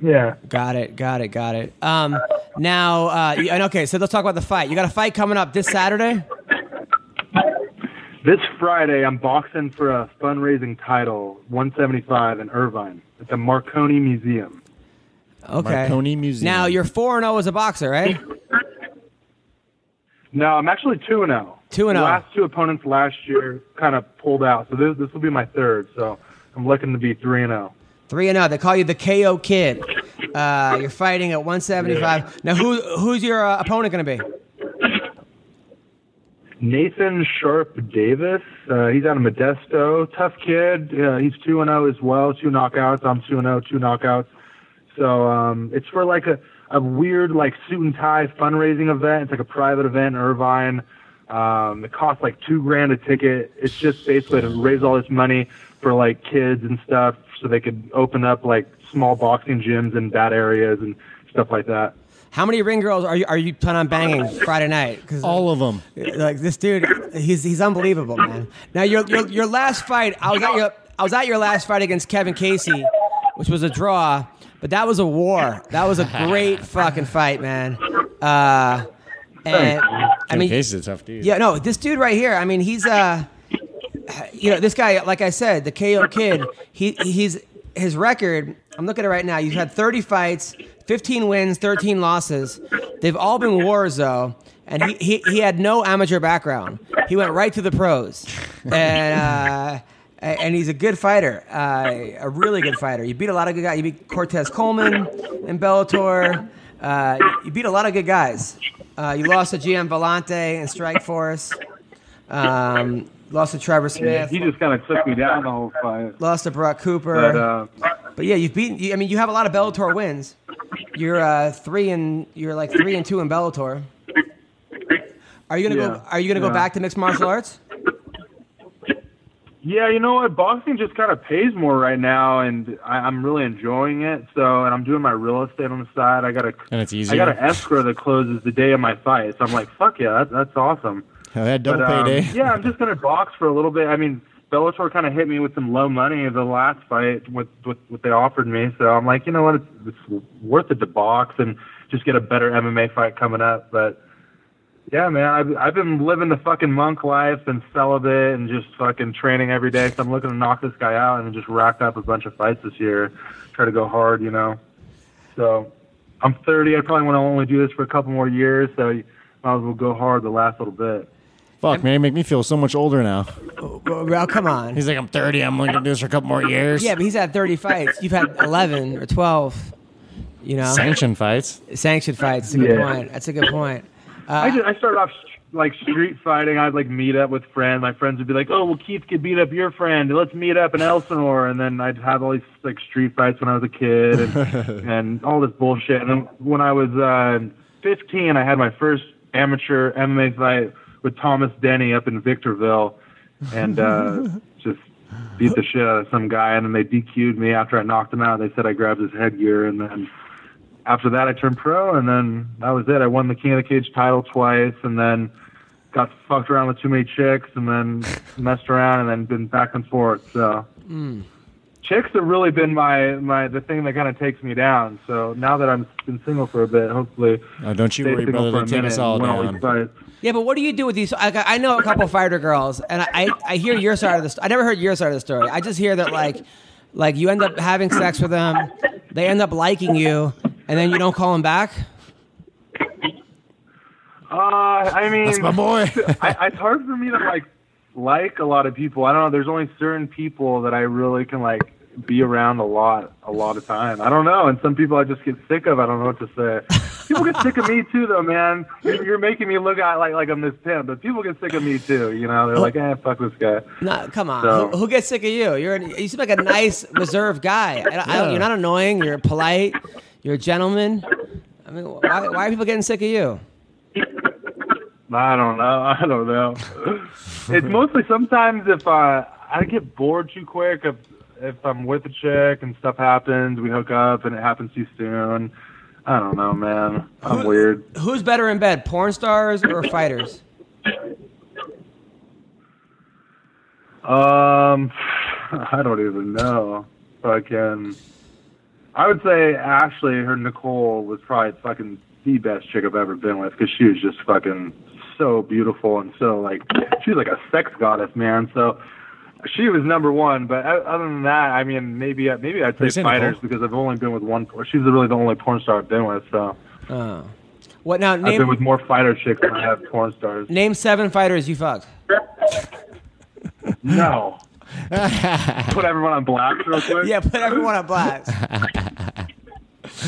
yeah.
Got it, got it, got it. Um, now, uh, you- and okay, so let's talk about the fight. You got a fight coming up this Saturday.
This Friday, I'm boxing for a fundraising title, 175 in Irvine at the Marconi Museum.
Okay.
Marconi Museum.
Now you're four and zero as a boxer, right?
No, I'm actually two and oh. zero.
2-0.
The Last two opponents last year kind of pulled out, so this this will be my third. So I'm looking to be three and oh. zero.
Three and zero. They call you the KO Kid. Uh, you're fighting at 175. Now, who who's your uh, opponent going to be?
Nathan Sharp Davis, uh, he's out of Modesto, tough kid. Uh, he's two and zero as well, two knockouts. I'm two and zero, two knockouts. So um, it's for like a a weird like suit and tie fundraising event. It's like a private event in Irvine. Um, it costs like two grand a ticket. It's just basically to raise all this money for like kids and stuff, so they could open up like small boxing gyms in bad areas and stuff like that.
How many ring girls are you are you planning on banging Friday night? 'Cause-
all of them.
Like this dude, he's he's unbelievable, man. Now your your, your last fight, I was at your I was at your last fight against Kevin Casey, which was a draw, but that was a war. That was a great fucking fight, man. Uh, and I mean,
Casey's a tough dude.
yeah, no, this dude right here. I mean, he's uh, you know, this guy. Like I said, the KO kid. He he's his record. I'm looking at it right now. He's had 30 fights, 15 wins, 13 losses. They've all been wars though, and he, he, he had no amateur background. He went right to the pros, and uh, a- and he's a good fighter, uh, a really good fighter. You beat a lot of good guys. You beat Cortez Coleman in Bellator. Uh, you beat a lot of good guys. Uh, you lost to GM Vellante in Strikeforce. Um, lost to Trevor
Yeah,
Smith.
he just kind of took me down the whole fight.
Lost to Brock Cooper.
But uh,
But yeah, you've beaten. You, I mean, you have a lot of Bellator wins. You're uh, three and you're like three and two in Bellator. Are you gonna
Yeah,
go? Are you gonna
yeah.
go back to mixed martial arts?
yeah, you know what? Boxing just kind of pays more right now, and I, I'm really enjoying it. So, and I'm doing my real estate on the side. I got a
And it's
I
easier.
got an escrow that closes the day of my fight. So I'm like, fuck yeah, that, that's awesome.
I had double
But, um,
payday.
yeah, I'm just gonna box for a little bit. I mean, Bellator kind of hit me with some low money the last fight with with what they offered me. So I'm like, you know what, it's, it's worth it to box and just get a better MMA fight coming up. But yeah, man, I've I've been living the fucking monk life and celibate and just fucking training every day. So I'm looking to knock this guy out and just rack up a bunch of fights this year. Try to go hard, you know. So I'm 30. I probably want to only do this for a couple more years. So might as well go hard the last little bit.
Fuck, man, you make me feel so much older now.
Well, come on.
He's like, I'm 30. I'm only gonna do this for a couple more years.
Yeah, but he's had 30 fights. You've had 11 or 12. You know,
Sanction fights.
sanctioned fights. That's a good
Yeah.
point. That's a good point.
I, just, I started off st- like street fighting. I'd like meet up with friends. My friends would be like, "Oh, well, Keith could beat up your friend. Let's meet up in Elsinore." And then I'd have all these like street fights when I was a kid and, and all this bullshit. And then when I was uh, 15, I had my first amateur MMA fight with Thomas Denny up in Victorville, and uh, just beat the shit out of some guy. And then they DQ'd me after I knocked him out. They said I grabbed his headgear, and then after that, I turned pro, and then that was it. I won the King of the Cage title twice, and then got fucked around with too many chicks, and then messed around, and then been back and forth. So
Hmm.
chicks have really been my my the thing that kind of takes me down. So now that I'm been single for a bit, hopefully
Oh, don't you
stay
worry, brother.
single for
They
a
take
minute
us all
and win all
down.
these fights.
Yeah, but what do you do with these? I, I know a couple fighter girls, and I, I hear your side of the. st- I never heard your side of the story. I just hear that like, like you end up having sex with them, they end up liking you, and then you don't call them back.
Uh, I mean,
That's my boy.
I, it's hard for me to like like a lot of people. I don't know. There's only certain people that I really can like be around a lot, a lot of time. I don't know. And some people I just get sick of. I don't know what to say. People get sick of me too, though, man. You're you're making me look at like like I'm this pimp, but people get sick of me too. You know, they're like, eh, fuck this guy.
No, come on.
No.
Who, who gets sick of you? You're an, you seem like a nice, reserved guy. I, don't- I don't, you're not annoying. You're polite. You're a gentleman. I mean, why, why are people getting sick of you?
I don't know. I don't know. it's mostly sometimes if I I get bored too quick if if I'm with a chick and stuff happens, we hook up and it happens too soon. I don't know, man. I'm weird.
Who's better in bed, porn stars or fighters?
Um, I don't even know. Fucking. I would say Ashley, her Nicole, was probably fucking the best chick I've ever been with because she was just fucking so beautiful and so like she was like a sex goddess, man. So she was number one. But o- other than that, I mean, maybe maybe I'd say
you saying,
fighters
Nicole?
because I've only been with one. She's really the only porn star I've been with. So
Oh. What now?
I've been with
Name
more fighter chicks than I have porn stars.
name seven fighters you fucked.
No. Put everyone on blast real quick.
Yeah, put everyone on blast.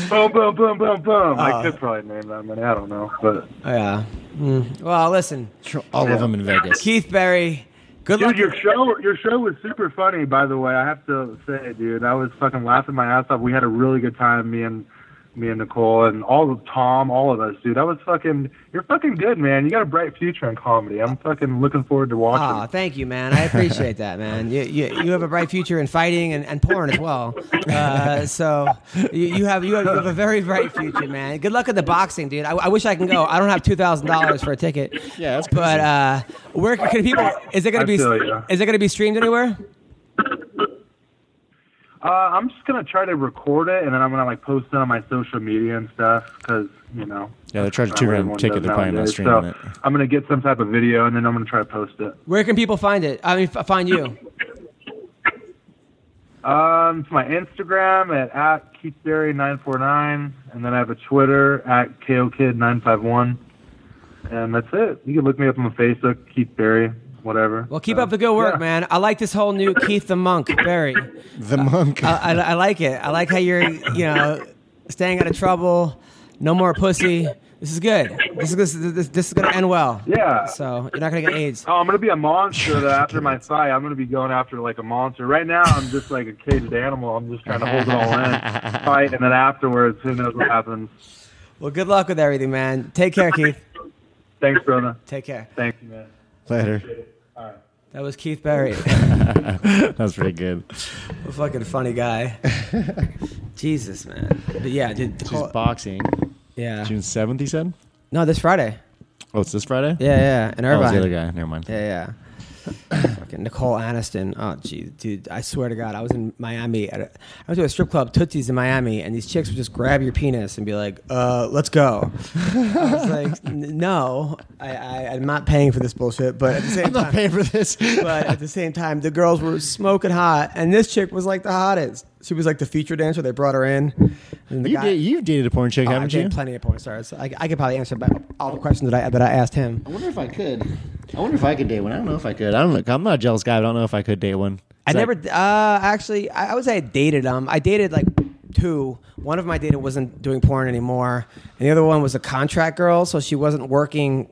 Boom, boom, boom, boom, boom.
Uh.
I could probably name that many. I don't know, but
Oh, Yeah. Mm. Well, listen,
All of them in Vegas.
Keith Berry. Good luck.
dude, your show, your show was super funny. By the way, I have to say, dude, I was fucking laughing my ass off. We had a really good time, me and me and Nicole and all of Tom, all of us, dude. That was fucking. You're fucking good, man. You got a bright future in comedy. I'm fucking looking forward to watching.
Aw, thank you, man. I appreciate that, man. You, you, you have a bright future in fighting and, and porn as well. Uh, so you, you have you have you have a very bright future, man. Good luck at the boxing, dude. I, I wish I can go. I don't have two thousand dollars for a ticket.
Yeah, that's pretty
But uh, where can people? Is it gonna
I
be?
feel ya.
Is it gonna be streamed anywhere?
Ah.
Uh, I'm just gonna try to record it and then I'm gonna like post it on my social media and stuff because you know.
Yeah, they charge a
that's
two
what
grand
everyone
ticket.
does
They're probably not
nowadays.
streaming it.
so I'm gonna get some type of video and then I'm gonna try to post it.
Where can people find it? I mean, f- find you.
Um, it's my Instagram at, at KeithBerry949, and then I have a Twitter at KOKid951. And that's it. You can look me up on Facebook, Keith Berry, whatever.
Well, keep up the good work, man. I like this whole new Keith the Monk Barry.
The monk.
I, I, I like it. I like how you're, you know, staying out of trouble. No more pussy. This is good. This is this, this, this is gonna end well.
Yeah.
So you're not gonna get AIDS.
Oh, I'm gonna be a monster though. After my fight, I'm gonna be going after like a monster. Right now, I'm just like a caged animal. I'm just trying to hold it all in, fight, and then afterwards, who knows what happens.
Well, good luck with everything, man. Take care, Keith.
Thanks, brother.
Take care.
Thank you, man.
Later.
That was Keith Barry.
That's pretty good.
a fucking funny guy. Jesus, man. But yeah, dude.
She's
call-
boxing.
yeah.
June seventh, he said.
No, this Friday.
Oh, it's this Friday.
Yeah, yeah. In
Oh, it's
Irvine.
the other guy. Never mind.
Yeah, yeah. Fucking Nicole Aniston. Oh, geez, dude. I swear to God, I was in Miami. At a, I went to a strip club, Tootsie's in Miami, and these chicks would just grab your penis and be like, "Uh, let's go." I was like, "N- "No, I, I, I'm not paying for this bullshit." But at the same
I'm not
time,
paying for this.
but at the same time, the girls were smoking hot, and this chick was like the hottest. She was like the feature dancer. They brought her in. And the
you
guy-
did, you've dated a porn chick,
Oh, I've
haven't you?
dated plenty of porn stars. I, I could probably answer about all the questions that I that I asked him.
I wonder if I could. I wonder if I could date one. I don't know if I could. I don't. Look, I'm not a jealous guy. I don't know if I could date one.
I
It's
never
like-
uh, actually. I, I would say I dated them. I dated like two. One of my dated wasn't doing porn anymore, and the other one was a contract girl, so she wasn't working.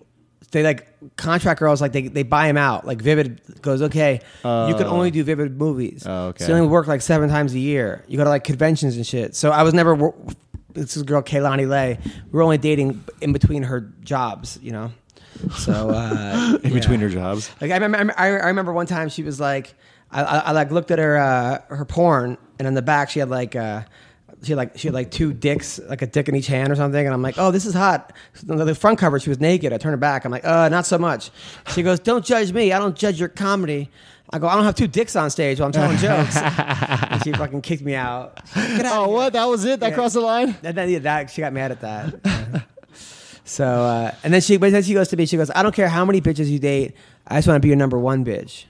They like contract girls like they they buy them out. Like Vivid goes, okay, you can only do Vivid movies.
Oh, okay.
So you only work like seven times a year. You go to like conventions and shit. So I was never. wor- This is girl Kaylani Lay. We are only dating in between her jobs, you know. So uh,
in between
yeah.
her jobs.
Like I remember, I I remember one time she was like, I, I, I like looked at her uh, her porn, and on the back she had like uh, she had like she had like two dicks, like a dick in each hand or something, and I'm like, oh, this is hot. So the- the front cover, she was naked. I turn her back. I'm like, uh, not so much. She goes, don't judge me. I don't judge your comedy. I go, I don't have two dicks on stage while I'm telling jokes. and she fucking kicked me out. She's like, "Get out of
Oh,
here."
what? That was it. That
Yeah.
crossed the line.
And then yeah, that she got mad at that. Yeah. so uh, and then she but then she goes to me. She goes, I don't care how many bitches you date. I just want to be your number one bitch.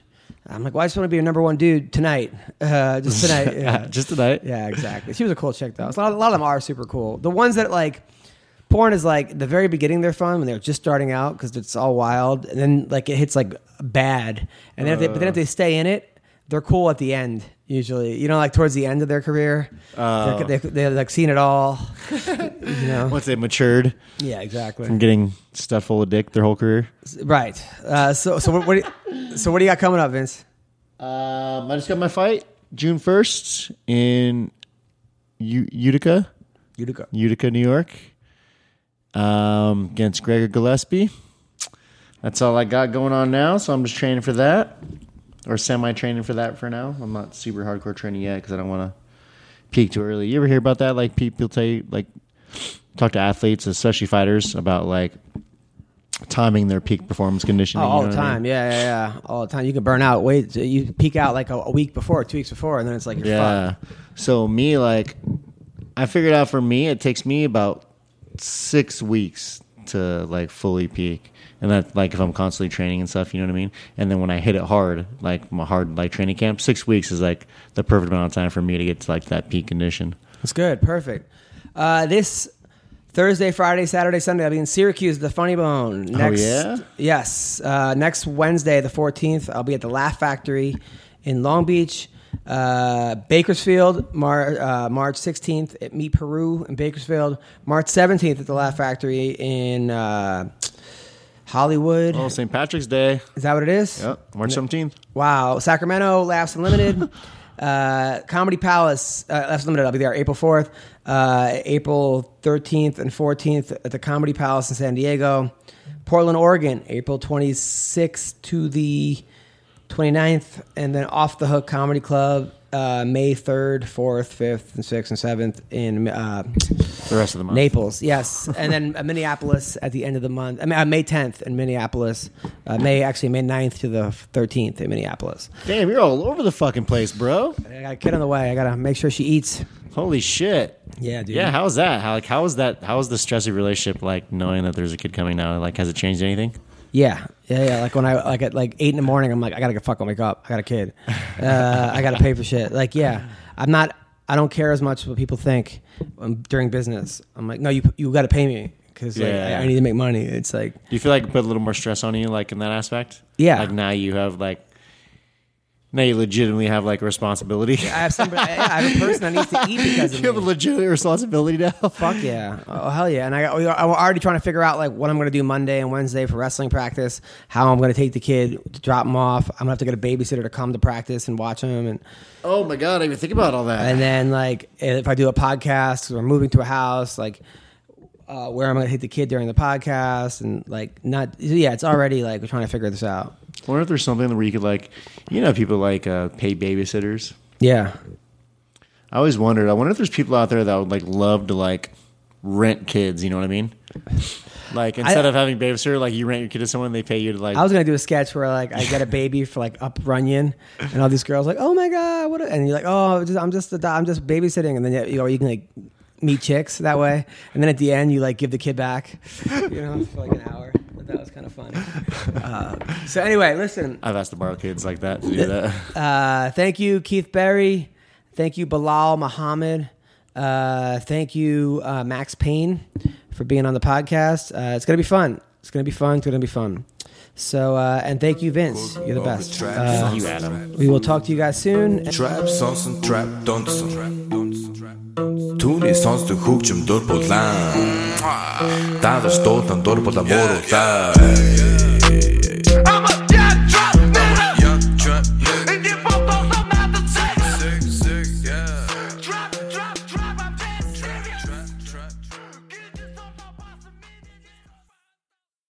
I'm like, well, I just want to be your number one dude tonight. Uh, just tonight. Yeah.
Just tonight.
yeah, exactly. She was a cool chick though. So A lot, a lot of them are super cool. The ones that like. Porn is like the very beginning they're fun when they're just starting out because it's all wild, and then like it hits like bad, and then if they, but then if they stay in it, they're cool at the end usually. You know, like towards the end of their career,
Oh.
they're, they they're like seen it all.
Once they matured
Yeah, exactly.
from getting stuffed full of dick their whole career.
Right. Uh, so, so what, what? do you- So what do you got coming up, Vince?
Um, I just got my fight June first in U- Utica,
You to go.
Utica, New York, um, against Gregor Gillespie. That's all I got going on now, so I'm just training for that, or semi-training for that for now. I'm not super hardcore training yet because I don't want to peak too early. You ever hear about that? Like people tell you, like talk to athletes, especially fighters, about like timing their peak performance conditioning
Oh,
you
all
know
the
what I mean?
time. Yeah, yeah, yeah. All the time. You can burn out. Wait, you peak out like a, a week before, two weeks before, and then it's like you're fucked.
Yeah. So me like I figured out for me it takes me about six weeks to like fully peak. And that like if I'm constantly training and stuff, you know what I mean? And then when I hit it hard, like my hard like training camp, six weeks is like the perfect amount of time for me to get to like that peak condition.
That's good. Perfect. Uh, this Thursday, Friday, Saturday, Sunday, I'll be in Syracuse, at the Funny Bone. Next,
Oh, yeah?
Yes. Uh, next Wednesday, the 14th, I'll be at the Laugh Factory in Long Beach. Uh, Bakersfield, Mar- uh, March 16th at Meet Peru in Bakersfield. March 17th at the Laugh Factory in uh, Hollywood.
Oh, St. Patrick's Day.
Is that what it is?
Yep. March seventeenth.
Wow. Sacramento, Laughs Unlimited. Uh, Comedy Palace, uh, Laughs Unlimited. I'll be there April 4th, uh, April 13th and 14th at the Comedy Palace in San Diego. Portland, Oregon, April 26th to the 29th. And then Off the Hook Comedy Club, uh, May 3rd, 4th, 5th, and 6th, and 7th in uh,
The rest of the month.
Naples, yes, and then uh, Minneapolis at the end of the month. I mean, uh, May 10th in Minneapolis. Uh, May actually May 9th to the 13th in Minneapolis.
Damn, you're all over the fucking place, bro.
I got a kid on the way. I gotta make sure she eats.
Holy shit.
Yeah, dude.
Yeah, how's that? How like how is that how is the stressy relationship like knowing that there's a kid coming now? Like has it changed anything?
Yeah, yeah, yeah. Like when I like at like eight in the morning, I'm like, I gotta go fucking wake up. I got a kid. Uh, I gotta pay for shit. Like, yeah, I'm not. I don't care as much what people think um, during business. I'm like, no, you you gotta pay me because like,
Yeah.
I, I need to make money. It's like,
Do you feel like it put a little more stress on you, like in that aspect?
Yeah.
Like now you have like now you legitimately have like a responsibility.
I have somebody, I have a person that needs to eat because of
you have a
me.
legitimate responsibility now.
Fuck yeah! Oh hell yeah! And I got, I'm already trying to figure out like what I'm going to do Monday and Wednesday for wrestling practice. How I'm going to take the kid to drop him off. I'm gonna have to get a babysitter to come to practice and watch him. And
Oh my god, I didn't even think about all that.
and then like if I do a podcast or moving to a house, like uh, where am I going to take the kid during the podcast? And like not yeah, it's already like we're trying to figure this out.
I wonder if there's something where you could like you know people like uh, pay babysitters.
Yeah,
I always wondered, I wonder if there's people out there that would like love to like rent kids, you know what I mean? Like instead of having babysitter, like you rent your kid to someone, they pay you to like
I was gonna do a sketch where like I get a baby for like up Runyon, and all these girls like, oh my god, what? A, and you're like, oh, just, I'm just a do- I'm just babysitting, and then you know you can like meet chicks that way, and then at the end you like give the kid back, you know, for like an hour. But that was kind of funny. Uh, so anyway, listen.
I've asked to borrow kids like that to do that.
Uh, thank you, Keith Berry. Thank you, Bilal Muhammad. Uh, thank you, uh, Max Payne, for being on the podcast. Uh, it's gonna be fun. It's gonna be fun. It's gonna be fun. So uh, and thank you, Vince. You're the best.
Trap
Uh,
songs
you,
and
Adam.
trap-
we will talk to you guys soon.
Trap songs and trap dansen. Tuni songs të hukqëm dorë po t'lan Tadër shtotën dorë po t'a moru t'aj